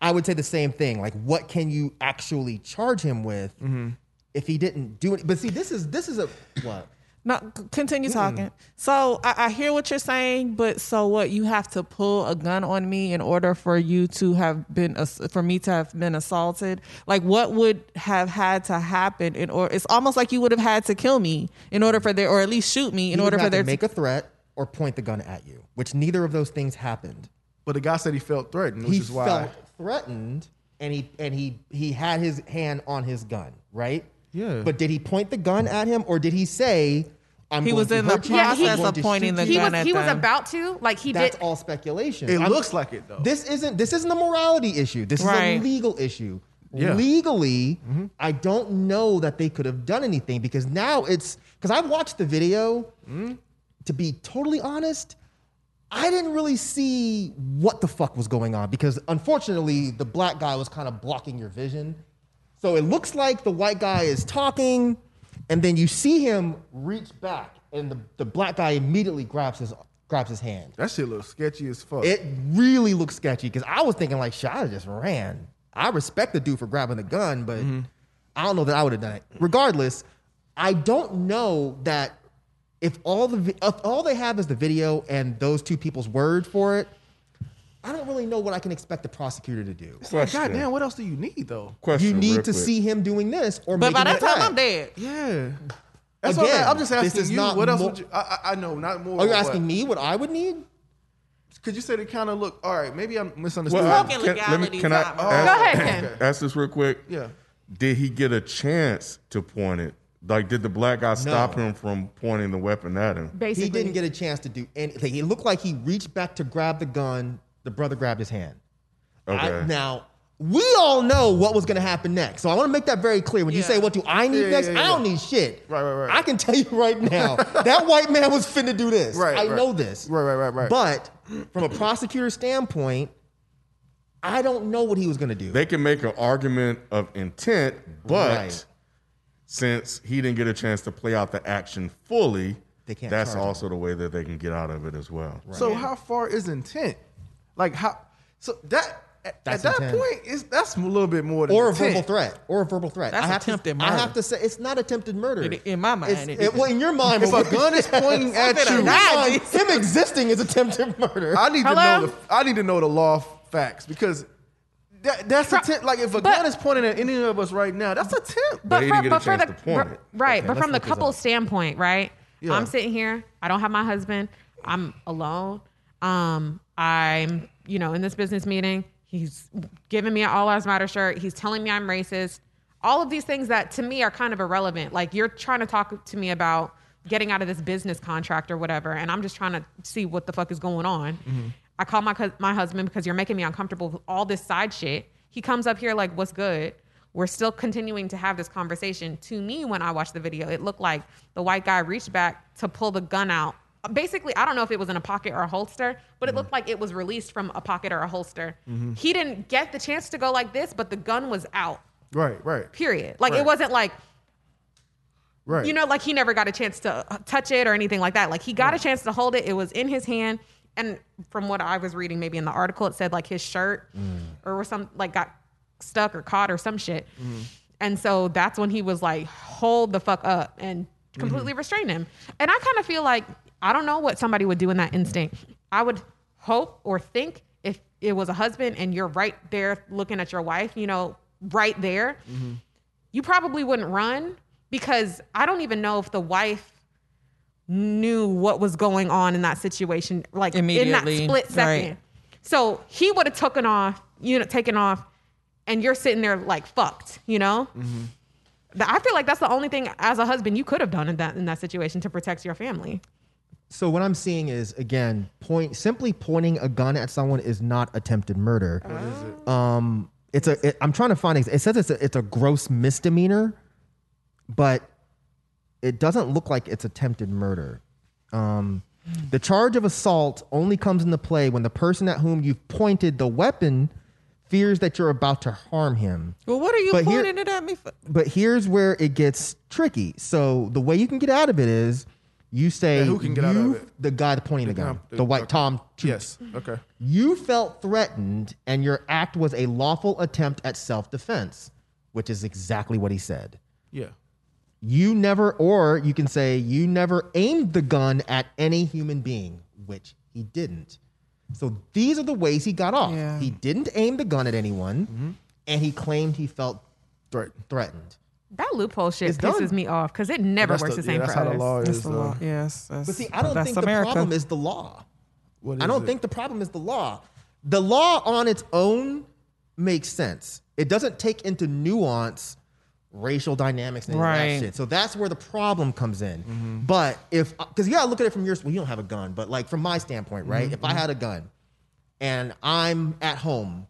Speaker 6: I would say the same thing. Like, what can you actually charge him with
Speaker 12: Mm-hmm.
Speaker 6: if he didn't do it? But see, this is this is a what.
Speaker 4: No, c- continue talking. So I, I hear what you're saying, but so what? You have to pull a gun on me in order for you to have been ass- for me to have been assaulted. Like what would have had to happen in order? It's almost like you would have had to kill me in order for there, or at least shoot me in
Speaker 6: He
Speaker 4: order
Speaker 6: would
Speaker 4: for
Speaker 6: have to
Speaker 4: there
Speaker 6: make a threat or point the gun at you, which neither of those things happened.
Speaker 12: But the guy said he felt threatened, which
Speaker 6: he
Speaker 12: is why.
Speaker 6: felt threatened and he and he he had his hand on his gun, right?
Speaker 12: Yeah.
Speaker 6: But did he point the gun at him or did he say I'm
Speaker 4: He
Speaker 6: going
Speaker 4: was
Speaker 6: to
Speaker 4: in the
Speaker 6: hurt you,
Speaker 4: process
Speaker 6: I'm going
Speaker 4: of
Speaker 6: to
Speaker 4: pointing
Speaker 6: shoot
Speaker 4: the
Speaker 6: you"?
Speaker 3: he
Speaker 4: gun
Speaker 3: was
Speaker 4: at
Speaker 3: he was
Speaker 4: them.
Speaker 3: about to, like he
Speaker 6: That's
Speaker 3: did.
Speaker 6: all speculation.
Speaker 12: it
Speaker 6: I'm-
Speaker 12: looks like it though.
Speaker 6: this isn't this isn't a morality issue. This
Speaker 4: Right.
Speaker 6: is a legal issue.
Speaker 12: Yeah. Mm-hmm.
Speaker 6: Legally, I don't know that they could have done anything because now it's because I watched the video.
Speaker 12: Mm-hmm.
Speaker 6: To be totally honest, I didn't really see what the fuck was going on because unfortunately the black guy was kind of blocking your vision. So it looks like the white guy is talking, and then you see him reach back, and the, the black guy immediately grabs his grabs his hand.
Speaker 12: that shit looks sketchy as fuck.
Speaker 6: It really looks sketchy because I was thinking like, shit, I just ran. I respect the dude for grabbing the gun, but
Speaker 12: Mm-hmm.
Speaker 6: I don't know that I would have done it. Regardless, I don't know that if all the vi- if all they have is the video and those two people's word for it, I don't really know what I can expect the prosecutor to do.
Speaker 7: Question.
Speaker 12: God damn, what else do you need though?
Speaker 7: Question
Speaker 6: You
Speaker 7: real
Speaker 6: need to
Speaker 7: quick.
Speaker 6: see him doing this or
Speaker 4: But by
Speaker 6: making
Speaker 4: that
Speaker 6: a
Speaker 4: time,
Speaker 6: threat.
Speaker 4: I'm dead.
Speaker 12: Yeah. That's
Speaker 6: Again,
Speaker 12: all. I'm just
Speaker 6: this
Speaker 12: asking
Speaker 6: is
Speaker 12: you.
Speaker 6: not
Speaker 12: What else
Speaker 6: mo-
Speaker 12: would you? I, I- I know, not more.
Speaker 6: Are you
Speaker 12: but
Speaker 6: asking me what I would need?
Speaker 12: Could you say they kind of look? All right, maybe I'm misunderstood.
Speaker 7: Well,
Speaker 4: Talking
Speaker 7: can, let me,
Speaker 4: legalities,
Speaker 7: can I
Speaker 4: not
Speaker 7: ask,
Speaker 4: morals.
Speaker 12: <laughs>
Speaker 3: Go ahead, Ken.
Speaker 7: ask this real quick?
Speaker 12: Yeah.
Speaker 7: Did he get a chance to point it? Like, did the black guy stop him from pointing the weapon at him?
Speaker 3: Basically,
Speaker 6: He didn't get a chance to do anything. It looked like he reached back to grab the gun. The brother grabbed his hand. I-
Speaker 7: Okay.
Speaker 6: now we all know what was going to happen next, so I want to make that very clear. When you say, "What do I need
Speaker 12: Yeah,
Speaker 6: next?"
Speaker 12: yeah, yeah,
Speaker 6: I don't
Speaker 12: yeah.
Speaker 6: need shit.
Speaker 12: Right, right, right.
Speaker 6: I can tell you right now that white man was finna do this.
Speaker 12: Right,
Speaker 6: I
Speaker 12: right.
Speaker 6: know this.
Speaker 12: Right, right, right, right.
Speaker 6: But from a prosecutor standpoint, I don't know what he was going to do.
Speaker 7: They can make an argument of intent, but
Speaker 6: Right.
Speaker 7: since he didn't get a chance to play out the action fully,
Speaker 12: They can't
Speaker 7: that's
Speaker 12: charge
Speaker 7: also the way that they can get out of it as well.
Speaker 12: So how far is intent? Like how? So that at,
Speaker 7: That's
Speaker 12: at that
Speaker 7: intent.
Speaker 12: point is that's a little bit more than
Speaker 6: or a
Speaker 12: intent.
Speaker 6: verbal threat, or a verbal threat.
Speaker 12: That's
Speaker 6: I have
Speaker 12: attempted
Speaker 6: to, I
Speaker 12: murder.
Speaker 6: have to say it's not attempted murder.
Speaker 12: It- in my mind,
Speaker 6: It's-
Speaker 12: it
Speaker 6: it-
Speaker 12: is.
Speaker 6: well, in your mind,
Speaker 12: If
Speaker 6: but
Speaker 12: a
Speaker 6: we-
Speaker 12: gun is pointing at
Speaker 6: Something
Speaker 12: you-
Speaker 6: like that, him existing is attempted <laughs> murder.
Speaker 12: I need
Speaker 6: Hello?
Speaker 12: to know. The, I need to know the law f- facts because that, that's attempt. Like if a gun is pointing at any of us right now, that's attempt.
Speaker 3: But for, but for the r- right, but from the couple
Speaker 12: couple's
Speaker 3: standpoint, right?
Speaker 12: Yeah.
Speaker 3: I'm sitting here. I don't have my husband. I'm alone. Um, I'm you know in this business meeting. He's giving me an all lives matter shirt. He's telling me I'm racist. All of these things that to me are kind of irrelevant. Like you're trying to talk to me about getting out of this business contract or whatever, and I'm just trying to see what the fuck is going on. I call my cous- my husband because you're making me uncomfortable with all this side shit. He comes up here like, "What's good?" We're still continuing to have this conversation. To me, when I watched the video, it looked like the white guy reached back to pull the gun out. Basically, I don't know if it was in a pocket or a holster, but it looked like it was released from a pocket or a holster.
Speaker 12: Mhm.
Speaker 3: He didn't get the chance to go like this, but the gun was out.
Speaker 12: Right, right,
Speaker 3: Period. Like it
Speaker 12: Right.
Speaker 3: wasn't like
Speaker 12: right.
Speaker 3: you know, like he never got a chance to uh, touch it or anything like that. Like he got a chance to hold it. It was in his hand. And from what I was reading, maybe in the article, it said like his shirt or some like got stuck or caught or some shit. And so that's when he was like, hold the fuck up and completely restrain him. And I kind of feel like I don't know what somebody would do in that instinct. I would hope or think if it was a husband and you're right there looking at your wife, you know, right there, you probably wouldn't run because I don't even know if the wife knew what was going on in that situation, like in that
Speaker 4: Immediately,
Speaker 3: split second.
Speaker 4: right.
Speaker 3: So he would have taken off, you know, taken off, and you're sitting there like fucked, you know.
Speaker 6: Mm-hmm.
Speaker 3: Th- I feel like that's the only thing as a husband you could have done in that in that situation to protect your family.
Speaker 6: So what I'm seeing is again, point simply pointing a gun at someone is not attempted murder. What is it? Um, it's a. It, I'm trying to find. It It says it's a, it's a gross misdemeanor, but it doesn't look like it's attempted murder. Um, the charge of assault only comes into play when the person at whom you've pointed the weapon fears that you're about to harm him.
Speaker 4: Well, what are you
Speaker 6: But here-
Speaker 4: pointing it at me for?
Speaker 6: But here's where it gets tricky. So the way you can get out of it is you say
Speaker 12: who can get out of
Speaker 6: you-
Speaker 12: it?
Speaker 6: The guy pointing the, gun,
Speaker 12: guy-
Speaker 6: the white
Speaker 12: okay.
Speaker 6: Tom. Toots.
Speaker 12: Yes. Okay.
Speaker 6: You felt threatened, and your act was a lawful attempt at self-defense, which is exactly what he said.
Speaker 12: Yeah.
Speaker 6: You never, or you can say you never aimed the gun at any human being, which he didn't. So these are the ways he got off. He didn't aim the gun at anyone,
Speaker 12: Mm-hmm.
Speaker 6: and he claimed he felt threatened.
Speaker 3: That loophole shit
Speaker 6: It's
Speaker 3: pisses
Speaker 6: done.
Speaker 3: me off because it never
Speaker 6: That's
Speaker 3: works
Speaker 6: the-
Speaker 3: the, same
Speaker 6: yeah, that's
Speaker 3: for
Speaker 6: how the
Speaker 3: us.
Speaker 6: law That's is, the law. though.
Speaker 4: Yes, that's,
Speaker 6: But see, I don't
Speaker 4: that's
Speaker 6: think the
Speaker 4: America.
Speaker 6: problem is the law.
Speaker 12: What
Speaker 6: I
Speaker 12: is
Speaker 6: don't
Speaker 12: it?
Speaker 6: think the problem is the law. The law on its own makes sense. It doesn't take into nuance racial dynamics and all that
Speaker 4: Right.
Speaker 6: shit. So that's where the problem comes in. But if because you gotta look at it from your well, you don't have a gun, but like from my standpoint, right?
Speaker 12: Mhm,
Speaker 6: If I had a gun and I'm at home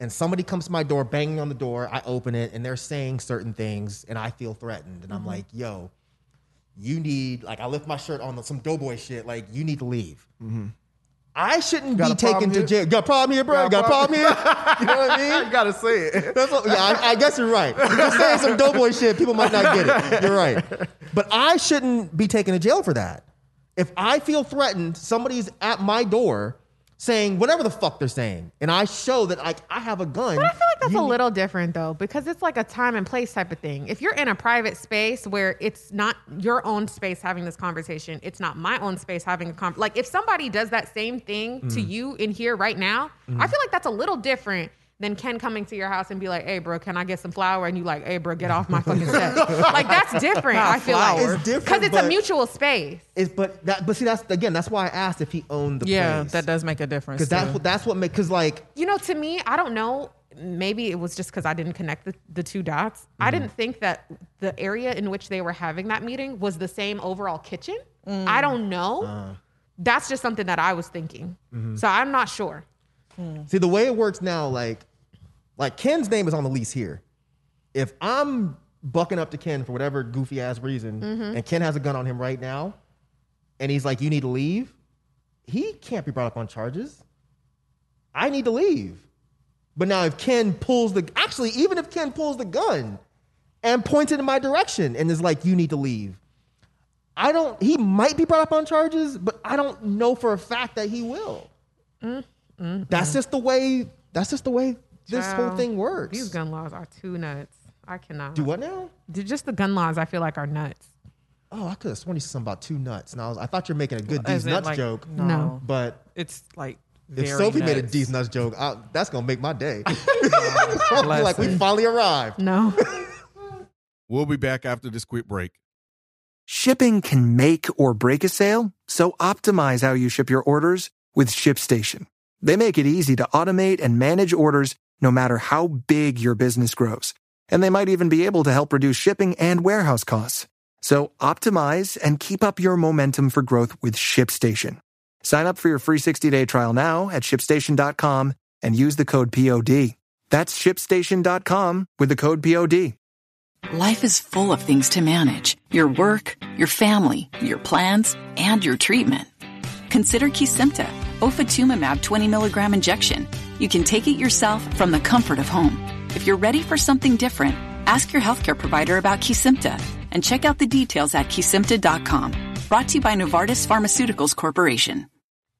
Speaker 6: and somebody comes to my door banging on the door, I open it and they're saying certain things and I feel threatened and I'm
Speaker 12: Mhm.
Speaker 6: like, yo, you need like I lift my shirt on some doughboy shit, like you need to leave. I shouldn't
Speaker 12: Mm-hmm. Got
Speaker 6: be
Speaker 12: a problem
Speaker 6: taken to
Speaker 12: here?
Speaker 6: jail. Got a problem here, bro. Got, a problem here.
Speaker 12: <laughs>
Speaker 6: you know what I mean?
Speaker 12: you gotta say it.
Speaker 6: That's what, yeah, I, I guess you're right. If you're saying some doughboy shit, people might not get it. You're right. But I shouldn't be taken to jail for that. If I feel threatened, somebody's at my door saying whatever the fuck they're saying, and I show that like I have a gun.
Speaker 3: But I feel like that's a little different though, because it's like a time and place type of thing. If you're in a private space where it's not your own space having this conversation, it's not my own space having a conversation. Like if somebody does that same thing to
Speaker 13: Mm.
Speaker 3: you in here right now, I
Speaker 13: Mm.
Speaker 3: feel like that's a little different than Ken coming to your house and be like, "Hey, bro, can I get some flour?" And you like, "Hey, bro, get off my fucking
Speaker 6: <laughs>
Speaker 3: set." like that's different.
Speaker 6: Not
Speaker 3: I feel
Speaker 6: flour.
Speaker 3: like
Speaker 6: It's different,
Speaker 3: because it's a
Speaker 6: but-
Speaker 3: mutual space.
Speaker 6: It's but that but see that's again that's why I asked if he owned the
Speaker 4: Yeah,
Speaker 6: place
Speaker 4: that does make a difference.
Speaker 6: because that's what that's what make because like
Speaker 3: You know, to me, I don't know. Maybe it was just because I didn't connect the, the two dots. I
Speaker 6: Mhm.
Speaker 16: Mm-hmm.
Speaker 3: didn't think that the area in which they were having that meeting was the same overall kitchen.
Speaker 16: Mm.
Speaker 3: I don't know.
Speaker 16: Uh-huh.
Speaker 3: That's just something that I was thinking.
Speaker 16: Mm-hmm.
Speaker 6: Mhm.
Speaker 3: So I'm not sure.
Speaker 6: See the way it works now, like like Ken's name is on the lease here. If I'm bucking up to Ken for whatever goofy ass reason,
Speaker 12: Mhm.
Speaker 6: and Ken has a gun on him right now, and he's like, "You need to leave," he can't be brought up on charges. I need to leave.
Speaker 16: But now if Ken pulls the actually, even if Ken pulls the gun and points it in my direction and is like, you need to leave. I don't he might be brought up on charges, but I don't know for a fact that he will. That's just the way that's just the way this whole
Speaker 3: Child,
Speaker 16: thing works.
Speaker 3: These gun laws are too nuts. I cannot.
Speaker 16: Do what now?
Speaker 3: Dude, Just the gun laws, I feel like, are nuts.
Speaker 16: Oh, I could have sworn you said something about two nuts. And I was I thought you were making a good
Speaker 3: Well,
Speaker 16: D's
Speaker 3: is it
Speaker 16: nuts
Speaker 3: like-
Speaker 16: joke.
Speaker 3: No. No.
Speaker 16: But
Speaker 4: it's like
Speaker 16: if
Speaker 4: very
Speaker 16: Sophie made a
Speaker 4: nuts.
Speaker 16: D's nuts joke, I, that's gonna make my day. <laughs> I'll be like we finally arrived. <laughs>
Speaker 3: No.
Speaker 12: We'll be back after this quick break.
Speaker 17: Shipping can make or break a sale, so optimize how you ship your orders with ShipStation. They make it easy to automate and manage orders no matter how big your business grows. And they might even be able to help reduce shipping and warehouse costs. So optimize and keep up your momentum for growth with ShipStation. Sign up for your free 60-day trial now at shipstation.com and use the code POD. That's shipstation.com with the code POD.
Speaker 18: Life is full of things to manage your work, your family, your plans, and your treatment. Consider Kesimpta, ofatumumab 20 milligram injection. You can take it yourself from the comfort of home. If you're ready for something different, ask your healthcare provider about Kesimpta and check out the details at kesimpta.com. Brought to you by Novartis Pharmaceuticals Corporation.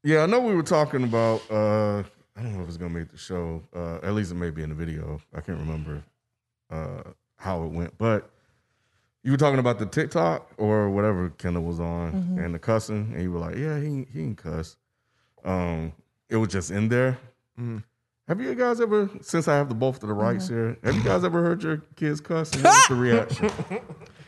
Speaker 19: Yeah, I know we were talking about. Uh, I don't know if it's gonna make the show. Uh, at least it may be in the video. I can't remember uh, how it went, but you were talking about the TikTok or whatever Kendall was on
Speaker 20: Mhm.
Speaker 19: and the cussing, and you were like, "Yeah, he he can cuss." Um, it was just in there. Have you guys ever, since I have the both to the rights here, have you guys ever heard your kids cuss?
Speaker 16: <laughs>
Speaker 19: And what's the reaction?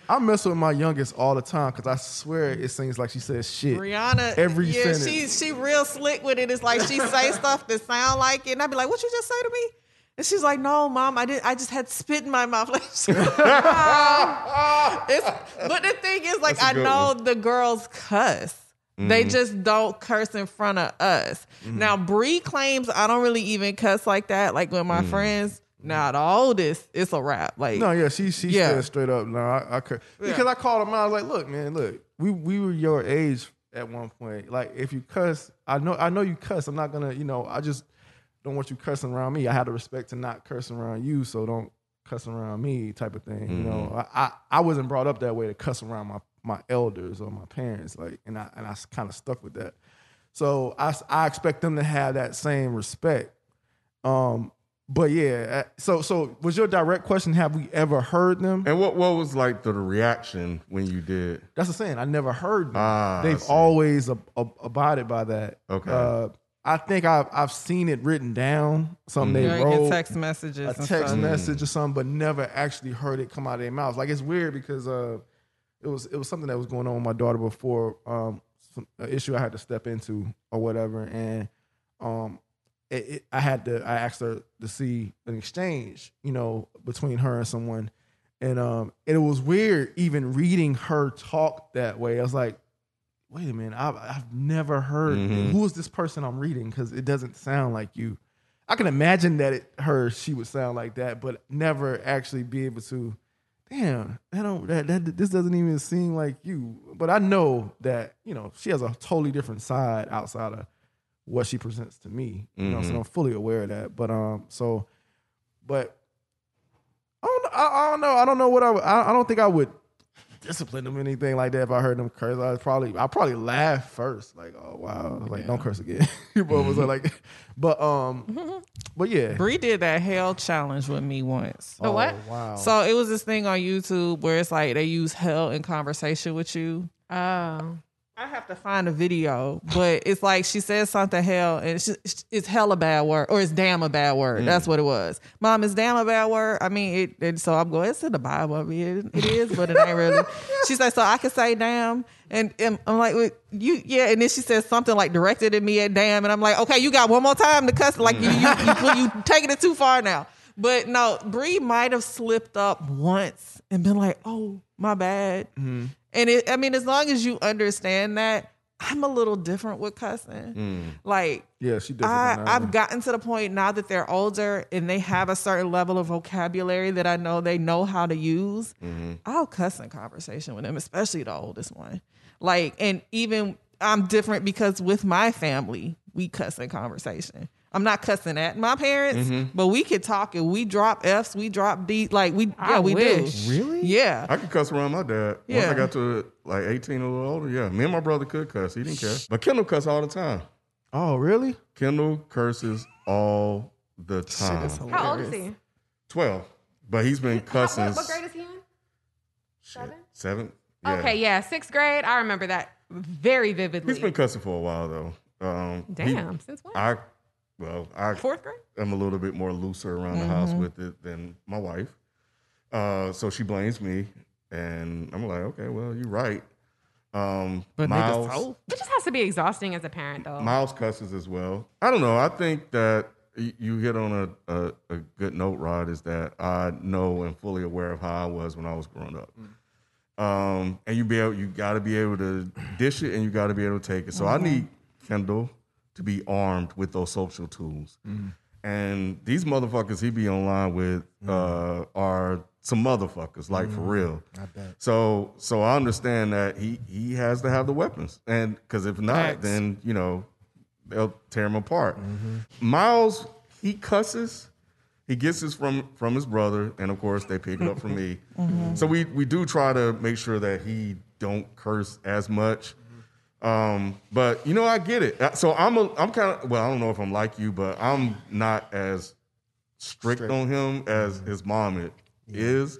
Speaker 6: I mess with my youngest all the time because I swear it seems like she says shit.
Speaker 4: Rihanna,
Speaker 6: every
Speaker 4: yeah,
Speaker 6: sentence.
Speaker 4: she she real slick with it. It's like she say
Speaker 6: <laughs>
Speaker 4: stuff that sound like it, and I'd be like, "What you just say to me?" And she's like, "No, mom, I didn't. I just had spit in my mouth." <laughs> Like, "Mom." It's- but the thing is, like,
Speaker 18: That's a
Speaker 4: I
Speaker 18: good
Speaker 4: know
Speaker 18: one.
Speaker 4: the girls cuss. They
Speaker 6: Mm-hmm.
Speaker 18: Mhm.
Speaker 4: just don't curse in front of us. Now, Bree claims I don't really even cuss like that. Like with my
Speaker 6: Mm.
Speaker 4: friends, not all this. It's a wrap. Like
Speaker 6: no, yeah, she she
Speaker 4: Yeah.
Speaker 6: said straight up. No, I, I could
Speaker 4: Yeah.
Speaker 6: because I called him out. I was like, look, man, look, we we were your age at one point. Like, if you cuss, I know I know you cuss. I'm not gonna, you know, I just don't want you cussing around me. I had the respect to not curse around you, so don't cuss around me, type of thing. You
Speaker 4: Mm-hmm.
Speaker 6: know, I, I I wasn't brought up that way to cuss around my my elders or my parents, like, and I and I kind of stuck with that. So I s- I expect them to have that same respect. Um, but yeah, uh, so so was your direct question? Have we ever heard them?
Speaker 19: And what what was like the reaction when you did?
Speaker 6: That's the saying. I never heard them.
Speaker 19: Ah, I
Speaker 6: They've
Speaker 19: see.
Speaker 6: always ab- ab- abided by that.
Speaker 19: Okay.
Speaker 6: Uh, I think I've I've seen it written down.
Speaker 19: Mm-hmm.
Speaker 6: Something
Speaker 4: Yeah,
Speaker 6: they
Speaker 4: you get
Speaker 6: wrote
Speaker 4: text messages
Speaker 6: a
Speaker 4: and
Speaker 6: text
Speaker 4: stuff.
Speaker 6: message or something, but never actually heard it come out of their mouths. Like it's weird because uh, it was it was something that was going on with my daughter before um, some, an issue I had to step into or whatever, and um, it, it, I had to I asked her to see an exchange, you know, between her and someone, and um, it was weird even reading her talk that way. I was like, wait a minute, I've, I've never heard
Speaker 4: Mm-hmm.
Speaker 6: who is this person I'm reading because it doesn't sound like you. I can imagine that it, her she would sound like that, but never actually be able to. Damn, that don't that, that this doesn't even seem like you. But I know that you know she has a totally different side outside of what she presents to me. You know, so
Speaker 19: Mhm.
Speaker 6: I'm fully aware of that. But um, so, but I don't, I, I don't know. I don't know what I. would- I, I don't think I would discipline them or anything like that if I heard them curse. I'd probably I probably laugh first, like oh wow, like don't curse again. <laughs> but was like, but um, but yeah,
Speaker 4: Bree did that hell challenge with me once.
Speaker 6: The what? Oh, wow.
Speaker 4: So it was this thing on YouTube where it's like they use hell in conversation with you.
Speaker 3: Oh.
Speaker 4: I have to find a video, but it's like she says something hell and it's, just, it's hell a bad word or it's damn a bad word.
Speaker 18: Mm.
Speaker 4: That's what it was. Mom, is damn a bad word? I mean, it, and so I'm going, it's in the Bible. I mean, it, it is, but it ain't really. she said, so I can say damn. And, and I'm like, well, you, yeah. And then she said something like directed at me at damn. And I'm like, okay, you got one more time to cuss. Like, you, you, you, you taking it too far now. But no, Bree might have slipped up once and been like, oh, my bad. And it, I mean, as long as you understand that, I'm a little different with cussing. Like,
Speaker 6: yeah, she does.
Speaker 4: I, I've gotten to the point now that they're older and they have a certain level of vocabulary that I know they know how to use. I'll cuss in conversation with them, especially the oldest one. Like, and even I'm different because with my family, we cuss in conversation. I'm not cussing at my parents,
Speaker 6: Mhm.
Speaker 4: but we could talk and we drop F's, we drop D, like we yeah we do.
Speaker 6: Really?
Speaker 4: Yeah.
Speaker 6: I could cuss around my dad. Once
Speaker 4: Yeah.
Speaker 6: I got to like 18 or a little older, yeah. Me and my brother could cuss. He didn't care. But Kendall cuss all the time.
Speaker 21: Oh, really?
Speaker 6: Kendall curses all the time.
Speaker 3: How old is he?
Speaker 6: 12. But he's been cussing.
Speaker 3: What, what grade is he in? Seven.
Speaker 6: Seven. Yeah.
Speaker 3: Okay, yeah, sixth grade. I remember that very vividly.
Speaker 6: He's been cussing for a while though. Um, he-
Speaker 3: Damn, since when?
Speaker 6: I, well, I
Speaker 3: Fourth grade?
Speaker 6: I'm a little bit more looser around the house
Speaker 3: Mhm.
Speaker 6: with it than my wife, uh, so she blames me, and I'm like, okay, well, you're right. Um,
Speaker 3: But niggas
Speaker 6: Miles,
Speaker 3: It just has to be exhausting as a parent, though.
Speaker 6: Miles cusses as well. I don't know. I think that y- you hit on a, a, a good note, Rod, is that I know and fully aware of how I was when I was growing up. Um, and you be able, you got to be able to dish it, and you got to be able to take it. So
Speaker 7: Mhm.
Speaker 6: I need Kendall to be armed with those social tools.
Speaker 7: Mhm.
Speaker 6: And these motherfuckers he be online with
Speaker 7: Mm-hmm.
Speaker 6: uh, are some motherfuckers, like for
Speaker 7: Mhm.
Speaker 6: real.
Speaker 7: I bet.
Speaker 6: So so I understand that he he has to have the weapons, and because if not,
Speaker 7: Facts. Mm-hmm.
Speaker 6: then you know they'll tear him apart. Miles he cusses. He gets this from from his brother, and of course they pick it up from me.
Speaker 7: Mhm.
Speaker 6: So we we do try to make sure that he don't curse as much. Um, but you know, I get it. Uh, So I'm a I'm kind of well, I don't know if I'm like you, but I'm not as strict, on him as his mom it is.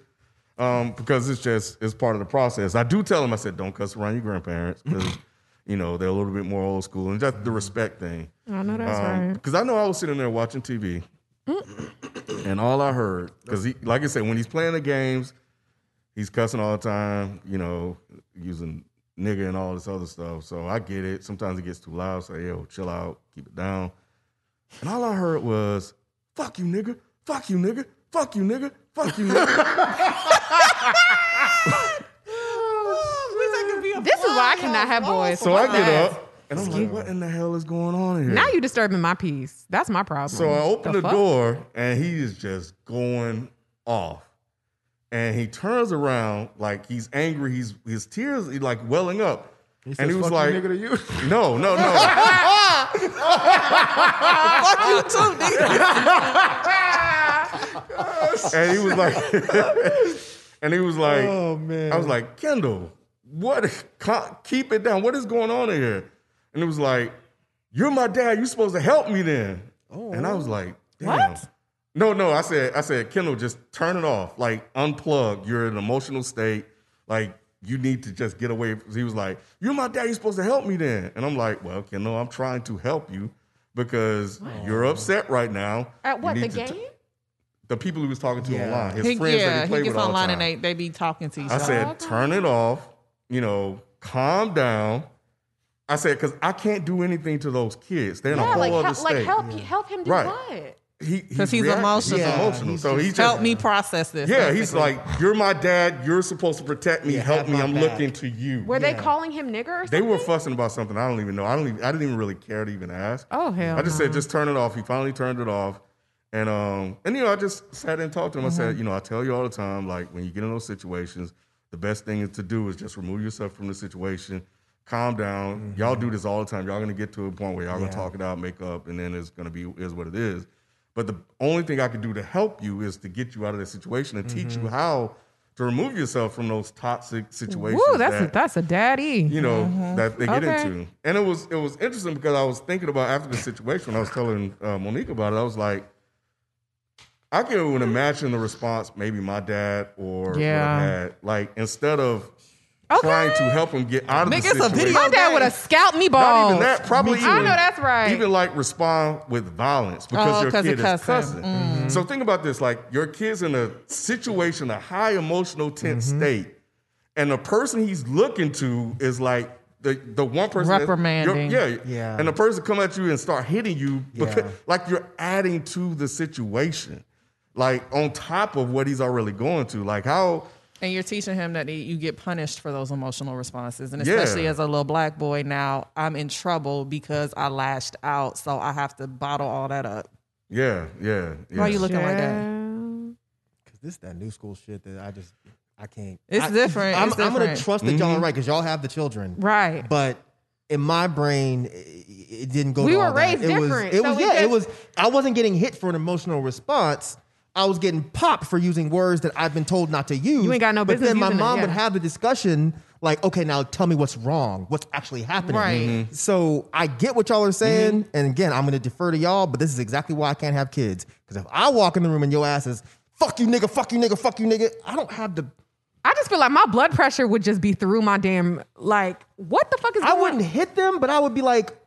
Speaker 6: Um, because it's just it's part of the process. I do tell him I said don't cuss around your grandparents because you know they're a little bit more old school and that's the respect thing.
Speaker 3: I know that's right.
Speaker 6: Because I know I was sitting there watching TV,
Speaker 3: Mm.
Speaker 6: and all I heard because he, like I said, when he's playing the games, he's cussing all the time. You know, using nigga and all this other stuff. So I get it. Sometimes it gets too loud. So yo, chill out, keep it down. And all I heard was "fuck you, nigga," "fuck you, nigga," "fuck you, nigga," "fuck you, nigga."
Speaker 3: This is why I cannot have boys.
Speaker 6: so I get up and I'm like, "What in the hell is going on in here?"
Speaker 3: Now you disturbing my peace. That's my problem.
Speaker 6: So I open the,
Speaker 3: fuck?
Speaker 6: door and he is just going off. And he turns around like he's angry. He's his tears he like welling up. and
Speaker 21: says,
Speaker 6: he was
Speaker 21: "Fuck
Speaker 6: like,
Speaker 21: you,
Speaker 6: <laughs> "No, no, no."
Speaker 21: <laughs> Fuck
Speaker 4: you too,
Speaker 6: and he was like, <laughs> and he was like,
Speaker 7: Oh, man.
Speaker 6: I was like, Kendall, what? ca- Keep it down. What is going on in here? And it was like, you're my dad. You're supposed to help me then. Oh. And I was like, damn. No, no. I said, I said, Kendall, just turn it off. Like, unplug. You're in an emotional state. Like, you need to just get away. He was like, you're my dad. You're supposed to help me then. And I'm like, well, Kendall, I'm trying to help you because you're upset right now.
Speaker 4: At
Speaker 6: You
Speaker 4: what,
Speaker 6: need
Speaker 4: the
Speaker 6: to t-
Speaker 4: game?
Speaker 6: the people he was talking to
Speaker 4: Yeah.
Speaker 6: online, his
Speaker 4: He-
Speaker 6: friends
Speaker 4: yeah,
Speaker 6: that he played
Speaker 4: he gets
Speaker 6: with all the
Speaker 4: online
Speaker 6: time.
Speaker 4: and they, they be talking to each
Speaker 6: I
Speaker 4: other.
Speaker 6: said, turn it off. You know, calm down. I said, because I can't do anything to those kids. They're in a
Speaker 3: Yeah,
Speaker 6: whole
Speaker 3: like,
Speaker 6: other
Speaker 3: help,
Speaker 6: state.
Speaker 3: like help, help him do
Speaker 6: Right.
Speaker 3: what?
Speaker 6: He,
Speaker 4: because he's,
Speaker 6: reacting.
Speaker 4: emotional.
Speaker 6: He's emotional. so he's just,
Speaker 4: help me process this.
Speaker 6: Yeah, he's
Speaker 4: basically.
Speaker 6: like, you're my dad. You're supposed to protect me. help me. I'm looking to you.
Speaker 3: Were they calling him nigger or
Speaker 6: They
Speaker 3: something?
Speaker 6: were fussing about something. I don't even know. I don't. Even, I didn't even really care to even ask.
Speaker 3: Oh, hell
Speaker 6: I just
Speaker 3: no.
Speaker 6: said just turn it off. He finally turned it off, and um and you know I just sat and talked to him. I said
Speaker 3: Mm-hmm.
Speaker 7: Mhm.
Speaker 6: you know I tell you all the time like when you get in those situations, the best thing is to do is just remove yourself from the situation, calm down.
Speaker 3: Mm-hmm.
Speaker 6: Y'all do this all the time. Y'all gonna get to a point where y'all
Speaker 7: Yeah.
Speaker 6: gonna talk it out, make up, and then it's gonna be is what it is. But the only thing I could do to help you is to get you out of that situation and teach
Speaker 3: Mm-hmm.
Speaker 6: you how to remove yourself from those toxic situations.
Speaker 3: Woo, that's
Speaker 6: that-
Speaker 3: a, that's a daddy.
Speaker 6: you know that they get
Speaker 3: Mm-hmm. Okay.
Speaker 6: into. And it was it was interesting because I was thinking about after the situation when I was telling uh, Monique about it. I was like, I can even imagine the response maybe my dad or would have
Speaker 3: Yeah.
Speaker 6: had. like instead of trying to help him get out of
Speaker 3: Nigga, it's
Speaker 6: the
Speaker 3: a
Speaker 6: situation.
Speaker 3: video My dad game. would've scalped me
Speaker 6: Not
Speaker 3: balls.
Speaker 6: even that. Probably
Speaker 3: Me too.
Speaker 6: even,
Speaker 3: I know that's right.
Speaker 6: Even like respond with violence because
Speaker 7: Oh,
Speaker 6: your
Speaker 7: 'cause
Speaker 6: kid
Speaker 7: of
Speaker 6: is
Speaker 7: cussing.
Speaker 6: cussing.
Speaker 7: Mhm.
Speaker 6: So think about this: like your kid's in a situation, a high emotional tense state and the person he's looking to is like the the one person that-
Speaker 7: Reprimanding.
Speaker 6: you're- yeah,
Speaker 7: Yeah.
Speaker 6: And the person come at you and start hitting you <laughs> because
Speaker 7: Yeah.
Speaker 6: like you're adding to the situation, like on top of what he's already going to. Like how
Speaker 4: and you're teaching him that he- you get punished for those emotional responses, and
Speaker 6: Yeah.
Speaker 4: especially as a little black boy now, I'm in trouble because I lashed out, so I have to bottle all that up.
Speaker 6: yeah yeah. yeah.
Speaker 4: Why are you looking like that?
Speaker 22: Cause this that new school shit that I just I can't.
Speaker 4: It's
Speaker 22: I-
Speaker 4: different.
Speaker 22: I'm,
Speaker 4: It's
Speaker 22: I'm gonna
Speaker 4: different.
Speaker 6: Mm-hmm.
Speaker 22: trust that y'all are
Speaker 4: Mhm.
Speaker 22: right because y'all have the children,
Speaker 4: Right.
Speaker 22: But
Speaker 6: in my brain, it, it didn't go.
Speaker 3: We
Speaker 6: to
Speaker 3: were
Speaker 6: all that.
Speaker 3: raised
Speaker 6: it was-
Speaker 3: different,
Speaker 6: it
Speaker 3: so
Speaker 6: was
Speaker 3: it
Speaker 6: yeah. It
Speaker 3: just-
Speaker 6: was. I wasn't getting hit for an emotional response. I was getting popped for using words that I've been told not to use.
Speaker 3: You ain't got no
Speaker 6: But
Speaker 3: business
Speaker 6: then my
Speaker 3: using it,
Speaker 6: mom
Speaker 3: yeah.
Speaker 6: would have the discussion like, okay, now tell me what's wrong, what's actually happening.
Speaker 3: Right. Mm-hmm. Mhm.
Speaker 6: So I get what y'all are saying, and again, I'm going to defer to y'all, but this is exactly why I can't have kids. Because if I walk in the room and your ass is fuck you, nigga, fuck you, nigga, fuck you, nigga, I don't have the
Speaker 3: I just feel like my blood pressure would just be through my damn like what the fuck is
Speaker 6: I wouldn't hit them, but I would be like,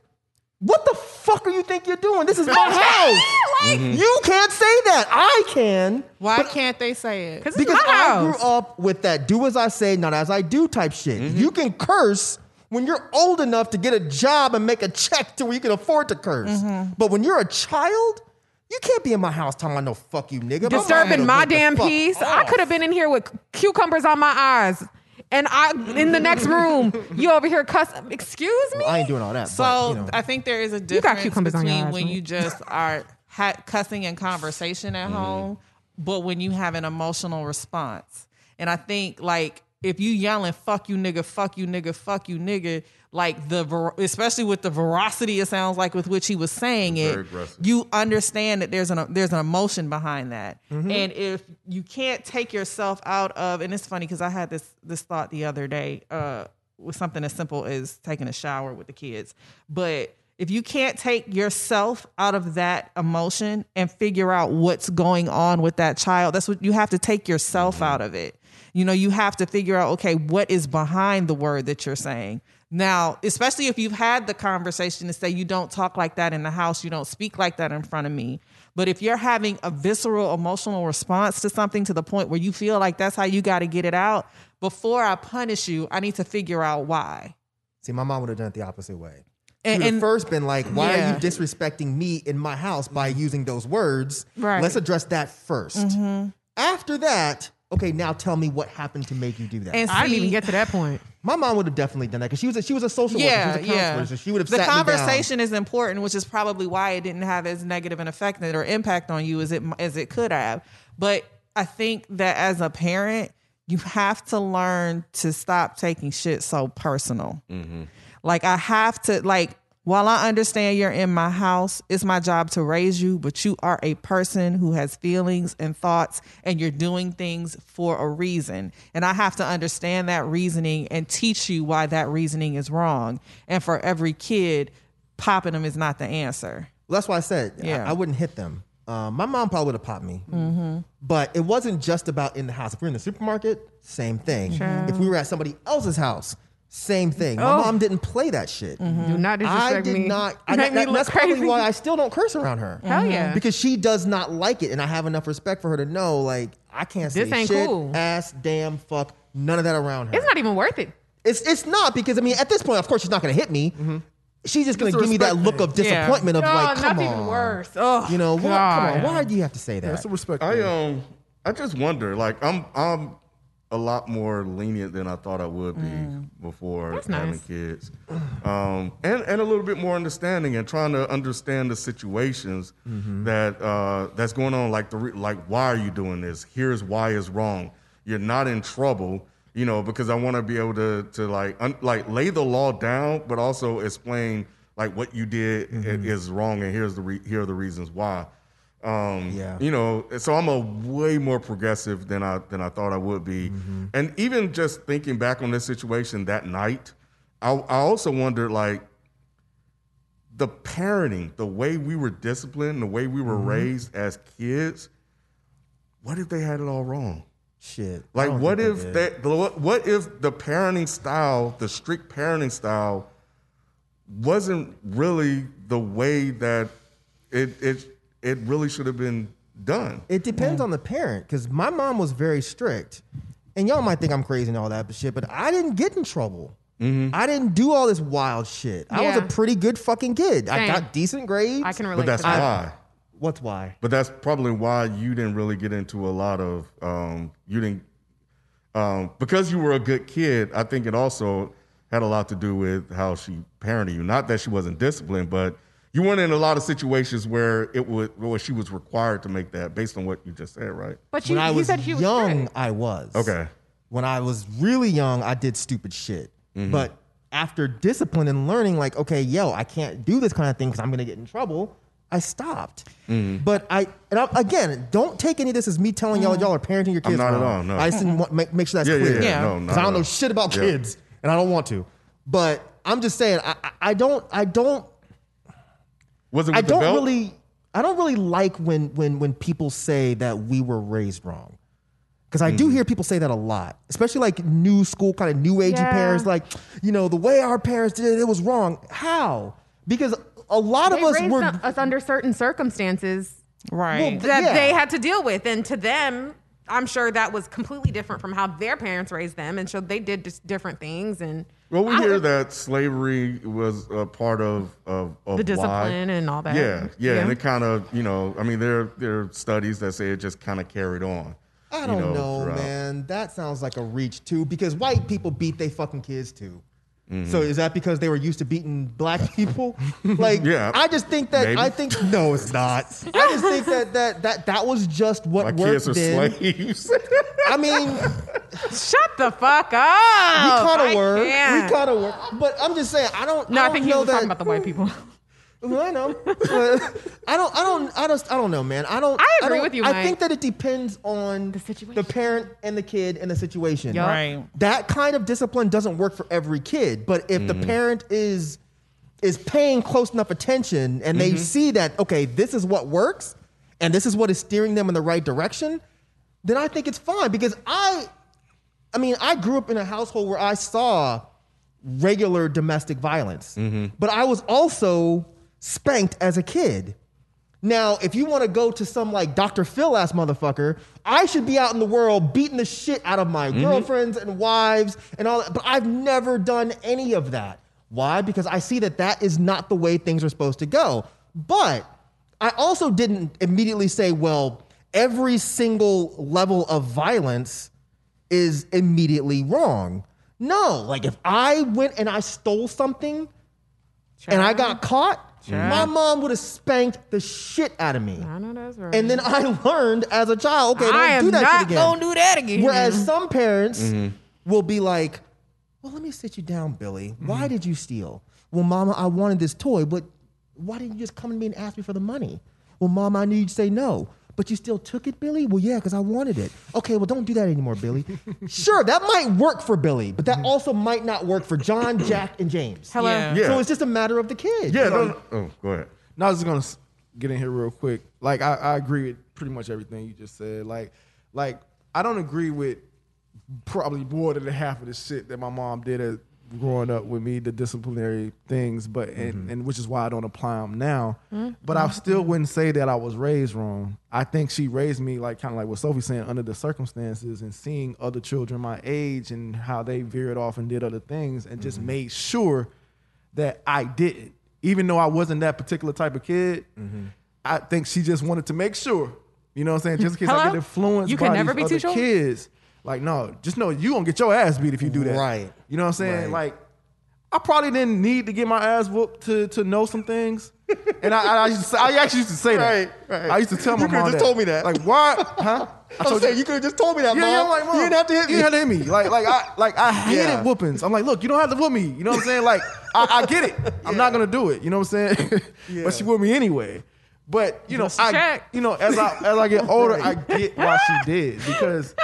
Speaker 6: what the fuck are you think you're doing?
Speaker 3: <laughs>
Speaker 6: This is my house.
Speaker 3: Like- Mhm.
Speaker 6: You can't say that. I can.
Speaker 23: Why
Speaker 6: but-
Speaker 23: can't they say it?
Speaker 6: Because I grew up with that do as I say, not as I do type shit.
Speaker 3: Mm-hmm.
Speaker 6: You can curse when you're old enough to get a job and make a check to where you can afford to curse.
Speaker 3: Mm-hmm.
Speaker 23: Mhm.
Speaker 6: But when you're a child, you can't be in my house talking about no fuck you nigga.
Speaker 3: disturbing my damn
Speaker 6: piece.
Speaker 3: peace. I could have been in here with cucumbers on my eyes, and I in the next room. You over here cuss? Excuse me.
Speaker 6: I ain't doing all that.
Speaker 4: So
Speaker 6: but, you know.
Speaker 4: I think there is a
Speaker 3: got
Speaker 4: difference
Speaker 3: cucumbers on your
Speaker 4: between
Speaker 3: eyes,
Speaker 4: when
Speaker 3: right?
Speaker 4: you just are ha- cussing in conversation at home, but when you have an emotional response. And I think like if you yelling "fuck you nigga," "fuck you nigga," "fuck you nigga," like the ver- especially with the veracity it sounds like with which he was saying
Speaker 7: Very
Speaker 4: it,
Speaker 7: aggressive.
Speaker 4: you understand that there's an there's an emotion behind that. And if you can't take yourself out of and it's funny because I had this this thought the other day uh with something as simple as taking a shower with the kids. But if you can't take yourself out of that emotion and figure out what's going on with that child, that's what you have to take yourself out of it. You know, you have to figure out, okay, what is behind the word that you're saying. Now, especially if you've had the conversation to say you don't talk like that in the house, you don't speak like that in front of me. But if you're having a visceral emotional response to something to the point where you feel like that's how you got to get it out, before I punish you, I need to figure out why.
Speaker 6: See, my mom would have done it the opposite way. She
Speaker 4: And-
Speaker 6: would have
Speaker 4: and-
Speaker 6: first been like, "Why are
Speaker 4: Yeah.
Speaker 6: you disrespecting me in my house by using those words?"
Speaker 4: Right.
Speaker 6: Let's address that 1st
Speaker 3: Mm-hmm.
Speaker 4: Mhm.
Speaker 6: After that, okay, now tell me what happened to make you do that.
Speaker 4: And I didn't even see- get
Speaker 3: to that point.
Speaker 6: My mom would have definitely done that because she was a, she was a social
Speaker 4: Yeah,
Speaker 6: worker. She was a counselor,
Speaker 4: yeah.
Speaker 6: so she would have
Speaker 4: the
Speaker 6: sat
Speaker 4: conversation is important, which is probably why it didn't have as negative an effect or impact on you as it as it could have. But I think that as a parent, you have to learn to stop taking shit so personal. Like I have to like while I understand you're in my house, it's my job to raise you, but you are a person who has feelings and thoughts and you're doing things for a reason. And I have to understand that reasoning and teach you why that reasoning is wrong. And for every kid, popping them is not the answer.
Speaker 6: Well, that's why I said
Speaker 4: Yeah.
Speaker 6: I, I wouldn't hit them. Um, my mom probably would have popped me,
Speaker 4: Mm-hmm.
Speaker 6: but it wasn't just about in the house. If we were in the supermarket, same thing.
Speaker 4: Sure.
Speaker 6: If we were at somebody else's house, same thing. My
Speaker 4: Oh.
Speaker 6: mom didn't play that shit.
Speaker 3: Mm-hmm. Do not disrespect
Speaker 6: I did
Speaker 3: me. <laughs>
Speaker 6: not. I,
Speaker 3: Make
Speaker 6: that-
Speaker 3: me look
Speaker 6: that's probably
Speaker 3: crazy.
Speaker 6: why I still don't curse around her. Mm-hmm.
Speaker 3: Hell Mhm. yeah.
Speaker 6: Because she does not like it, and I have enough respect for her to know, like, I can't
Speaker 3: This
Speaker 6: say
Speaker 3: ain't
Speaker 6: shit,
Speaker 3: cool.
Speaker 6: ass, damn, fuck, none of that around her.
Speaker 3: It's not even worth it.
Speaker 6: It's it's not because I mean, at this point, of course, she's not going to hit me. She's just going
Speaker 3: Mm-hmm. It's
Speaker 6: to
Speaker 3: a
Speaker 6: give me that
Speaker 3: respect
Speaker 6: look
Speaker 3: thing.
Speaker 6: of disappointment
Speaker 3: Yeah.
Speaker 6: of
Speaker 3: No,
Speaker 6: like, come
Speaker 3: that's
Speaker 6: on,
Speaker 3: even worse. Ugh,
Speaker 6: you know, what, come on,
Speaker 3: God.
Speaker 6: why do you have to say that?
Speaker 7: That's a respect. I um, I just wonder. Like, I'm I'm a lot more lenient than I thought I would be before having
Speaker 13: nice.
Speaker 7: kids, um, and and a little bit more understanding and trying to understand the situations that uh, that's going on. Like the re- like, why are you doing this? Here's why it's wrong. You're not in trouble. You know, because I want to be able to to like un- like lay the law down, but also explain like what you did i-
Speaker 6: Mm-hmm.
Speaker 7: is wrong, and here's the re- here are the reasons why. Um,
Speaker 13: Yeah.
Speaker 7: You know, so I'm a way more progressive than I than I thought I would be,
Speaker 6: Mm-hmm.
Speaker 7: and even just thinking back on this situation that night, I, I also wondered like the parenting, the way we were disciplined, the way we were
Speaker 6: Mm-hmm.
Speaker 13: Mhm.
Speaker 7: raised as kids. What if they had it all wrong?
Speaker 6: Shit.
Speaker 7: Like, what
Speaker 13: think
Speaker 7: if that? What what if the parenting style, the strict parenting style, wasn't really the way that it it it really should have been done?
Speaker 6: It depends on the parent because my mom was very strict, and y'all might think I'm crazy and all that but shit, but I didn't get in trouble.
Speaker 7: Mm-hmm.
Speaker 6: I didn't do all this wild shit. I was
Speaker 7: Yeah.
Speaker 6: a pretty good fucking kid. I
Speaker 7: Same.
Speaker 6: got decent grades. I can
Speaker 7: But that's why.
Speaker 6: What's why?
Speaker 7: But that's probably why you didn't really get into a lot of um, you didn't um, because you were a good kid. I think it also had a lot to do with how she parented you. Not that she wasn't disciplined, but you weren't in a lot of situations where it would where she was required to make that based on what you just said, right?
Speaker 3: But
Speaker 6: when I was young, I was
Speaker 7: Okay. Mm-hmm.
Speaker 6: When I was really young, I did stupid shit. But after discipline and learning, like, okay, yo, I can't do this kind of thing because I'm going to get in trouble. I stopped.
Speaker 7: Mm-hmm.
Speaker 6: But I, and I, again, don't take any of this as me telling y'all y'all are parenting your
Speaker 7: I'm
Speaker 6: kids.
Speaker 7: not at
Speaker 6: wrong.
Speaker 7: all, no.
Speaker 6: I just didn't want, make, make sure that's
Speaker 7: Yeah, yeah,
Speaker 6: clear.
Speaker 7: yeah, Yeah. no, not
Speaker 6: Because I
Speaker 7: at
Speaker 6: don't know
Speaker 7: all.
Speaker 6: shit about
Speaker 7: Yeah.
Speaker 6: kids and I don't want to. But I'm just saying, I, I- I don't, I don't,
Speaker 7: Was it
Speaker 6: I
Speaker 7: with the
Speaker 6: don't
Speaker 7: belt?
Speaker 6: really, I don't really like when when when people say that we were raised wrong. Because I
Speaker 7: Mm-hmm.
Speaker 6: do hear people say that a lot, especially like new school, kind of new agey
Speaker 12: Yeah.
Speaker 6: parents. Like, you know, the way our parents did it, it was wrong. How? Because a lot
Speaker 3: they
Speaker 6: of us
Speaker 3: raised
Speaker 6: were
Speaker 3: us under certain circumstances
Speaker 6: Right. Well,
Speaker 3: that
Speaker 6: yeah.
Speaker 3: they had to deal with. And to them, I'm sure that was completely different from how their parents raised them. And so they did just different things. And
Speaker 7: Well, we hear that slavery was a part of of, of
Speaker 3: The
Speaker 7: why.
Speaker 3: discipline and all that.
Speaker 7: Yeah, yeah,
Speaker 3: Yeah.
Speaker 7: and it kind of you know, I mean, there there are studies that say it just kind of carried on.
Speaker 6: I
Speaker 7: you
Speaker 6: don't know,
Speaker 7: throughout.
Speaker 6: man. That sounds like a reach too, because white people beat they fucking kids too. So
Speaker 7: Mhm.
Speaker 6: is that because they were used to beating black <laughs> people? Like,
Speaker 7: Yeah,
Speaker 6: I just think that
Speaker 7: maybe.
Speaker 6: I think no, it's not. I just think that that that that was just what
Speaker 7: My
Speaker 6: worked
Speaker 7: kids are
Speaker 6: then.
Speaker 7: slaves.
Speaker 6: I mean,
Speaker 3: shut the fuck up.
Speaker 6: we kind
Speaker 3: Oh, I
Speaker 6: of were,
Speaker 3: can't.
Speaker 6: we kind of were. But I'm just saying, I don't.
Speaker 3: No, I
Speaker 6: don't
Speaker 3: think he
Speaker 6: know
Speaker 3: was
Speaker 6: that,
Speaker 3: talking about the
Speaker 6: <laughs>
Speaker 3: white people.
Speaker 6: Well, I know. I don't. I don't. I just. I don't know, man. I don't.
Speaker 3: I agree
Speaker 6: don't-
Speaker 3: with you,
Speaker 6: I
Speaker 3: Mike.
Speaker 6: think that it depends on the situation, the parent and the kid and the situation.
Speaker 3: Yup. Right.
Speaker 6: That kind of discipline doesn't work for every kid, but if the
Speaker 12: Mhm.
Speaker 6: parent is is paying close enough attention and they
Speaker 12: Mhm.
Speaker 6: see that okay, this is what works, and this is what is steering them in the right direction, then I think it's fine because I I mean, I grew up in a household where I saw regular domestic violence, but I was also spanked as a kid. Now, if you want to go to some like Dr. Phil ass motherfucker, I should be out in the world beating the shit out of my
Speaker 12: Mhm.
Speaker 6: girlfriends and wives and all that, but I've never done any of that. Why? Because I see that that is not the way things are supposed to go. But I also didn't immediately say, well, every single level of violence is immediately wrong. No, like if I went and I stole something and I got caught,
Speaker 3: Child.
Speaker 6: my mom would have spanked the shit out of me.
Speaker 3: I know that's right.
Speaker 6: And then I <laughs> learned as a child, okay, don't
Speaker 3: I am
Speaker 6: do that
Speaker 3: not
Speaker 6: shit again.
Speaker 3: gonna do that again.
Speaker 12: Mm-hmm.
Speaker 6: Whereas some parents will be like, well, let me sit you down, Billy.
Speaker 12: Mm-hmm.
Speaker 6: Why did you steal? Well, Mama, I wanted this toy, but why didn't you just come to me and ask me for the money? Well, Mama, I knew you'd say no, but you still took it, Billy? Well, yeah, because I wanted it. Okay, well, don't do that
Speaker 12: <laughs>
Speaker 6: anymore, Billy. sure, that might work for Billy, but
Speaker 12: Mm-hmm.
Speaker 6: that also might not work for John, Jack, and James.
Speaker 12: Hello. Yeah.
Speaker 6: So it's just a matter of the kid.
Speaker 12: Yeah, no, no.
Speaker 7: Oh, go ahead.
Speaker 12: No, I was just gonna s- get in here real quick. Like I, I agree with pretty much everything you just said. Like, like I don't agree with probably more than half of the shit that my mom did as growing up with me, the disciplinary things, but and, and which is why I don't apply them now.
Speaker 23: Mhm.
Speaker 12: But I still wouldn't say that I was raised wrong. I think she raised me like kind of like what Sophie's saying under the circumstances and seeing other children my age and how they veered off and did other things and just made sure that I didn't. Even though I wasn't that particular type of kid, I think she just wanted to make sure. You know what I'm saying? Just in case I
Speaker 3: Hello?
Speaker 12: get influenced
Speaker 3: You
Speaker 12: by
Speaker 3: can never
Speaker 12: these
Speaker 3: be too
Speaker 12: other
Speaker 3: sure?
Speaker 12: kids. Like, no, just know you gonna get your ass beat if you do that.
Speaker 6: Right.
Speaker 12: You know what I'm saying?
Speaker 6: Right.
Speaker 12: Like, I probably didn't need to get my ass whooped to to know some things. And I, I, I, used to, say- I actually used to say that.
Speaker 6: Right, right.
Speaker 12: I used to tell my
Speaker 6: You could've
Speaker 12: mom
Speaker 6: just
Speaker 12: that.
Speaker 6: told me that.
Speaker 12: Like, why?
Speaker 6: <laughs>
Speaker 12: Huh? I
Speaker 6: I'm
Speaker 12: told
Speaker 6: saying, you could've just told me that,
Speaker 12: Yeah,
Speaker 6: Mom.
Speaker 12: yeah, I'm like,
Speaker 6: You
Speaker 12: Mom,
Speaker 6: didn't have to hit me."
Speaker 12: You didn't have to hit me. Like, like I, like I hated
Speaker 6: Yeah.
Speaker 12: whoopings. I'm like, look, you don't have to whoop me. You know what I'm saying? Like, I, I get it.
Speaker 6: <laughs>
Speaker 12: I'm not gonna do it. You know what I'm saying? <laughs>
Speaker 6: Yeah.
Speaker 12: But she whooped me anyway. But you know,
Speaker 6: Just
Speaker 12: I
Speaker 6: check.
Speaker 12: you know as I as I
Speaker 6: <laughs>
Speaker 12: get older, I
Speaker 6: Right.
Speaker 12: get why she did because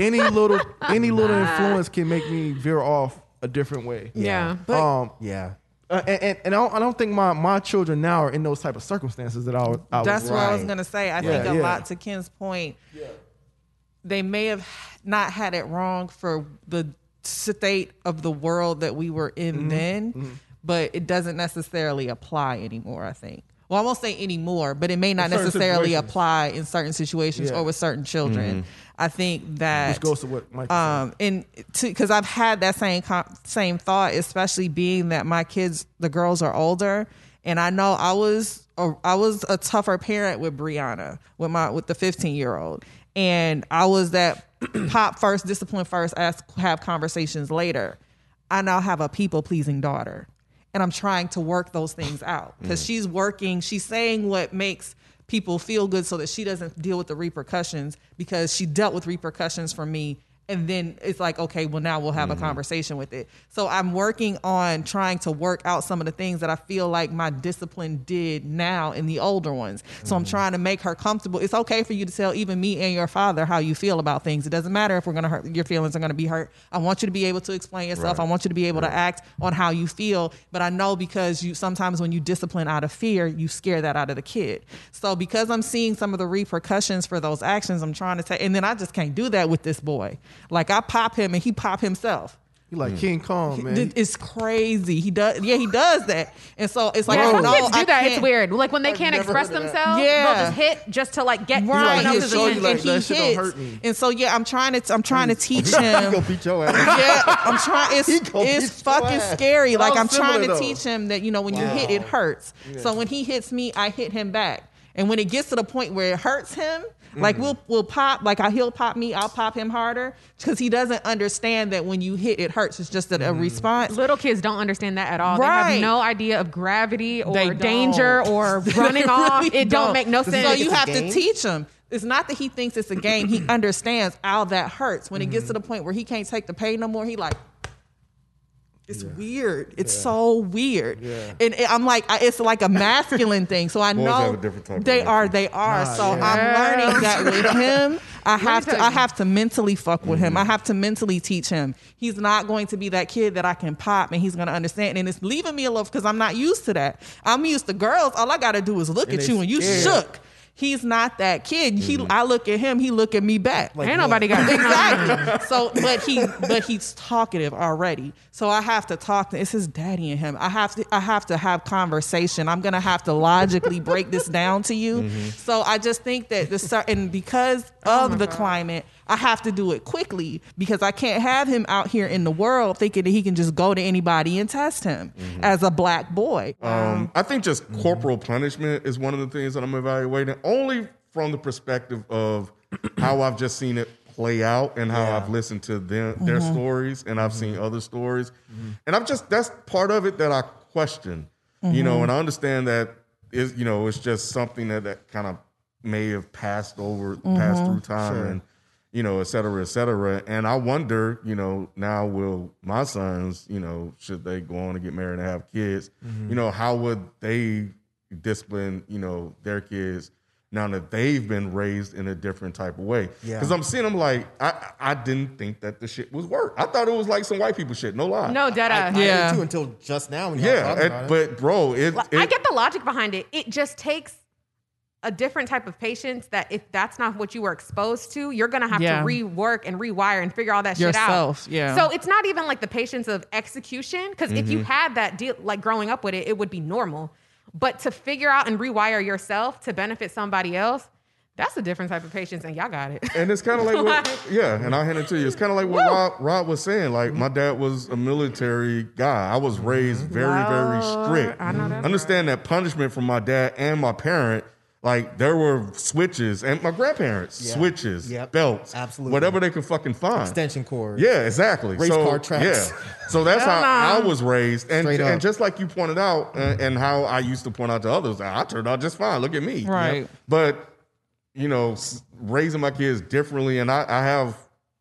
Speaker 12: any little <laughs> any little influence can make me veer off a different way.
Speaker 6: Yeah.
Speaker 12: But, um.
Speaker 6: Yeah.
Speaker 12: uh, and and, and I, don't, I don't think my, my children now are in those type of circumstances that I, was- I was.
Speaker 4: That's what I was gonna say. I think
Speaker 12: Yeah,
Speaker 4: a
Speaker 12: yeah.
Speaker 4: lot to Ken's point. They may have not had it wrong for the state of the world that we were in
Speaker 3: Mhm.
Speaker 4: then,
Speaker 3: Mhm.
Speaker 4: but it doesn't necessarily apply anymore. I think. Well, I won't say anymore, but it may not
Speaker 3: In certain
Speaker 4: necessarily
Speaker 3: situations.
Speaker 4: apply in certain situations
Speaker 3: Yeah.
Speaker 4: or with certain children.
Speaker 3: Mhm.
Speaker 4: I think that
Speaker 12: Which goes to what Mike was saying.
Speaker 4: um, and because I've had that same com- same thought, especially being that my kids, the girls are older, and I know I was a, I was a tougher parent with Brianna, with my with the fifteen year old, and I was that <clears throat> pop first, discipline first, ask have conversations later. I now have a people pleasing daughter, and I'm trying to work those things out because
Speaker 3: Mm.
Speaker 4: she's working, she's saying what makes people feel good so that she doesn't deal with the repercussions because she dealt with repercussions from me and then it's like okay well now we'll have
Speaker 24: Mhm.
Speaker 4: a conversation with it so i'm working on trying to work out some of the things that i feel like my discipline did now in the older ones so i'm trying to make her comfortable it's okay for you to tell even me and your father how you feel about things it doesn't matter if we're gonna hurt your feelings are gonna be hurt i want you to be able to explain yourself
Speaker 24: Right.
Speaker 4: i want you to be able to act on how you feel but i know because you sometimes when you discipline out of fear you scare that out of the kid so because i'm seeing some of the repercussions for those actions i'm trying to take and then i just can't do that with this boy like i pop him and he pop himself
Speaker 25: He
Speaker 3: Mm.
Speaker 25: like King Kong, man.
Speaker 4: Th- It's crazy. He does. Yeah, he does that. And so it's like,
Speaker 3: yeah,
Speaker 4: I
Speaker 3: some
Speaker 4: no,
Speaker 3: kids do
Speaker 4: I
Speaker 3: that. It's
Speaker 4: can't-
Speaker 3: weird. Like when they
Speaker 4: I've
Speaker 3: can't
Speaker 4: never
Speaker 3: express
Speaker 4: heard of that.
Speaker 3: themselves,
Speaker 4: Yeah.
Speaker 3: they'll just hit just to like get
Speaker 4: Right,
Speaker 3: someone
Speaker 4: he'll
Speaker 3: else's
Speaker 4: show you,
Speaker 3: attention.
Speaker 4: like,
Speaker 3: And he
Speaker 4: that shit don't
Speaker 3: hits.
Speaker 4: hurt me. and so yeah, I'm trying to I'm trying to teach him.
Speaker 26: <laughs> He gonna beat your ass.
Speaker 4: Yeah, I'm trying. It's
Speaker 26: He gonna
Speaker 4: it's
Speaker 26: beat your
Speaker 4: fucking
Speaker 26: ass.
Speaker 4: scary. Like
Speaker 26: Sounds
Speaker 4: I'm trying
Speaker 26: similar,
Speaker 4: to
Speaker 26: though.
Speaker 4: teach him that you know when you
Speaker 26: Wow.
Speaker 4: hit it hurts.
Speaker 26: Yeah.
Speaker 4: So when he hits me, I hit him back. And when it gets to the point where it hurts him, like
Speaker 26: Mhm.
Speaker 4: we'll we'll pop, like I, he'll pop me, I'll pop him harder because he doesn't understand that when you hit, it hurts. It's just a,
Speaker 26: Mm-hmm.
Speaker 4: a response.
Speaker 3: Little kids don't understand that at all. They
Speaker 4: Right.
Speaker 3: have no idea of gravity
Speaker 4: They
Speaker 3: or
Speaker 4: don't.
Speaker 3: danger or
Speaker 4: <laughs> They
Speaker 3: <laughs> running
Speaker 4: really
Speaker 3: off. It don't, make no sense.
Speaker 4: So you have to teach him. It's not that he thinks it's a game. He understands how that hurts. When it gets to the point where he can't take the pain no more, he like. It's weird. It's so weird. And it- I'm like, I- it's like a masculine thing. So I
Speaker 6: Boys
Speaker 4: know
Speaker 6: have a different type of
Speaker 4: they are.
Speaker 6: masculine.
Speaker 4: They are.
Speaker 6: Nah,
Speaker 4: so
Speaker 6: yeah.
Speaker 4: I'm learning that with him. I
Speaker 3: Let me
Speaker 4: have
Speaker 3: tell
Speaker 4: to. I
Speaker 3: you.
Speaker 4: have to mentally fuck with him. I have to mentally teach him. He's not going to be that kid that I can pop and he's going to understand. And it's leaving me alone because I'm not used to that. I'm used to girls. All I got to do is look
Speaker 26: And
Speaker 4: at
Speaker 26: they
Speaker 4: you and you
Speaker 26: scared. Mm-hmm.
Speaker 4: shook. He's not that kid. He, I look at him. He look at me back.
Speaker 3: Ain't nobody
Speaker 4: <laughs>
Speaker 3: got
Speaker 6: <laughs>
Speaker 4: exactly. so, but he, but he's talkative already. So I have to talk to. It's his daddy and him. I have to. I have to have conversation. I'm gonna have to logically break this down to you.
Speaker 6: Mm-hmm.
Speaker 4: So I just think that the cer- and because of the climate, I have to do it quickly because I can't have him out here in the world thinking that he can just go to anybody and test him
Speaker 6: Mm-hmm.
Speaker 4: as a black boy.
Speaker 6: Um, I think just
Speaker 12: Mm-hmm.
Speaker 6: corporal punishment is one of the things that I'm evaluating, only from the perspective
Speaker 12: <clears throat>
Speaker 6: of how I've just seen it play out and how I've listened to them, their
Speaker 12: Mm-hmm.
Speaker 27: Mhm.
Speaker 6: stories and I've seen other stories. And I'm just, that's part of it that I question, you know,
Speaker 12: Mm-hmm.
Speaker 27: Mhm.
Speaker 6: and I understand that is, you know, it's just something that, that kind of may have passed over,
Speaker 26: Mm-hmm.
Speaker 6: passed
Speaker 27: Mhm.
Speaker 6: through time
Speaker 27: Sure.
Speaker 6: and, you know, et cetera, et cetera. And I wonder, you know, now will my sons, you know, should they go on and get married and have kids?
Speaker 26: Mm-hmm.
Speaker 27: Mhm.
Speaker 6: You know, how would they discipline, you know, their kids now that they've been raised in a different type of way?
Speaker 27: Yeah.
Speaker 6: Because I'm seeing them like, I, I didn't think that the shit was work. I thought it was like some white people shit. No lie.
Speaker 3: No, dead
Speaker 26: I,
Speaker 3: ass.
Speaker 26: I did too until just now. When y'all
Speaker 6: Yeah,
Speaker 26: talking
Speaker 6: and-
Speaker 26: about it.
Speaker 6: but bro, it,
Speaker 3: Like,
Speaker 6: it-
Speaker 3: I get the logic behind it. It just takes a different type of patience that if that's not what you were exposed to, you're gonna have
Speaker 4: Yeah.
Speaker 3: to rework and rewire and figure all that
Speaker 4: Yourself,
Speaker 3: shit out.
Speaker 4: yeah.
Speaker 3: So it's not even like the patience of execution, because if you
Speaker 4: Mhm.
Speaker 3: had that deal like growing up with it, it would be normal. But to figure out and rewire yourself to benefit somebody else, that's a different type of patience, and y'all got it. <laughs>
Speaker 6: And it's kind of like, what, yeah, and I'll hand it to you. It's kind of like what Rob, Rob was saying. Like, my dad was a military guy. I was raised very, very strict.
Speaker 3: I know that's
Speaker 6: Understand that punishment from my dad and my parent, like, there were switches, and my grandparents,
Speaker 26: Yeah.
Speaker 6: switches,
Speaker 26: Yep.
Speaker 6: belts,
Speaker 26: Absolutely.
Speaker 6: whatever they could fucking find.
Speaker 26: Extension cords.
Speaker 6: Yeah, exactly.
Speaker 26: Race
Speaker 6: so,
Speaker 26: car tracks.
Speaker 6: Yeah. So that's
Speaker 26: Hell
Speaker 6: how
Speaker 26: no.
Speaker 6: I was raised. And,
Speaker 26: Straight
Speaker 6: and
Speaker 26: up.
Speaker 6: just like you pointed out, and, and how I used to point out to others, I turned out just fine. Look at me.
Speaker 4: Right.
Speaker 6: But you know, s- raising my kids differently. And I, I have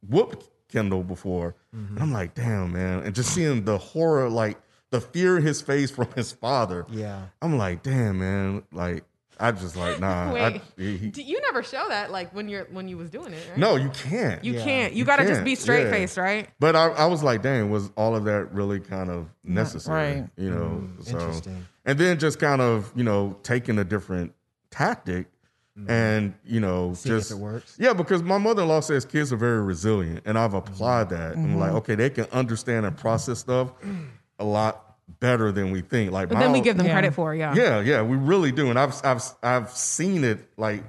Speaker 6: whooped Kendall before.
Speaker 3: Mm-hmm.
Speaker 6: And I'm like, damn, man. And just seeing the horror, like the fear in his face from his father.
Speaker 26: Yeah.
Speaker 6: I'm like, damn, man. Like, I
Speaker 3: <laughs>
Speaker 6: just like, nah. I-
Speaker 3: Wait,
Speaker 6: he- he-
Speaker 3: do you never show that like when you're when you was doing it? Right?
Speaker 6: no, you can't.
Speaker 3: You Yeah. can't. You gotta just
Speaker 6: can't.
Speaker 3: be straight-faced, right?
Speaker 6: But I, I was like, dang, was all of that really kind of necessary?
Speaker 27: right.
Speaker 6: You know,
Speaker 26: Mm-hmm.
Speaker 27: Mm,
Speaker 6: so
Speaker 27: interesting.
Speaker 6: and then just kind of you know taking a different tactic. And you know,
Speaker 26: Seeing Mm-hmm. if
Speaker 6: just
Speaker 26: it works.
Speaker 6: yeah, because my mother-in-law says kids are very resilient, and I've applied that. I'm like,
Speaker 3: Mm-hmm.
Speaker 26: Mhm.
Speaker 6: okay, they can understand and process stuff a lot better than we think. Like,
Speaker 3: But
Speaker 6: my
Speaker 3: then we
Speaker 6: own-
Speaker 3: give them Yeah. credit for, yeah.
Speaker 6: yeah, yeah, we really do, and I've I've I've seen it like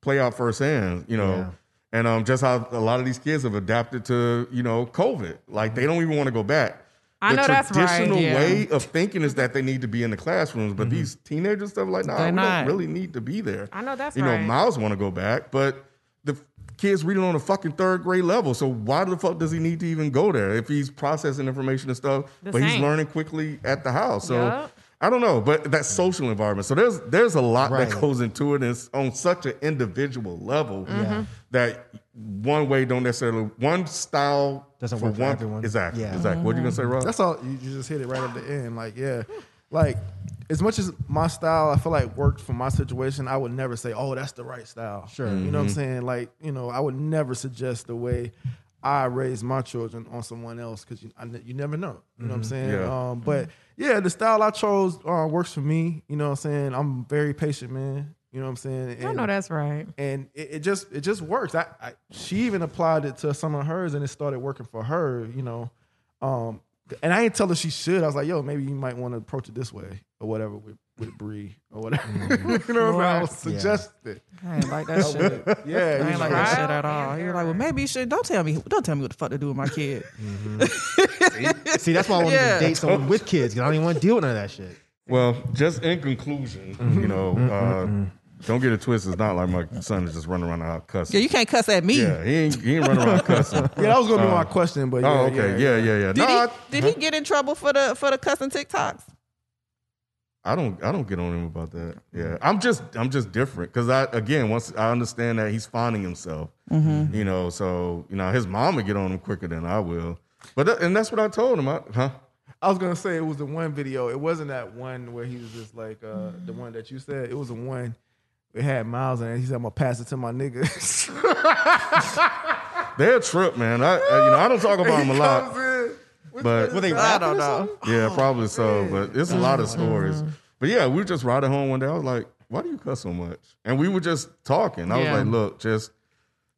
Speaker 6: play out firsthand, you know,
Speaker 27: Yeah.
Speaker 6: and um, just how a lot of these kids have adapted to you know COVID, like they don't even want to go back.
Speaker 3: I
Speaker 6: the
Speaker 3: know that's right,
Speaker 6: traditional
Speaker 3: yeah.
Speaker 6: way of thinking is that they need to be in the classrooms, but these teenagers stuff like, nah,
Speaker 27: Mm-hmm. They're
Speaker 6: we
Speaker 27: not.
Speaker 6: don't really need to be there.
Speaker 3: I know that's
Speaker 6: you
Speaker 3: right.
Speaker 6: know, Miles want to go back, but the kid's reading on a fucking third grade level, so why the fuck does he need to even go there if he's processing information and stuff,
Speaker 27: The
Speaker 6: but he's
Speaker 27: same.
Speaker 6: learning quickly at the house? So
Speaker 27: Yup.
Speaker 6: I I don't know, but that social environment. So there's there's a lot
Speaker 28: Right.
Speaker 6: that goes into it, and it's on such an individual level
Speaker 28: Mhm.
Speaker 6: that one way don't necessarily one style
Speaker 28: Doesn't work for
Speaker 6: one,
Speaker 28: everyone.
Speaker 6: Exactly,
Speaker 28: Yeah. Mm-hmm.
Speaker 6: exactly. What you gonna say, Rob?
Speaker 12: That's all. You you just hit it right at the end. Like, yeah, like as much as my style, I feel like worked for my situation. I would never say, "Oh, that's the right style."
Speaker 28: Sure.
Speaker 12: You know what I'm
Speaker 6: Mm-hmm.
Speaker 28: Mhm.
Speaker 12: saying? Like, you know, I would never suggest the way I raise my children on someone else because you, I ne- you never know. You know what I'm
Speaker 28: Mhm.
Speaker 12: saying?
Speaker 28: Yeah.
Speaker 12: Um, but yeah, the style I chose uh, works for me. You know what I'm saying? I'm very patient, man. You know what I'm saying?
Speaker 3: I know that's right.
Speaker 12: And it, it just it just works. I, I she even applied it to some of hers, and it started working for her. You know, um, and I didn't tell <laughs> her she should. I was like, yo, maybe you might want to approach it this way or whatever with with Bree or whatever. you know what I mean? I
Speaker 4: Lord.
Speaker 12: suggested. it.
Speaker 4: I ain't like that
Speaker 6: <laughs>
Speaker 4: shit.
Speaker 12: Yeah,
Speaker 4: I
Speaker 12: you
Speaker 4: ain't like
Speaker 12: know.
Speaker 4: Oh, that shit at all. You're like, well, maybe you should. Don't tell me. Don't tell me what the fuck to do with my kid. <laughs>
Speaker 28: See, that's why I wanted
Speaker 4: Yeah.
Speaker 28: to date someone with kids. 'cause I don't even want to deal with none of that shit.
Speaker 6: Well, just in conclusion, you know, uh, don't get it twisted. It's not like my son is just running around the house cussing.
Speaker 4: Yeah, you can't cuss at me.
Speaker 6: Yeah, he ain't, he ain't running
Speaker 4: <laughs>
Speaker 6: around cussing.
Speaker 12: Yeah, that was gonna be
Speaker 6: Uh,
Speaker 12: my question, but
Speaker 6: oh,
Speaker 12: yeah,
Speaker 6: okay,
Speaker 12: yeah,
Speaker 6: yeah, yeah, yeah.
Speaker 4: Did,
Speaker 6: No,
Speaker 4: he, did he get in trouble for the for the cussing TikToks?
Speaker 6: I don't I don't get on him about that.
Speaker 12: Mm-hmm.
Speaker 6: Yeah. I'm just I'm just different cuz I again once I understand that he's finding himself.
Speaker 12: Mm-hmm.
Speaker 4: Mhm.
Speaker 6: You know, so you know his mom would get on him quicker than I will. But that, and that's what I told him, I, huh?
Speaker 12: I was gonna say it was the one video. It wasn't that one where he was just like uh, the one that you said. It was the one it had Miles in it. He said, "I'm gonna pass it to my niggas." <laughs>
Speaker 6: They're a trip, man. I, I you know, I don't talk about him a lot. But
Speaker 12: Were they rapping or
Speaker 6: Yeah, probably so, but it's a lot of stories. But yeah, we were just riding home one day. I was like, "Why do you cuss so much?" And we were just talking. I
Speaker 29: Yeah.
Speaker 6: was like, "Look, just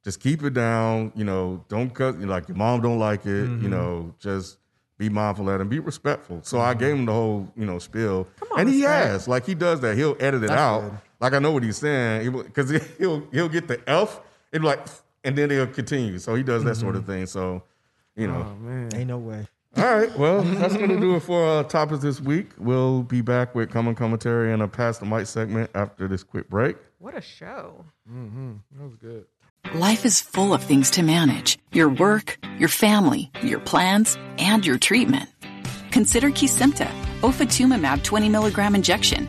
Speaker 6: just keep it down. You know, don't cuss. You know, like your mom don't like it. You
Speaker 29: Mhm.
Speaker 6: know, just be mindful of that and be respectful." So I gave him the whole you know spiel,
Speaker 29: on,
Speaker 6: and he
Speaker 29: respect.
Speaker 6: has like he does that. He'll edit it
Speaker 29: That's
Speaker 6: out.
Speaker 29: good.
Speaker 6: Like I know what he's saying because <laughs> he'll he'll get the F and like, and then he'll continue. So he does that sort of
Speaker 12: Mm-hmm.
Speaker 6: thing. So you know.
Speaker 12: Oh,
Speaker 28: Ain't no way.
Speaker 6: All right. Well, that's going to do it for uh, topics this week. We'll be back with common commentary and a pass the mic segment after this quick break.
Speaker 3: What a show.
Speaker 12: Mm-hmm. That was good.
Speaker 7: Life is full of things to manage your work, your family, your plans, and your treatment. Consider Kesimpta, ofatumumab 20 milligram injection.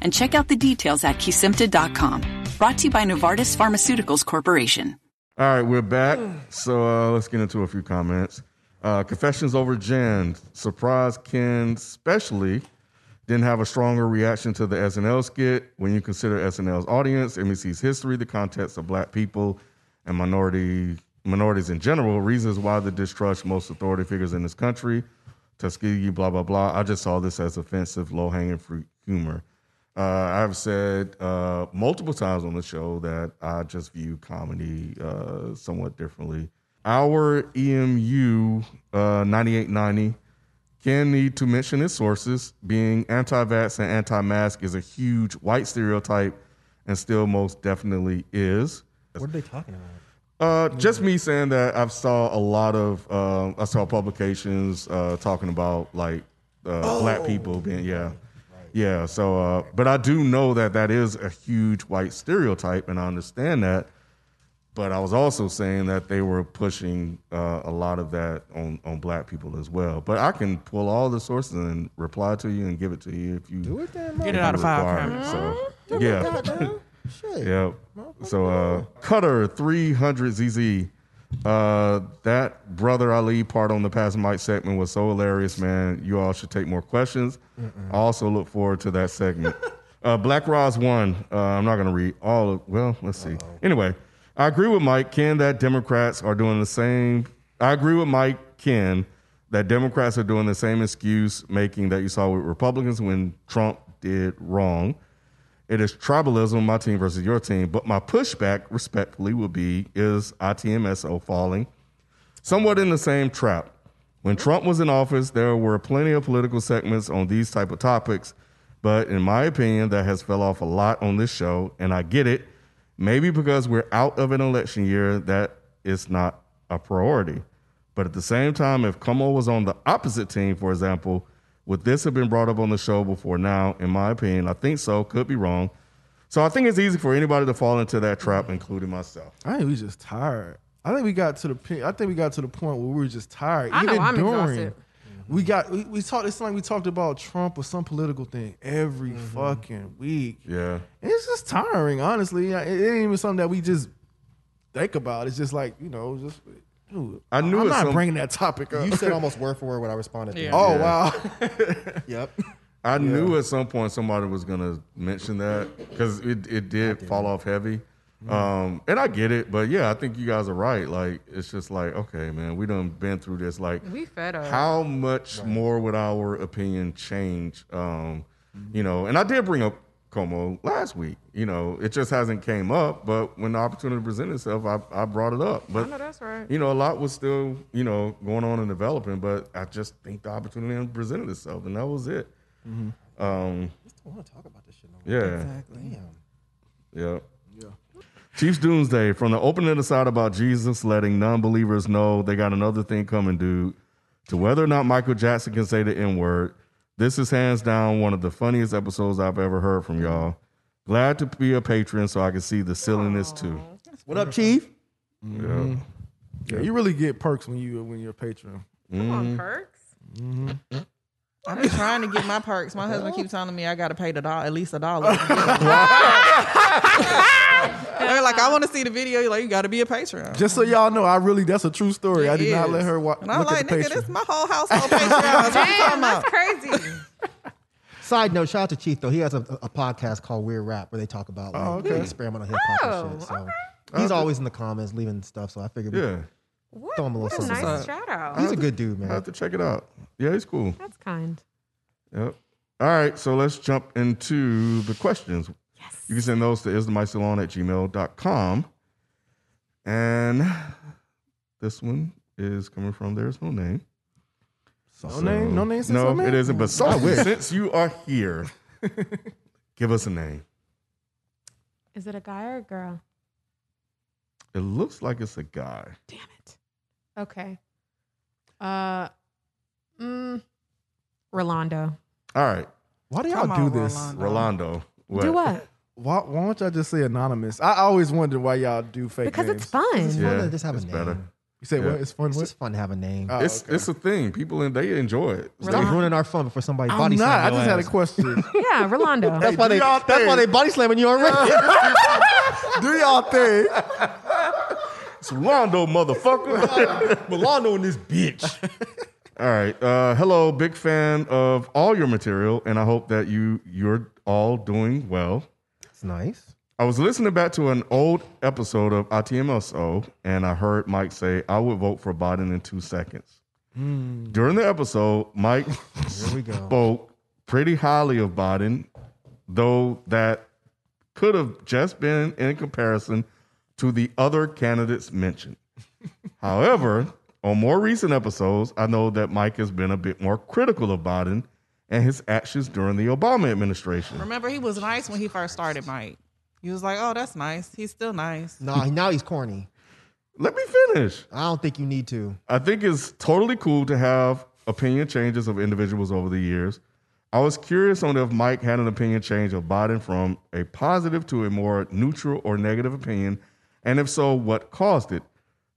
Speaker 7: and check out the details at kesimpta.com. Brought to you by Novartis Pharmaceuticals Corporation.
Speaker 6: All right, we're back. So uh, let's get into a few comments. Uh, Confessions over Jen. Surprise Ken, especially, didn't have a stronger reaction to the SNL skit. When you consider SNL's audience, NBC's history, the context of black people and minority minorities in general, reasons why they distrust most authority figures in this country, Tuskegee, blah, blah, blah. I just saw this as offensive, low hanging fruit humor. Uh, I've said uh, multiple times on the show that I just view comedy uh, somewhat differently. Our EMU uh, 9890 can need to mention its sources. Being anti vax and anti mask is a huge white stereotype and still most definitely is.
Speaker 28: What are they talking about?
Speaker 6: Uh, just me saying that I've saw a lot of um I saw publications uh, talking about like uh, black people being yeah, yeah. So, uh, but I do know that that is a huge white stereotype, and I understand that. But I was also saying that they were pushing uh, a lot of that on on black people as well. But I can pull all the sources and reply to you and give it to you if you do it. Then,
Speaker 4: Get it out of file cabinet.
Speaker 6: So
Speaker 4: Mhm. Do it,
Speaker 6: yeah. <laughs>
Speaker 4: goddamn. Shit.
Speaker 6: Yep. So uh Cutter 300 ZZ. Uh that brother Ali part on the past mic segment was so hilarious, man. You all should take more questions. I also look forward to that segment. uh Black Roz 1. Uh, I'm not going to read all of well, let's see. Anyway, I agree with Mike Ken that Democrats are doing the same. I agree with Mike Ken that Democrats are doing the same excuse making that you saw with Republicans when Trump did wrong. It is tribalism, my team versus your team. But my pushback, respectfully, would be is ITMSO falling somewhat in the same trap. When Trump was in office, there were plenty of political segments on these type of topics, But in my opinion, that has fell off a lot on this show, and I get it. Maybe because we're out of an election year, that is not a priority. But at the same time, if Como was on the opposite team, for example, would this have been brought up on the show before now? In my opinion, I think so. Could be wrong. So I think it's easy for anybody to fall into that trap, including myself.
Speaker 12: I think we just tired. I think we got to the pe- I think we got to the point where we were just tired.
Speaker 3: I know,
Speaker 12: Even
Speaker 3: I'm
Speaker 12: during,
Speaker 3: exhausted.
Speaker 12: we got we, we talked. It's like we talked about Trump or some political thing every fucking week.
Speaker 6: Yeah.
Speaker 12: And it's just tiring, honestly. It, it ain't even something that we just think about. It's just like you know, just dude,
Speaker 6: I knew
Speaker 12: I'm
Speaker 6: it
Speaker 12: not
Speaker 6: some-
Speaker 12: bringing that topic up.
Speaker 7: You
Speaker 12: <laughs>
Speaker 7: said almost word for word what I responded. To.
Speaker 12: Oh
Speaker 6: Yeah.
Speaker 12: wow.
Speaker 7: yep.
Speaker 6: I knew at some point somebody was gonna mention that because it, it did fall off heavy, um, and I get it. But yeah, I think you guys are right. Like it's just like okay, man, we done been through this. Like
Speaker 3: We fed up.
Speaker 6: How much more would our opinion change? Um, You know, and I did bring up Como last week. You know, it just hasn't came up. But when the opportunity presented itself, I, I brought it up. But
Speaker 3: know that's right.
Speaker 6: You know, a lot was still you know going on and developing. But I just think the opportunity presented itself, and that was it.
Speaker 7: Mm-hmm.
Speaker 6: Um,
Speaker 7: I want to talk about this shit.
Speaker 6: yeah.
Speaker 7: Damn.
Speaker 6: Yeah. Yeah. Chiefs Doomsday from the opening aside about Jesus letting non-believers know they got another thing coming, dude. To whether or not Michael Jackson can say the N-word, this is hands down one of the funniest episodes I've ever heard from y'all. Glad to be a patron so I can see the silliness too.
Speaker 7: What up, Chief?
Speaker 6: Yeah.
Speaker 12: Yeah, you really get perks when you when you're a patron.
Speaker 6: Come on, Mhm.
Speaker 4: perks?
Speaker 12: hmm
Speaker 4: I've been trying to get my perks. My husband keeps telling me I gotta pay the dollar, at least a
Speaker 6: <laughs>
Speaker 4: dollar. They're like, I want to see the video. You're like, you gotta be a Patreon.
Speaker 12: Just so y'all know, I really that's a true story. I did
Speaker 4: It
Speaker 12: not let
Speaker 4: is.
Speaker 12: her watch.
Speaker 4: And I'm like, nigga, this my whole household Patreon. What you talking
Speaker 3: Damn,
Speaker 4: about?
Speaker 3: that's crazy.
Speaker 7: Side note, shout out to Chief though. He has a, a podcast called Weird Rap where they talk about like
Speaker 12: Oh, okay.
Speaker 7: experimental hip hop
Speaker 3: Oh,
Speaker 7: and shit. So
Speaker 3: okay.
Speaker 7: he's
Speaker 6: Okay.
Speaker 7: always in the comments leaving stuff. So I figured we
Speaker 6: Yeah.
Speaker 3: What,
Speaker 7: throw him a
Speaker 3: what
Speaker 7: little
Speaker 3: a
Speaker 7: something.
Speaker 3: nice shout out.
Speaker 7: He's a good dude,
Speaker 6: I
Speaker 7: man.
Speaker 6: have to check it out. Yeah, he's cool.
Speaker 3: That's kind.
Speaker 6: Yep. All right, so let's jump into the questions. Yes. You can send those to isthemysalon at gmail.com. And this one is coming from There's No Name.
Speaker 12: No name, no name, since
Speaker 6: No,
Speaker 12: no name?
Speaker 6: it isn't.
Speaker 12: <laughs>
Speaker 6: But
Speaker 12: I
Speaker 6: so
Speaker 12: wish.
Speaker 6: since you are
Speaker 12: <laughs>
Speaker 6: here, give us a name.
Speaker 3: Is it a guy or a girl?
Speaker 6: It looks like it's a guy.
Speaker 3: Okay. Uh, mm, Rolando.
Speaker 6: All right.
Speaker 12: Why do y'all
Speaker 3: Come on,
Speaker 12: do this?
Speaker 6: Rolando. What?
Speaker 3: Do what?
Speaker 12: Why, why don't y'all just say anonymous? I always wondered why y'all do fake
Speaker 3: Because
Speaker 12: names.
Speaker 3: it's fun.
Speaker 7: It's fun
Speaker 6: Yeah,
Speaker 7: to just have a
Speaker 6: it's
Speaker 7: name.
Speaker 6: better.
Speaker 12: You say
Speaker 6: Yeah.
Speaker 12: what? It's fun.
Speaker 7: It's
Speaker 12: What?
Speaker 7: just fun to have a name.
Speaker 12: Oh,
Speaker 6: it's
Speaker 12: okay.
Speaker 6: it's a thing. People and they enjoy it. So-
Speaker 7: Stop ruining our fun before somebody
Speaker 12: I'm
Speaker 7: body
Speaker 12: not. I just
Speaker 7: slam your
Speaker 12: had a
Speaker 7: ass.
Speaker 12: question.
Speaker 3: Yeah, Rolando.
Speaker 7: That's why
Speaker 12: do
Speaker 7: they.
Speaker 12: y'all
Speaker 7: That's why they
Speaker 12: think.
Speaker 7: body slamming you already.
Speaker 12: do y'all thing.
Speaker 6: <laughs> It's Rondo, motherfucker. Rolando in this bitch. <laughs> All right. Uh, hello, big fan of all your material, and I hope that you you're all doing well.
Speaker 7: It's nice.
Speaker 6: I was listening back to an old episode of ITMSO, and I heard Mike say, "I would vote for Biden in two seconds." During the episode, Mike
Speaker 7: we go.
Speaker 6: <laughs> spoke pretty highly of Biden, though that could have just been in comparison to the other candidates mentioned. However, on more recent episodes, I know that Mike has been a bit more critical of Biden and his actions during the Obama administration.
Speaker 4: Remember, he was nice when he first started, Mike. He was like, oh, that's nice. He's still nice.
Speaker 7: Nah, now he's corny.
Speaker 6: Let me finish.
Speaker 7: I don't think you need to.
Speaker 6: I think it's totally cool to have opinion changes of individuals over the years. I was curious on if Mike had an opinion change of Biden from a positive to a more neutral or negative opinion, and if so, what caused it.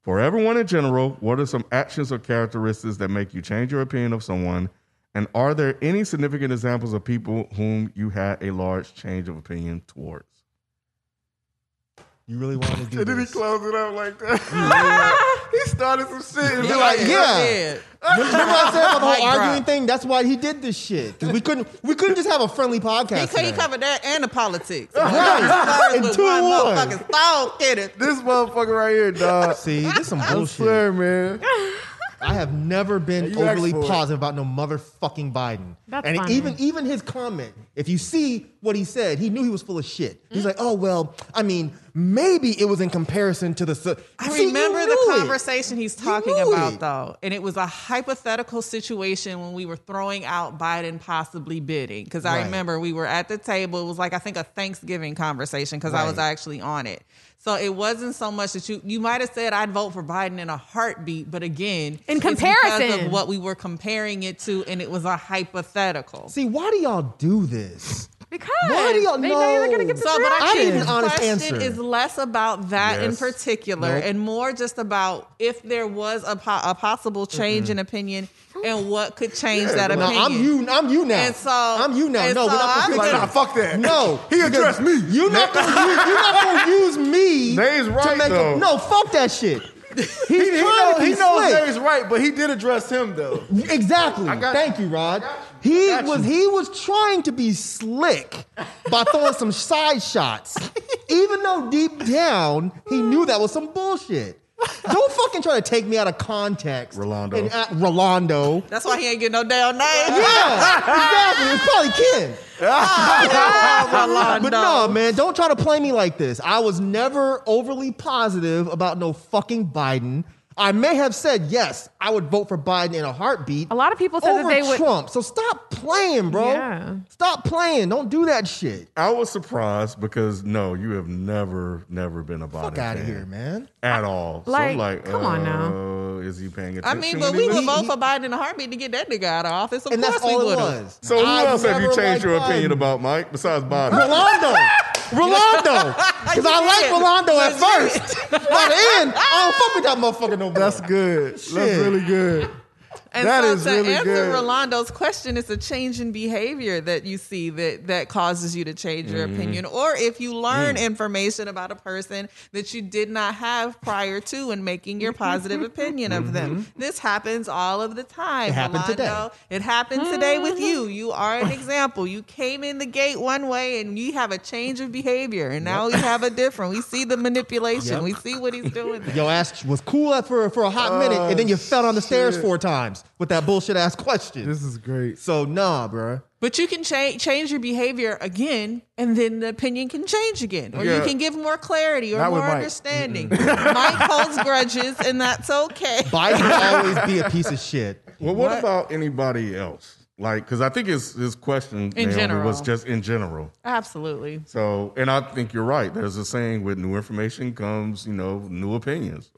Speaker 6: For everyone in general, what are some actions or characteristics that make you change your opinion of someone? And are there any significant examples of people whom you had a large change of opinion towards?
Speaker 7: You really wanted to
Speaker 12: <laughs>
Speaker 7: do
Speaker 12: And then he
Speaker 7: this.
Speaker 12: closed it up like
Speaker 7: <laughs>
Speaker 12: that. <laughs> he started some shit and be like,
Speaker 7: yeah. Remember what I said about the whole
Speaker 4: Mike
Speaker 7: arguing
Speaker 4: dropped.
Speaker 7: thing? That's why he did this shit. 'Cause we couldn't we couldn't just have a friendly
Speaker 4: He
Speaker 7: podcast.
Speaker 4: could he
Speaker 7: today.
Speaker 4: covered that and the politics.
Speaker 7: Right.
Speaker 4: He
Speaker 7: And
Speaker 4: was
Speaker 7: two
Speaker 4: one
Speaker 7: one.
Speaker 4: motherfucking thought in it.
Speaker 12: this motherfucker right here, dog.
Speaker 7: See, this is some
Speaker 12: I
Speaker 7: bullshit.
Speaker 12: swear, man.
Speaker 7: I have never been
Speaker 12: You asked
Speaker 7: overly
Speaker 12: for it.
Speaker 7: positive about no motherfucking Biden.
Speaker 3: That's
Speaker 7: and
Speaker 3: fine.
Speaker 7: even even his comment
Speaker 6: If you see what he said, he knew he was full of shit. He's like, oh well, I mean, maybe it was in comparison to the. Su-
Speaker 4: I
Speaker 6: See, you
Speaker 4: remember the
Speaker 6: knew it.
Speaker 4: conversation he's talking
Speaker 6: knew
Speaker 4: about,
Speaker 6: it.
Speaker 4: though. And it was a hypothetical situation when we were throwing out Biden possibly bidding. Because I
Speaker 23: Right.
Speaker 4: remember we were at the table. It was like, I think, a Thanksgiving conversation because I was
Speaker 23: Right.
Speaker 4: actually on it. So it wasn't so much that you you might have said I'd vote for Biden in a heartbeat, but again,
Speaker 3: In
Speaker 4: it's because
Speaker 3: comparison.
Speaker 4: of what we were comparing it to, and it was a hypothetical.
Speaker 6: See, why do y'all do this?
Speaker 3: Because
Speaker 6: Why do y'all they know you're gonna get the
Speaker 4: so, but I
Speaker 6: trash? I
Speaker 4: think
Speaker 6: need
Speaker 4: the
Speaker 6: an honest
Speaker 4: question
Speaker 6: answer.
Speaker 4: is less about that in
Speaker 6: Yes.
Speaker 4: particular
Speaker 6: Nope.
Speaker 4: and more just about if there was a, po- a possible change in opinion and what could change
Speaker 6: Yeah,
Speaker 4: that
Speaker 6: no,
Speaker 4: opinion.
Speaker 6: I'm you. I'm you now.
Speaker 4: And so I'm
Speaker 6: you now. No, we're not gonna like, nah, fuck that. No,
Speaker 12: He addressed
Speaker 6: me. You're not gonna use,
Speaker 4: <laughs>
Speaker 6: you're not gonna use me.
Speaker 12: Nays right,
Speaker 6: to
Speaker 12: <laughs>
Speaker 6: make
Speaker 12: though.
Speaker 6: A, no, fuck that shit. He's <laughs> he,
Speaker 12: He,
Speaker 6: trying
Speaker 12: know,
Speaker 6: to
Speaker 12: he
Speaker 6: be
Speaker 12: knows
Speaker 6: slick.
Speaker 12: Nays right, but he did address him though.
Speaker 6: Exactly. Thank you, Rod. He was he <laughs> was trying to be slick by throwing some side shots,
Speaker 7: <laughs>
Speaker 6: even though deep down he knew that was some bullshit. Don't fucking try to take me out of context. Rolando. And, uh, Rolando.
Speaker 4: That's why he ain't getting no damn name.
Speaker 6: Yeah, exactly. It's probably Ken. but no, man, don't try to play me like this. I was never overly positive about no fucking Biden. I may have said yes, I would vote for Biden in a heartbeat. A
Speaker 3: lot of people said that they would-
Speaker 6: Trump. So stop playing, bro.
Speaker 3: Yeah.
Speaker 6: Stop playing. Don't do that shit.
Speaker 7: I was surprised because no, you have never, never been a Biden.
Speaker 6: Fuck outta
Speaker 7: fan
Speaker 6: here, man.
Speaker 7: At all. so
Speaker 4: like,
Speaker 7: I'm like, uh,
Speaker 4: come
Speaker 6: uh,
Speaker 4: on
Speaker 7: now. Is he paying
Speaker 4: I
Speaker 7: attention?
Speaker 4: mean,
Speaker 7: when
Speaker 4: but
Speaker 7: he
Speaker 4: we would
Speaker 7: listens?
Speaker 4: vote for Biden in a heartbeat to get that nigga out of office. Of
Speaker 6: And
Speaker 4: course
Speaker 6: that's all
Speaker 4: we
Speaker 6: it
Speaker 4: would
Speaker 6: was.
Speaker 7: So who
Speaker 6: I've
Speaker 7: else have you
Speaker 6: never
Speaker 7: changed your
Speaker 6: liked
Speaker 7: opinion
Speaker 6: Biden.
Speaker 7: about, Mike? Besides Biden,
Speaker 4: <laughs>
Speaker 6: Rolando. Rolando. Because I like Rolando at first. By the end, I don't fuck with that motherfucker no more. That's
Speaker 12: good. That's really good.
Speaker 4: And
Speaker 12: That
Speaker 4: so
Speaker 12: is
Speaker 4: to
Speaker 12: really
Speaker 4: answer
Speaker 12: good.
Speaker 4: Rolando's question, it's a change in behavior that you see that that causes you to change your
Speaker 6: Mm-hmm.
Speaker 23: Mhm.
Speaker 4: opinion, or if you learn
Speaker 23: Mm.
Speaker 4: information about a person that you did not have prior to and making your
Speaker 6: <laughs>
Speaker 4: positive opinion of them.
Speaker 6: Mm-hmm.
Speaker 4: This happens all of the time.
Speaker 23: It happened today.
Speaker 4: Rolando. It happened today with
Speaker 6: Mm-hmm.
Speaker 4: you. You are an example. You came in the gate one way and you have a change of behavior, and now you have a different. We see the manipulation.
Speaker 6: Yep.
Speaker 4: We see what he's doing.
Speaker 6: Your ass was cool at for, for a hot minute, and
Speaker 7: Uh,
Speaker 6: then you fell on the stairs four times with that bullshit ass question. This
Speaker 12: is great.
Speaker 6: So nah, bruh.
Speaker 4: But you can cha- change your behavior again, and then the opinion can change again, or
Speaker 6: Yeah.
Speaker 4: you can give more clarity or
Speaker 6: Not with
Speaker 4: more
Speaker 6: Mike.
Speaker 4: understanding. <laughs> Mike holds grudges, and that's okay.
Speaker 6: <laughs> Biden will always be a piece of shit.
Speaker 7: Well, what,
Speaker 4: What?
Speaker 7: about anybody else? Like, because I think his his question Naomi,
Speaker 4: general.
Speaker 7: was just in general.
Speaker 4: Absolutely.
Speaker 7: So, and I think you're right. There's a saying with new information comes, you know, new opinions.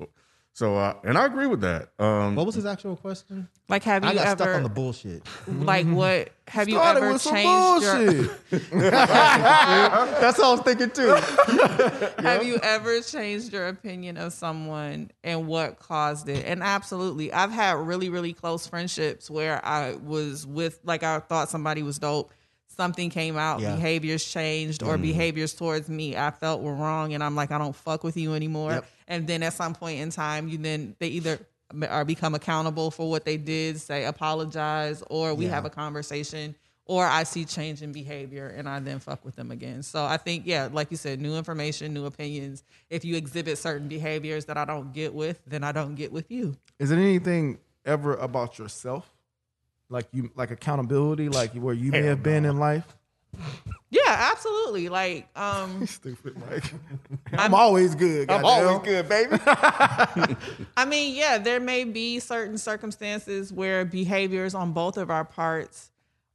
Speaker 7: So, uh, and I agree with that. Um,
Speaker 6: What was his actual question?
Speaker 4: Like, have
Speaker 6: I
Speaker 4: you
Speaker 6: got stuck
Speaker 4: ever-
Speaker 6: on the bullshit.
Speaker 4: Like what? Have you
Speaker 6: Started
Speaker 4: ever
Speaker 6: with some
Speaker 4: changed your?
Speaker 6: bullshit.
Speaker 4: <laughs>
Speaker 6: That's what I was thinking too.
Speaker 4: <laughs> Have you ever changed your opinion of someone and what caused it? And absolutely, I've had really, really close friendships where I was with, like, I thought somebody was dope. Something came out,
Speaker 23: Yeah.
Speaker 4: behaviors changed, or
Speaker 23: Mm.
Speaker 4: behaviors towards me I felt were wrong, and I'm like, I don't fuck with you anymore. And then at some point in time, you then they either are become accountable for what they did, say apologize, or we
Speaker 23: Yeah.
Speaker 4: have a conversation or I see change in behavior and I then fuck with them again. So I think, yeah, like you said, new information, new opinions. If you exhibit certain behaviors that I don't get with, then I don't get with you.
Speaker 12: Is it anything ever about yourself? Like you like accountability, like where you may have been in life?
Speaker 4: Yeah, absolutely. Like, um,
Speaker 12: Stupid Mike. I'm,
Speaker 7: Oh,
Speaker 12: always good.
Speaker 4: I'm
Speaker 12: goddamn.
Speaker 4: always
Speaker 12: Oh, good, baby.
Speaker 4: I mean, yeah, there may be certain circumstances where behaviors on both of our parts,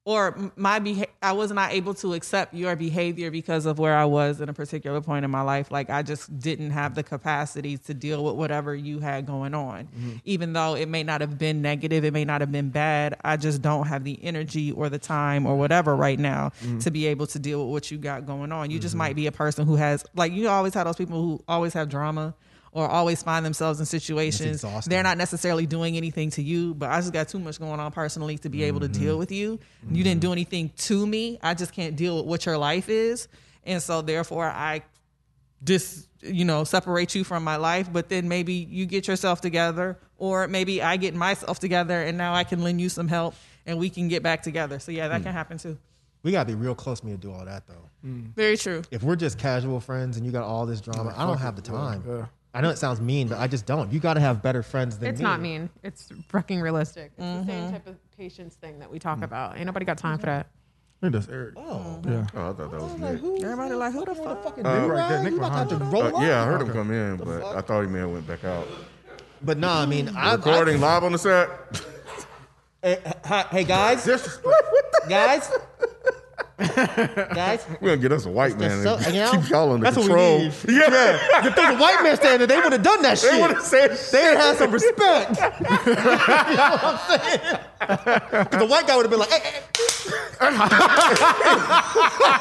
Speaker 4: or m- my beha- I was not able to accept your behavior because of where I was in a particular point in my life. Like I just didn't have the capacity to deal with whatever you had going on,
Speaker 23: Mhm.
Speaker 4: even though it may not have been negative, it may not have been bad. I just don't have the energy or the time or whatever right now
Speaker 23: Mhm.
Speaker 4: to be able to deal with what you got going on. You just might be a person who has like you always have those people who always have drama. Or always find themselves in situations
Speaker 23: exhausting.
Speaker 4: they're not necessarily doing anything to you, but I just got too much going on personally to be able to deal with you. You didn't do anything to me. I just can't deal with what your life is. And so therefore I dis you know, separate you from my life, but then maybe you get yourself together or maybe I get myself together and now I can lend you some help and we can get back together. So yeah, that
Speaker 6: Hmm.
Speaker 4: can happen too.
Speaker 6: We gotta be real close to me to do all that though.
Speaker 12: Mm.
Speaker 4: Very true.
Speaker 6: If we're just casual friends and you got all this drama, I don't
Speaker 4: fuck
Speaker 6: have the
Speaker 4: it,
Speaker 6: time.
Speaker 4: bro. Yeah.
Speaker 6: I know it sounds mean, but I just don't. You gotta have better friends than
Speaker 3: It's
Speaker 6: me.
Speaker 3: not mean. It's fucking realistic. It's the same type of patience thing that we talk about. Ain't nobody got time for that.
Speaker 7: think that's Eric.
Speaker 6: Oh.
Speaker 7: yeah. Oh, I thought that was Nick.
Speaker 4: Everybody like, who the fuck?
Speaker 6: fucking
Speaker 7: Uh,
Speaker 6: dude right there? Nick
Speaker 7: Uh,
Speaker 6: behind you. roll up?
Speaker 7: yeah, I heard him
Speaker 6: Okay.
Speaker 7: come in, but I thought he may have went back out.
Speaker 6: But no, I mean, I-
Speaker 7: recording
Speaker 6: I- <laughs>
Speaker 7: live on the set.
Speaker 6: Hey, hi- hey, guys. guys. guys.
Speaker 7: We're gonna get us a white man.
Speaker 6: So,
Speaker 7: and
Speaker 6: you know,
Speaker 7: keep y'all under
Speaker 6: that's
Speaker 7: control.
Speaker 6: What we need.
Speaker 7: <laughs>
Speaker 6: Yeah. If there's a white man standing there, they would have done that
Speaker 7: They
Speaker 6: shit.
Speaker 7: would've said
Speaker 6: They would have had some respect. <laughs> you know what I'm saying? 'Cause the white guy would have been like, hey, hey, <laughs>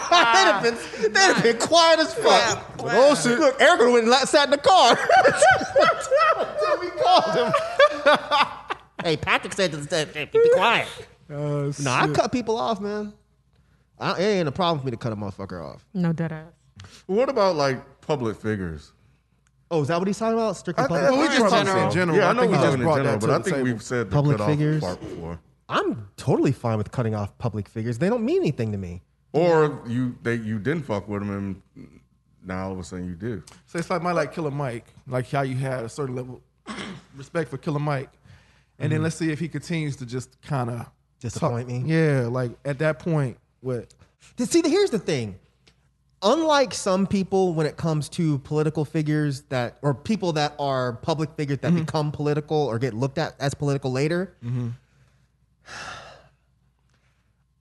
Speaker 6: hey. they'd, have been, they'd have been quiet as fuck. Oh, shit. Look, Eric would have sat in the car. <laughs> Until we called him. hey, Patrick said this, that- hey, be quiet. no, I
Speaker 7: shit.
Speaker 6: cut people off, man. I, it ain't a problem for me to cut a motherfucker off.
Speaker 3: No dead ass.
Speaker 7: What about like public figures?
Speaker 6: Oh, is that what he's talking about? Strictly public.
Speaker 7: I think we're talking in general. Yeah, I know we're talking in general, but I think we've said the
Speaker 6: public
Speaker 7: cut off
Speaker 6: figures.
Speaker 7: part before.
Speaker 6: I'm totally fine with cutting off public figures. They don't mean anything to me.
Speaker 7: Or you they you didn't fuck with him, and now all of a sudden you do.
Speaker 12: So it's like my like Killer Mike, like how you had a certain level <clears throat> respect for Killer Mike, and then
Speaker 6: Mhm.
Speaker 12: let's see if he continues to just kind of
Speaker 6: Disappoint me.
Speaker 12: Yeah, like at that point, what?
Speaker 6: See, here's the thing. Unlike some people, when it comes to political figures that, or people that are public figures that become political or get looked at as political later,
Speaker 12: Mm-hmm.
Speaker 6: <sighs>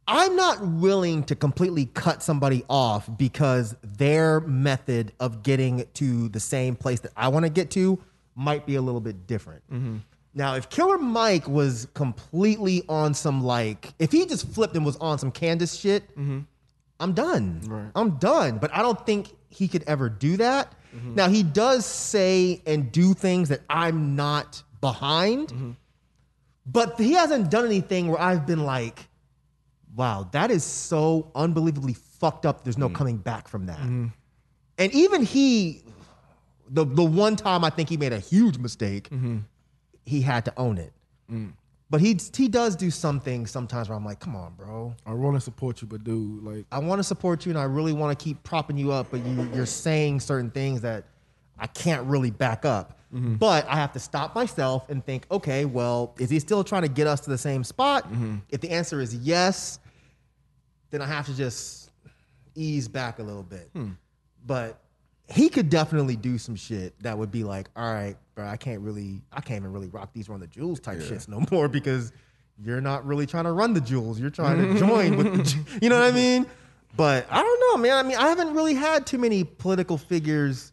Speaker 6: I'm not willing to completely cut somebody off because their method of getting to the same place that I want to get to might be a little bit different. Now, if Killer Mike was completely on some like, if he just flipped and was on some Candace shit, I'm done. I'm done. But I don't think he could ever do that. Now, he does say and do things that I'm not behind, but he hasn't done anything where I've been like, wow, that is so unbelievably fucked up. There's no coming back from that. And even he, the, the one time I think he made a huge mistake, he had to own it. But he he does do some things sometimes where I'm like, come on, bro.
Speaker 12: I want to support you, but dude, like
Speaker 6: I want to support you and I really want to keep propping you up, but you you're saying certain things that I can't really back up.
Speaker 12: Mm-hmm.
Speaker 6: But I have to stop myself and think, okay, well, is he still trying to get us to the same spot?
Speaker 12: Mm-hmm.
Speaker 6: If the answer is yes, then I have to just ease back a little bit.
Speaker 12: Hmm.
Speaker 6: But he could definitely do some shit that would be like, all right, bro, I can't really, I can't even really rock these run the jewels type shits no more because you're not really trying to run the jewels. You're trying
Speaker 7: <laughs>
Speaker 6: to join with, the, Ju- you know what I mean? But I don't know, man. I mean, I haven't really had too many political figures.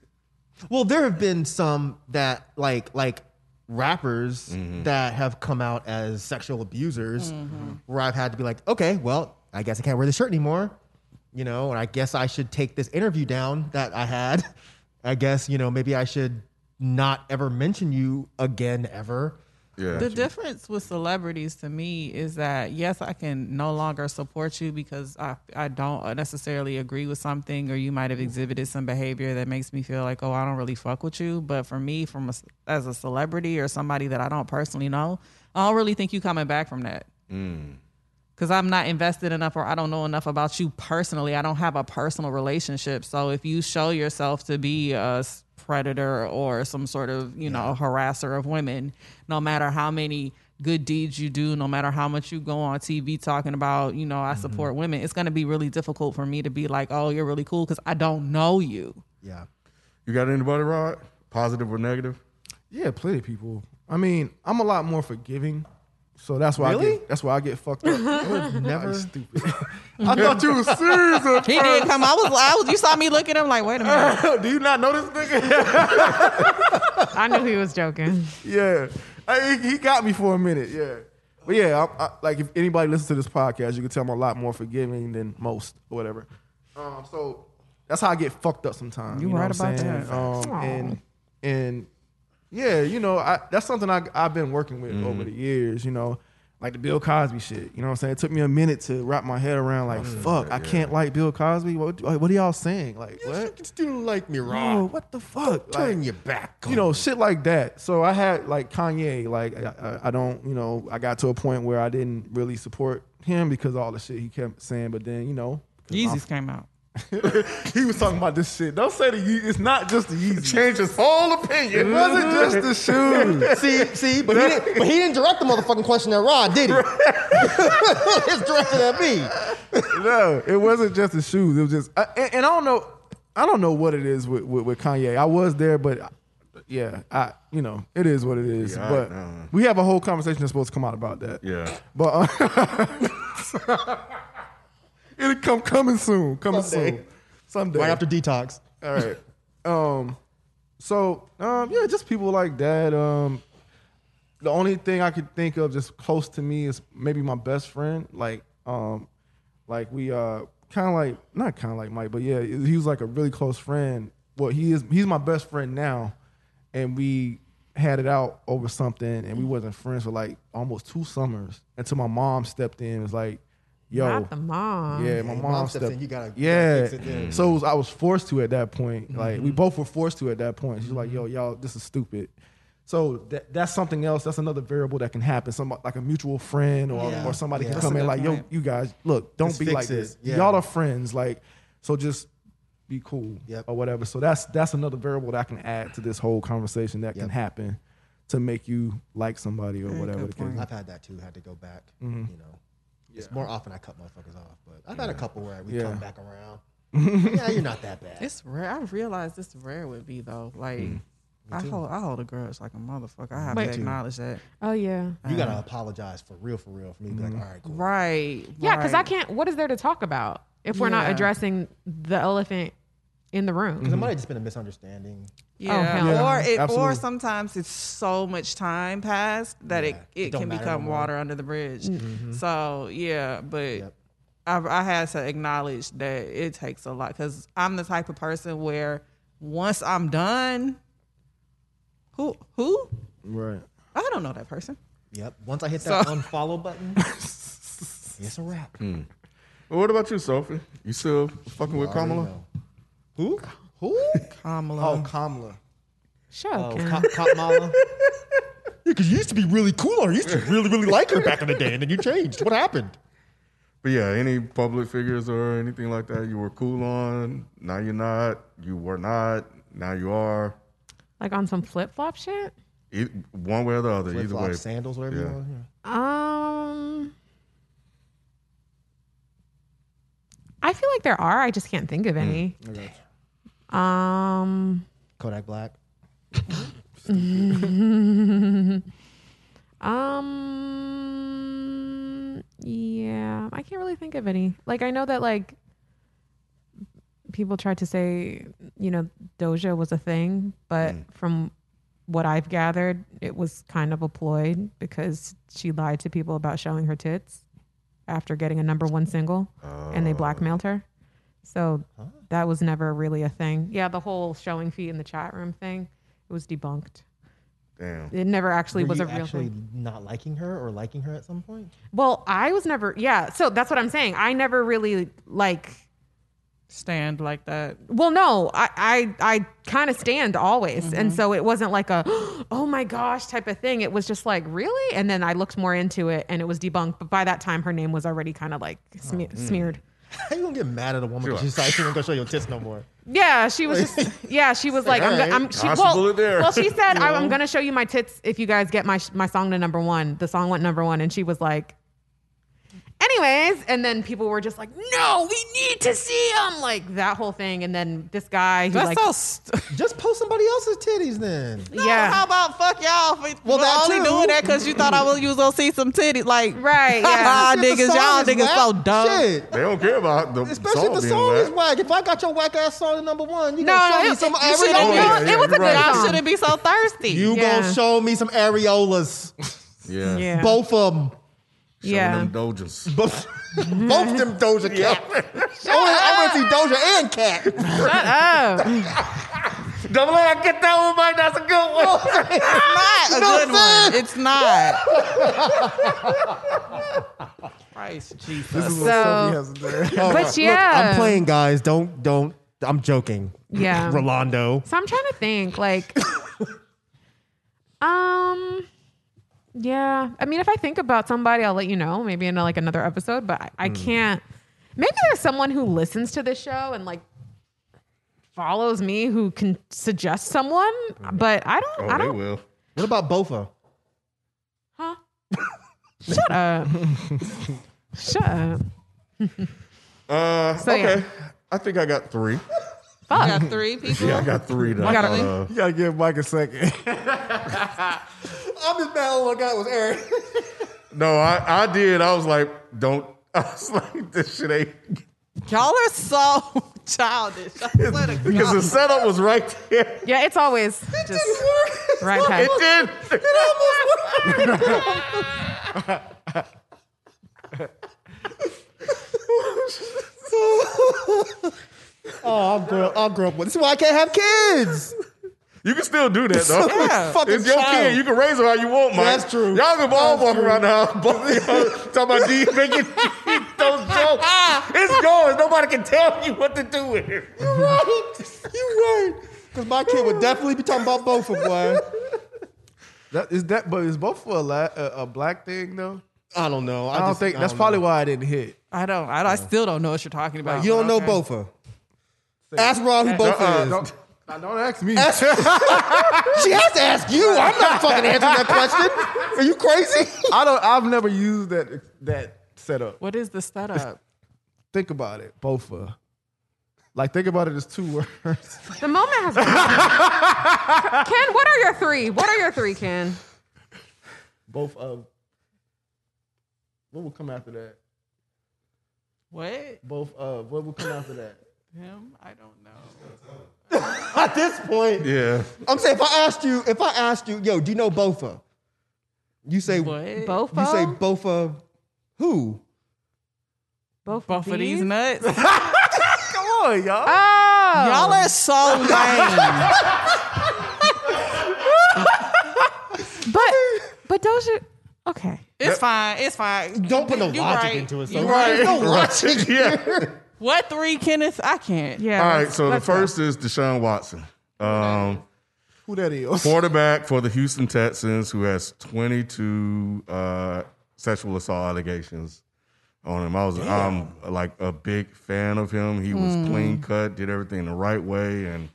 Speaker 6: Well, there have been some that like like rappers that have come out as sexual abusers, where I've had to be like, okay, well, I guess I can't wear this shirt anymore you know, and I guess I should take this interview down that I had. I guess, you know, maybe I should not ever mention you again ever.
Speaker 7: Yeah.
Speaker 4: The difference with celebrities to me is that yes, I can no longer support you because I I don't necessarily agree with something, or you might have exhibited some behavior that makes me feel like oh I don't really fuck with you. But for me, from a, as a celebrity or somebody that I don't personally know, I don't really think you coming back from that because I'm not invested enough or I don't know enough about you personally. I don't have a personal relationship. So if you show yourself to be a s- predator or some sort of, you know, harasser of women, no matter how many good deeds you do, no matter how much you go on TV talking about, you know,
Speaker 12: Mm-hmm.
Speaker 4: I support women, it's going to be really difficult for me to be like, oh, you're really cool because I don't know you.
Speaker 6: Yeah.
Speaker 7: You got anybody, Rod? Positive or negative?
Speaker 12: Yeah, plenty of people. I mean, I'm a lot more forgiving, so that's why I
Speaker 7: Really?
Speaker 12: get, that's why I get fucked
Speaker 6: <laughs>
Speaker 12: up.
Speaker 6: I would've never-
Speaker 12: Like,
Speaker 6: <laughs>
Speaker 12: stupid. I thought you were serious. <laughs> At
Speaker 4: He did
Speaker 12: first.
Speaker 4: come. I was, I was, you saw me looking at him like, wait a minute.
Speaker 12: Do you not know this nigga?
Speaker 3: I knew he was joking.
Speaker 12: yeah, I, he he got me for a minute. Yeah, but yeah, I, I, like if anybody listens to this podcast, you can tell I'm a lot more forgiving than most or whatever. Um, so that's how I get fucked up sometimes.
Speaker 4: You
Speaker 12: Uh, know
Speaker 4: right
Speaker 12: what I'm
Speaker 4: about
Speaker 12: saying?
Speaker 4: that.
Speaker 12: Um,
Speaker 4: Aw.
Speaker 12: and and yeah, you know, I, that's something I I've been working with over the years. You know. Like the Bill Cosby shit, you know what I'm saying? It took me a minute to wrap my head <laughs> around. Like,
Speaker 7: Mm,
Speaker 12: fuck, I can't like Bill Cosby. What, what are y'all saying? Like, what?
Speaker 6: still like me,
Speaker 12: Bro, what the fuck?
Speaker 6: Turn
Speaker 12: Like,
Speaker 6: your back.
Speaker 12: you know, shit like that. So I had like Kanye, like I, I, I don't, you know, I got to a point where I didn't really support him because all the shit he kept saying. But then, you know,
Speaker 4: Yeezys came out.
Speaker 12: <laughs> he was talking about this shit. Don't say the Yeezys. It's not just the Yeezys. Change
Speaker 7: his whole opinion.
Speaker 12: It wasn't just the shoes.
Speaker 6: see, see, but he, didn't, but he didn't direct the motherfucking question at Rod, did he? it's directed at me.
Speaker 12: no, it wasn't just the shoes. It was just, I, and, and I don't know, I don't know what it is with, with, with Kanye. I was there, but yeah, I you know it is what it is.
Speaker 7: Yeah, I
Speaker 12: but
Speaker 7: know.
Speaker 12: we have a whole conversation that's supposed to come out about that.
Speaker 7: Yeah.
Speaker 12: But uh, <laughs> it'll come coming soon. Coming
Speaker 6: Someday.
Speaker 12: soon. Someday.
Speaker 6: Right after detox.
Speaker 12: All right. Um. So um yeah, just people like that. Um. The only thing I could think of just close to me is maybe my best friend. Like um, like we uh kind of like not kind of like Mike, but yeah, he was like a really close friend. Well, he is he's my best friend now, and we had it out over something, and we wasn't friends for like almost two summers until my mom stepped in. and was like, <laughs> yo,
Speaker 3: Not the mom.
Speaker 12: yeah, my mom, stepped
Speaker 6: in, you gotta- you
Speaker 12: yeah.
Speaker 6: gotta fix it
Speaker 7: Mm-hmm.
Speaker 6: then.
Speaker 12: So it was, I was forced to at that point. Like we
Speaker 6: Mhm.
Speaker 12: both were forced to at that point. She's
Speaker 7: Mm-hmm.
Speaker 12: like, "Yo, y'all, this is stupid." So that, that's something else. That's another variable that can happen. Some like a mutual friend or,
Speaker 6: Yeah.
Speaker 12: or somebody
Speaker 6: Yeah.
Speaker 12: can
Speaker 6: That's
Speaker 12: come
Speaker 6: a
Speaker 12: in
Speaker 6: good
Speaker 12: like, "Yo,
Speaker 6: point.
Speaker 12: you guys, look, don't
Speaker 6: Let's
Speaker 12: be
Speaker 6: fix
Speaker 12: like
Speaker 6: it.
Speaker 12: this.
Speaker 6: Yeah.
Speaker 12: Y'all are friends. Like, so just be cool or whatever." So that's that's another variable that I can add to this whole conversation that can
Speaker 6: Yep.
Speaker 12: happen to make you like somebody or whatever. The case.
Speaker 6: I've had that too. Had to go back.
Speaker 12: Mhm.
Speaker 6: You know, it's more often I cut motherfuckers off, but I've had a
Speaker 4: Yeah.
Speaker 6: couple where we
Speaker 12: Yeah.
Speaker 6: come
Speaker 12: <laughs>
Speaker 6: back around. yeah, you're not that bad.
Speaker 4: It's rare. I realize it's rare with me though. Like
Speaker 6: Mm. Me
Speaker 4: I
Speaker 6: too.
Speaker 4: hold I hold a grudge like a motherfucker. I have
Speaker 6: Me
Speaker 4: to
Speaker 6: too.
Speaker 4: acknowledge that.
Speaker 3: Oh yeah.
Speaker 6: You gotta
Speaker 4: Uh,
Speaker 6: apologize for real, for real, for me. to Be
Speaker 12: Mm-hmm.
Speaker 6: like, all right, cool.
Speaker 4: Right.
Speaker 3: Yeah, because I
Speaker 4: right.
Speaker 3: can't. What is there to talk about if we're not
Speaker 4: Yeah.
Speaker 3: addressing the elephant in the room?
Speaker 6: Because it might have just been a misunderstanding.
Speaker 4: Yeah.
Speaker 3: Oh, hell no.
Speaker 4: or it or
Speaker 3: Absolutely.
Speaker 4: sometimes it's so much time passed that
Speaker 6: Yeah.
Speaker 4: it,
Speaker 6: It
Speaker 4: it
Speaker 6: don't
Speaker 4: can
Speaker 6: matter
Speaker 4: become
Speaker 6: no more.
Speaker 4: water under the bridge.
Speaker 3: Mm-hmm.
Speaker 6: Mhm.
Speaker 4: So yeah, but I I had to acknowledge that it takes a lot because I'm the type of person where once I'm done, who who
Speaker 12: Right.
Speaker 4: I don't know that person.
Speaker 6: Yep. Once I hit that
Speaker 4: So-
Speaker 6: unfollow
Speaker 12: <laughs>
Speaker 6: button, it's a wrap.
Speaker 7: Well, what about you, Sophie? You still fucking with
Speaker 6: You already
Speaker 7: Kamala?
Speaker 6: know.
Speaker 7: Who?
Speaker 12: Who?
Speaker 4: Kamala.
Speaker 6: Oh, Kamala.
Speaker 3: Shut
Speaker 6: Oh, Ka- <laughs> Kamala. Because you used to be really cool. Or you used to really, really like her back in the day, and then you changed. What happened?
Speaker 7: But <laughs> yeah, any public figures or anything like that you were cool on, now you're not, you were not, now you are.
Speaker 3: Like on some flip flop shit.
Speaker 7: It, one way or the other, either way.
Speaker 6: Flip-flops, sandals, whatever you want.
Speaker 3: Um, I feel like there are. I just can't think of any.
Speaker 6: I got you. Mm.
Speaker 3: Um,
Speaker 6: Kodak Black.
Speaker 3: um, yeah, I can't really think of any. Like I know that like people tried to say, you know, Doja was a thing, but from what I've gathered, it was kind of a ploy because she lied to people about showing her tits after getting a number one single and they blackmailed her. So that was never really a thing. Yeah, the whole showing feet in the chat room thing, it was debunked.
Speaker 7: Damn.
Speaker 3: It never actually
Speaker 6: Were
Speaker 3: was
Speaker 6: you
Speaker 3: a real
Speaker 6: actually
Speaker 3: thing.
Speaker 6: Not liking her or liking her at some point.
Speaker 3: Well, I was never, yeah. So that's what I'm saying. I never really like.
Speaker 4: Stand like that.
Speaker 3: Well, no, I I, I kind of stand always, and so it wasn't like a, <gasps> oh my gosh type of thing. It was just like really, and then I looked more into it, and it was debunked. But by that time, her name was already kind of like sme-
Speaker 6: Oh, hmm.
Speaker 3: smeared.
Speaker 6: How you gonna get mad at a woman? 'cause She's like, she won't go show your tits no more.
Speaker 7: <laughs>
Speaker 3: Yeah, she was
Speaker 6: <laughs>
Speaker 3: just. Yeah, she was like, I'm,
Speaker 6: Alright.
Speaker 3: go- I'm she,
Speaker 6: Dodged the
Speaker 3: well,
Speaker 6: bullet there.
Speaker 3: well,
Speaker 6: <laughs>
Speaker 3: she said,
Speaker 6: You
Speaker 3: I,
Speaker 6: know?
Speaker 3: I'm gonna show you my tits if you guys get my sh- my song to number one. The song went number one, and she was like, anyways, and then people were just like, no, we need to see him, like that whole thing, and then this guy who
Speaker 6: That's
Speaker 3: like,
Speaker 4: <laughs>
Speaker 6: so Just post somebody else's titties then.
Speaker 3: yeah,
Speaker 4: How about fuck y'all? For, well,
Speaker 6: Well, that
Speaker 4: only
Speaker 6: too.
Speaker 4: doing that because you thought I was you was gonna see some titties. Like
Speaker 3: right?
Speaker 6: <laughs>
Speaker 4: yeah.
Speaker 6: Especially if the
Speaker 4: niggas, y'all
Speaker 6: song is
Speaker 4: niggas so
Speaker 6: whack.
Speaker 4: dumb.
Speaker 6: Shit.
Speaker 7: They don't care about the
Speaker 6: Especially if the
Speaker 7: song
Speaker 6: song
Speaker 7: being
Speaker 6: is
Speaker 7: whack.
Speaker 6: whack. If I got your whack ass song at number one, you
Speaker 3: No,
Speaker 6: gonna show
Speaker 3: it-
Speaker 6: me some
Speaker 3: you shouldn't-
Speaker 7: Oh, yeah,
Speaker 6: areolas.
Speaker 7: yeah, It was a you're good right.
Speaker 4: Y'all shouldn't be so thirsty.
Speaker 6: You gonna show me some areolas.
Speaker 7: <laughs> Yeah.
Speaker 3: Yeah.
Speaker 6: Both of them.
Speaker 3: yeah.
Speaker 7: Them Dojas.
Speaker 6: <laughs> Both, both them Doja Cat. I want to see Doja and Cat.
Speaker 3: Shut up.
Speaker 7: Double A, I get that one, Mike. That's a good one.
Speaker 4: Not a good one. It's not. Christ Jesus.
Speaker 12: This is what
Speaker 3: So-
Speaker 12: Sophie has done.
Speaker 3: <laughs>
Speaker 6: Oh,
Speaker 3: But
Speaker 6: look,
Speaker 3: yeah.
Speaker 6: I'm playing, guys. Don't, don't. I'm joking.
Speaker 3: Yeah.
Speaker 6: Rolando.
Speaker 3: So I'm trying to think, like, um, yeah. I mean, if I think about somebody, I'll let you know. Maybe in like another episode, but I,
Speaker 4: Hmm.
Speaker 3: I can't. Maybe there's someone who listens to this show and like follows me who can suggest someone, but I don't. I
Speaker 7: Oh, they
Speaker 3: don't.
Speaker 7: will.
Speaker 6: What about Bofa?
Speaker 4: Oh,
Speaker 3: <laughs> Huh? Shut up. Shut up.
Speaker 6: Uh,
Speaker 4: So,
Speaker 6: okay.
Speaker 4: yeah.
Speaker 6: I think I got three.
Speaker 4: Fuck. got three people.
Speaker 6: Yeah, I got three. That,
Speaker 30: You gotta,
Speaker 6: uh,
Speaker 30: you gotta give Mike a
Speaker 6: <laughs>
Speaker 30: second.
Speaker 31: I'm just mad all I got was Eric.
Speaker 6: no, I, I did. I was like, don't. <laughs> I was like, this shit ain't.
Speaker 4: Y'all are so <laughs> childish. I swear to
Speaker 6: Because the
Speaker 4: God.
Speaker 6: setup was right there.
Speaker 3: Yeah, it's always just right past.
Speaker 6: It did.
Speaker 4: It almost worked.
Speaker 31: <laughs> Oh, I'll grow, I'll grow up with. This is why I can't have kids.
Speaker 6: You can still do that <laughs> though.
Speaker 31: Yeah. Fucking
Speaker 6: it's your
Speaker 31: child.
Speaker 6: kid. You can raise her how you want, Mike.
Speaker 31: That's true.
Speaker 6: Y'all can all
Speaker 31: That's
Speaker 6: walk
Speaker 31: true.
Speaker 6: around the house, <laughs> both of y'all talking about D making those
Speaker 30: <laughs>
Speaker 6: jokes. It's yours. Nobody can tell you what to do with it.
Speaker 31: You're right. You're right. Because my kid would definitely be talking about both of boy.
Speaker 30: That is that, but is both for a, la- a, a black thing though?
Speaker 31: I don't know.
Speaker 30: I,
Speaker 31: I
Speaker 30: don't
Speaker 31: just-
Speaker 30: think
Speaker 31: I
Speaker 30: that's
Speaker 31: don't
Speaker 30: probably why I didn't hit.
Speaker 4: I don't. I, I still don't know what you're talking about.
Speaker 31: You don't
Speaker 4: but
Speaker 31: know
Speaker 4: okay.
Speaker 31: both of. Ask Ron who
Speaker 4: Uh,
Speaker 31: both
Speaker 4: uh,
Speaker 31: is.
Speaker 4: don't-
Speaker 30: Now, don't ask me.
Speaker 31: Ask- <laughs> she has to ask you. I'm
Speaker 30: <laughs>
Speaker 31: not fucking answering that question. Are you crazy?
Speaker 30: I don't. I've never used that that setup.
Speaker 4: What is the setup?
Speaker 30: Think about it, both of. Like think about it as two words. <laughs>
Speaker 3: The moment has passed. Ken, what are your three? What are your three, Ken?
Speaker 30: both of. What will come after that?
Speaker 4: What?
Speaker 30: Both
Speaker 31: uh,
Speaker 30: of. What will come after that?
Speaker 4: Him? I don't know.
Speaker 31: <laughs> At this point,
Speaker 6: Yeah.
Speaker 31: I'm saying if I asked you, if I asked you, yo, do you know Bofa? You say
Speaker 3: Bofa?
Speaker 31: You say Bofa. Who?
Speaker 3: Both,
Speaker 4: Both of these nuts.
Speaker 30: Come on, y'all.
Speaker 3: Oh.
Speaker 4: Y'all
Speaker 31: <laughs>
Speaker 4: are so lame.
Speaker 3: But but Doja. Okay.
Speaker 4: It's fine. It's fine.
Speaker 31: Don't put no
Speaker 4: You
Speaker 31: logic
Speaker 4: right.
Speaker 31: into it. So
Speaker 4: You right.
Speaker 31: There's no
Speaker 6: Right.
Speaker 31: logic
Speaker 6: <laughs> Yeah.
Speaker 31: here.
Speaker 4: What three, Kenneth? I can't.
Speaker 3: Yeah.
Speaker 6: All right. So the first is Deshaun Watson, um,
Speaker 30: Who that is?
Speaker 6: quarterback for the Houston Texans, who has 22 uh, sexual assault allegations on him. I was um, like a big fan of him. He was clean cut, did everything the right way, and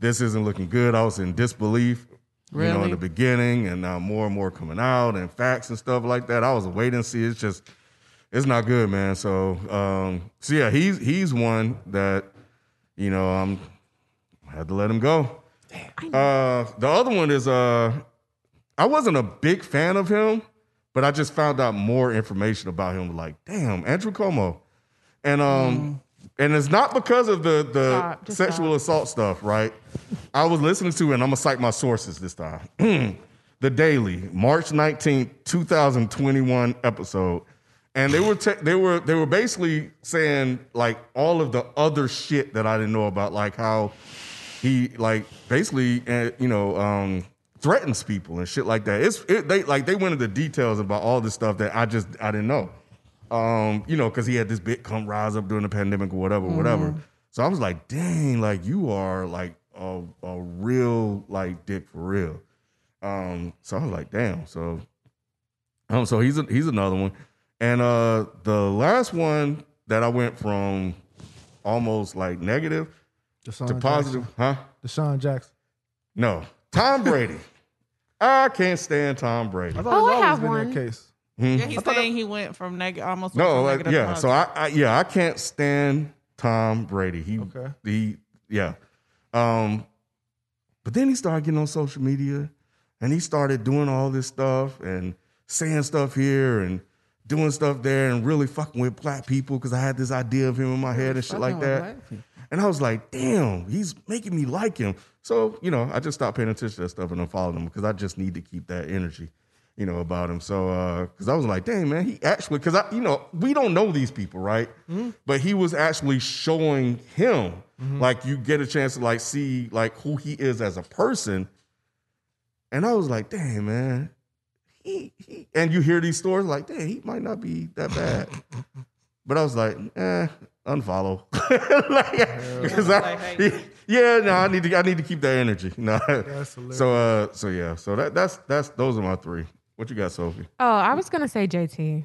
Speaker 6: this isn't looking good. I was in disbelief. You know, in
Speaker 4: Really?
Speaker 6: the beginning, and now more and more coming out, and facts and stuff like that. I was waiting to see. It's just it's not good, man. So, um, so yeah, he's he's one that you know I'm had to let him go. Uh, the other one is uh, I wasn't a big fan of him, but I just found out more information about him. Like, damn, Andrew Como, and um, and it's not because of the the
Speaker 3: Mm. Stop, just
Speaker 6: sexual assault stuff, right? I was listening to, and I'm gonna cite my sources this time. <clears throat> the Daily, March 19th, 2021 episode, and they were te- they were they were basically saying like all of the other shit that I didn't know about, like how he like basically uh, you know um, threatens people and shit like that. It's it, they like they went into details about all this stuff that I just I didn't know. Um, you know, because he had this big come rise up during the pandemic or whatever, whatever. So I was like, dang, like you are like a, a real like dick for real. Um, so I was like, damn. So, um, so he's a, he's another one, and uh, the last one that I went from almost like negative
Speaker 30: Deshaun
Speaker 6: to positive, huh?
Speaker 30: Deshaun Jackson.
Speaker 6: No, Tom Brady. <laughs> I can't stand Tom Brady.
Speaker 30: I thought
Speaker 3: Oh,
Speaker 30: it's
Speaker 3: I
Speaker 30: always
Speaker 3: have
Speaker 30: been
Speaker 3: one.
Speaker 30: that case.
Speaker 6: Hmm?
Speaker 4: Yeah, he's saying he went from neg- almost went
Speaker 6: No,
Speaker 4: from
Speaker 6: uh,
Speaker 4: negative
Speaker 6: yeah.
Speaker 4: to
Speaker 6: So I, I, yeah, I can't stand Tom Brady. He,
Speaker 30: Okay.
Speaker 6: he, yeah. Um, but then he started getting on social media, and he started doing all this stuff and saying stuff here and doing stuff there and really fucking with black people because I had this idea of him in my head and shit like that. And I was like, damn, he's making me like him. So, you know, I just stopped paying attention to that stuff and unfollowed him because I just need to keep that energy, you know, about him. So, uh, because I was like, dang, man, he actually, because I, you know, we don't know these people, right? But he was actually showing him, like, you get a chance to, like, see, like, who he is as a person. And I was like, dang, man. He, he, and you hear these stories like, dang, he might not be that <laughs> bad. but I was like, eh, unfollow. <laughs> Like, 'cause I-
Speaker 4: Like, hey.
Speaker 6: yeah, no, I need to I need to keep that energy. <laughs> No.
Speaker 30: hilarious.
Speaker 6: so uh so yeah. So that that's that's those are my three. What you got, Sophie?
Speaker 3: Oh, I was gonna say JT.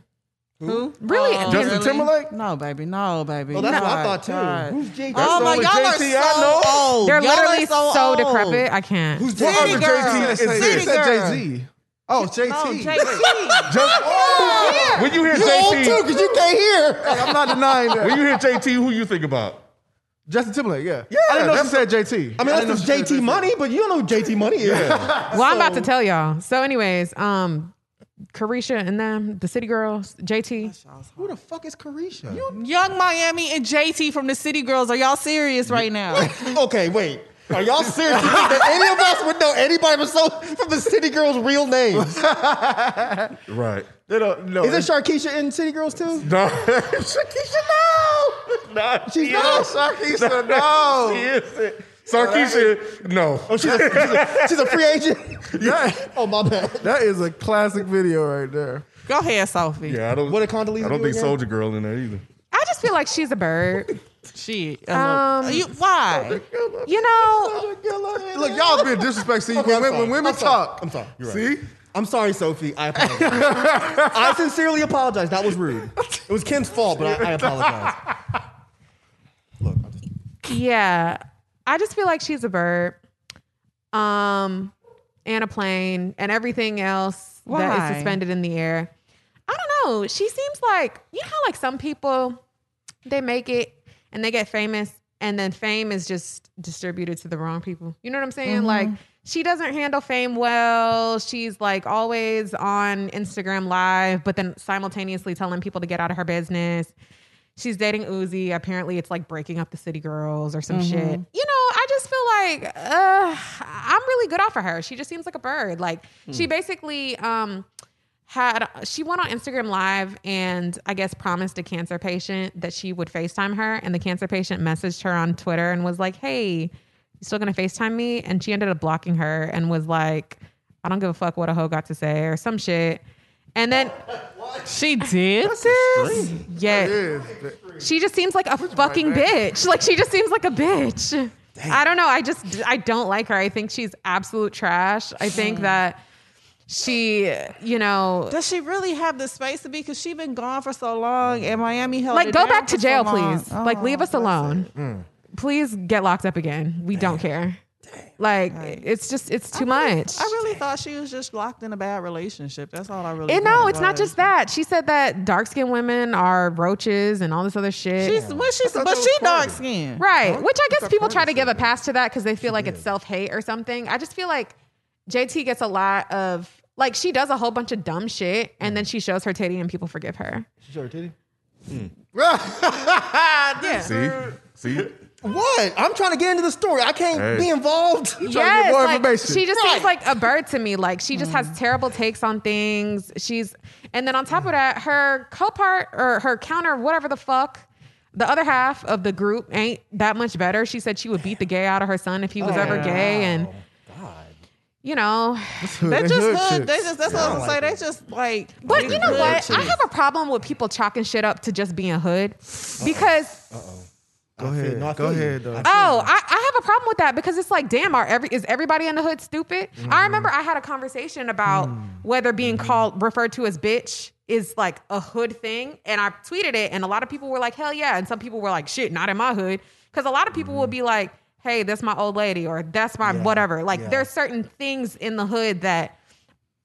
Speaker 4: Who?
Speaker 3: Really?
Speaker 4: Oh,
Speaker 6: Justin
Speaker 4: really?
Speaker 6: Timberlake?
Speaker 4: No, baby. No, baby.
Speaker 31: Well, Oh, that's what I
Speaker 4: God,
Speaker 31: thought too.
Speaker 4: God.
Speaker 31: Who's JT?
Speaker 4: Oh my,
Speaker 6: only
Speaker 4: y'all are
Speaker 6: JT I know.
Speaker 4: so old.
Speaker 3: They're
Speaker 4: Y'all
Speaker 3: literally
Speaker 4: are so,
Speaker 3: so
Speaker 4: old.
Speaker 3: decrepit. I can't.
Speaker 31: Who's
Speaker 4: City
Speaker 31: JT?
Speaker 4: girl.
Speaker 6: JT
Speaker 30: Say-
Speaker 6: City
Speaker 30: say
Speaker 4: girl.
Speaker 30: Jay-Z.
Speaker 12: Oh, JT. Oh,
Speaker 3: JT.
Speaker 12: Just, oh,
Speaker 7: When you hear
Speaker 12: You
Speaker 7: JT,
Speaker 12: old too, 'cause you can't hear. Hey, I'm not denying that.
Speaker 7: When you hear JT, who you think about?
Speaker 12: Justin Timberlake, yeah.
Speaker 7: Yeah,
Speaker 12: I didn't know she
Speaker 7: that's-
Speaker 12: said JT.
Speaker 6: I mean, that's just JT money, but you don't know who JT money is.
Speaker 3: Well, I'm about to tell y'all. So, anyways, um, Carisha and them, the City Girls, JT.
Speaker 6: Who the fuck is Carisha?
Speaker 4: Young Miami and JT from the City Girls. Are y'all serious right now?
Speaker 31: <laughs>
Speaker 6: okay, wait. Are y'all serious? You think that any of us would know anybody from, so, from the City Girls' real names?
Speaker 7: <laughs> Right.
Speaker 12: They don't, no,
Speaker 6: is it Sharkeisha in City Girls too?
Speaker 7: <laughs> No.
Speaker 6: Sharkeisha,
Speaker 7: no. no
Speaker 6: She's
Speaker 7: she
Speaker 6: not.
Speaker 7: is.
Speaker 12: Sarkeesian, no.
Speaker 7: She isn't. Sarkeesian, no.
Speaker 6: Oh, she's a, she's a, she's a free agent.
Speaker 7: <laughs>
Speaker 12: That,
Speaker 6: Oh my bad.
Speaker 12: that is a classic video right there.
Speaker 4: Go ahead, Sophie.
Speaker 7: Yeah, I don't.
Speaker 6: What did Condoleezza
Speaker 7: I don't
Speaker 6: do
Speaker 7: think
Speaker 6: again?
Speaker 7: Soldier Girl in there either.
Speaker 3: I just feel like she's a bird.
Speaker 4: She.
Speaker 3: Um,
Speaker 4: Uh, you, why?
Speaker 3: You know,
Speaker 12: Look, y'all been disrespectful.
Speaker 6: Okay,
Speaker 12: when,
Speaker 6: I'm sorry.
Speaker 12: when women
Speaker 6: I'm sorry.
Speaker 12: talk,
Speaker 6: I'm sorry. You're right.
Speaker 12: see,
Speaker 6: I'm sorry, Sophie.
Speaker 12: <laughs>
Speaker 6: I apologize. I sincerely apologize. That was rude. It was Kim's fault, but I, I apologize.
Speaker 12: <laughs>
Speaker 6: Look, I'm just,
Speaker 3: yeah, I just feel like she's a bird. Um, and a plane and everything else that
Speaker 4: Why?
Speaker 3: is suspended in the air. I don't know. She seems like you know how like some people they make it and they get famous and then fame is just distributed to the wrong people. You know what I'm saying? Like she doesn't handle fame well. She's like always on Instagram live, but then simultaneously telling people to get out of her business. She's dating Uzi. Apparently, it's like breaking up the city girls or some shit. You know, I just feel like uh, I'm really good off of her. She just seems like a bird. Like she basically um, had she went on Instagram Live and I guess promised a cancer patient that she would FaceTime her, and the cancer patient messaged her on Twitter and was like, "Hey, you still gonna FaceTime me?" And she ended up blocking her and was like, "I don't give a fuck what a hoe got to say" or some shit. And then
Speaker 4: She did.
Speaker 3: yeah,
Speaker 6: <laughs>
Speaker 3: she just seems like a fucking bitch. Like she just seems like a bitch. I don't know. I just I don't like her. I think she's absolute trash. I think that she, you know,
Speaker 4: Does she really have the space to be? Because she been gone for so long, and Miami held
Speaker 3: like
Speaker 4: it
Speaker 3: go
Speaker 4: down
Speaker 3: back to
Speaker 4: for so
Speaker 3: jail,
Speaker 4: long.
Speaker 3: please.
Speaker 4: Oh,
Speaker 3: Like leave us alone. Please get locked up again. We don't care. Like it's just it's too much.
Speaker 4: I really thought she was just locked in a bad relationship. That's all I really.
Speaker 3: And no,
Speaker 4: thought it
Speaker 3: it's not
Speaker 4: was.
Speaker 3: just that. She said that dark skinned women are roaches and all this other shit.
Speaker 4: She's well, she's but she dark skinned.
Speaker 3: Right. Which I guess people try to give a pass to that because they feel like it's self hate or something. I just feel like JT gets a lot of like she does a whole bunch of dumb shit and then she shows her titty and people forgive her.
Speaker 6: she showed her titty.
Speaker 7: See, see,
Speaker 6: What? I'm trying to get into the story. I can't
Speaker 7: Hey.
Speaker 6: be involved.
Speaker 3: Yes,
Speaker 12: more
Speaker 3: like,
Speaker 12: information. Mm.
Speaker 3: she just seems
Speaker 6: Right.
Speaker 3: like a bird to me. Like she just has terrible takes on things. She's and then on top of that, her copart or her counter, whatever the fuck, the other half of the group ain't that much better. She said she would beat the gay out of her son if he was ever gay, and you know,
Speaker 4: They just
Speaker 12: Oh, hood
Speaker 4: hood. They
Speaker 12: chicks.
Speaker 4: just that's what I'm saying. They just like.
Speaker 3: But
Speaker 4: big
Speaker 3: you know
Speaker 4: hood
Speaker 3: what? I
Speaker 4: chicks.
Speaker 3: have a problem with people chalking shit up to just being hood because oh,
Speaker 6: Go ahead. No, I
Speaker 12: Go
Speaker 6: feel you.
Speaker 12: ahead, though.
Speaker 6: I-
Speaker 3: I, I have a problem with that because it's like, damn, are every is everybody in the hood stupid?
Speaker 6: Mm-hmm.
Speaker 3: I remember I had a conversation about
Speaker 6: Mm.
Speaker 3: whether being called referred to as bitch is like a hood thing, and I tweeted it, and a lot of people were like, hell yeah, and some people were like, shit, not in my hood, because a lot of people will
Speaker 6: Mm-hmm.
Speaker 3: be like, hey, that's my old lady, or that's my whatever. Like, there's certain things in the hood that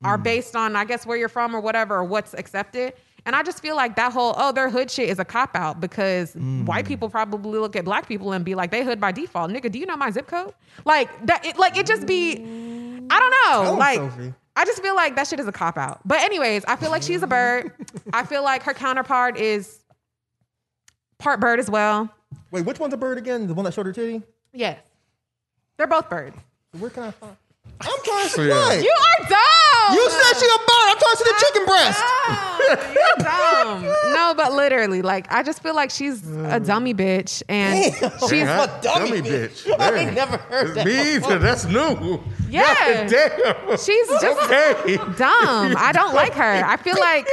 Speaker 3: are
Speaker 6: Mm.
Speaker 3: based on, I guess, where you're from or whatever, or what's accepted. And I just feel like that whole, oh, their hood shit is a cop out because
Speaker 6: Mm.
Speaker 3: white people probably look at black people and be like, they hood by default. Nigga, do you know my zip code? Like that, it, like it just be, I don't know.
Speaker 6: Tell 'em,
Speaker 3: Oh, like,
Speaker 6: Sophie.
Speaker 3: I just feel like that shit is a cop out. But, anyways, I feel like she's a bird. I feel like her counterpart is part bird as well.
Speaker 6: Wait, which one's a bird again? The one that showed her titty?
Speaker 3: Yes. They're both birds.
Speaker 6: Where can I find? I'm trying to see.
Speaker 7: yeah.
Speaker 6: what?
Speaker 3: You are dumb.
Speaker 6: You said she a bird. I'm trying to see the chicken breast.
Speaker 3: Dumb.
Speaker 6: <laughs>
Speaker 3: You're dumb. <laughs> Mm. No, but literally, like I just feel like she's a dummy bitch, and <laughs> she's
Speaker 7: Huh?
Speaker 6: a dummy bitch. I
Speaker 7: Damn.
Speaker 6: ain't never heard that
Speaker 7: Me
Speaker 6: before.
Speaker 7: either. That's new.
Speaker 3: Yeah.
Speaker 7: God damn.
Speaker 3: she's
Speaker 6: <laughs>
Speaker 3: just
Speaker 7: okay.
Speaker 3: dumb. I <laughs> don't like her. I feel
Speaker 6: <laughs>
Speaker 3: like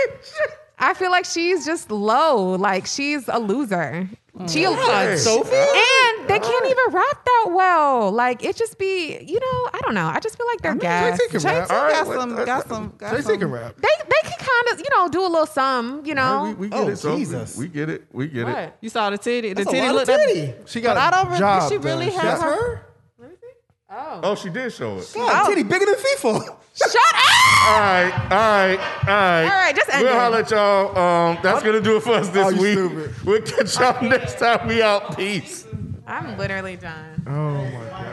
Speaker 3: I feel like she's just low. Like she's a loser. She
Speaker 6: God, Sophie.
Speaker 3: and they can't even rap that well. Like it just be, you know, I don't know. I just feel like they're gas.
Speaker 12: JT can
Speaker 4: JT
Speaker 12: rap. All right,
Speaker 4: got
Speaker 12: what-
Speaker 4: some. Got some. Got
Speaker 12: JT
Speaker 4: some.
Speaker 12: can rap.
Speaker 3: They they can kind of, you know, do a little some, you know.
Speaker 7: We, we get
Speaker 6: Oh,
Speaker 7: it. So
Speaker 6: Jesus.
Speaker 7: We get it. We get it.
Speaker 3: What?
Speaker 4: You saw the titty. The
Speaker 6: That's a
Speaker 4: titty
Speaker 6: lot of
Speaker 4: looked.
Speaker 6: titty.
Speaker 12: She got.
Speaker 4: But I
Speaker 12: a
Speaker 4: don't re-
Speaker 12: job,
Speaker 4: she really
Speaker 12: done. She
Speaker 4: has
Speaker 12: got-
Speaker 4: her-
Speaker 6: Her?
Speaker 7: Oh, she did show it.
Speaker 6: God, titty bigger than FIFA.
Speaker 3: Shut up!
Speaker 6: All right, all right, all right.
Speaker 3: All right, just end
Speaker 6: We'll
Speaker 3: it.
Speaker 6: holler at y'all. Um, that's going to do it for us this
Speaker 3: Oh, you
Speaker 6: week. <laughs> We'll catch y'all next time. We out. Peace.
Speaker 3: I'm literally done.
Speaker 6: Oh, my God.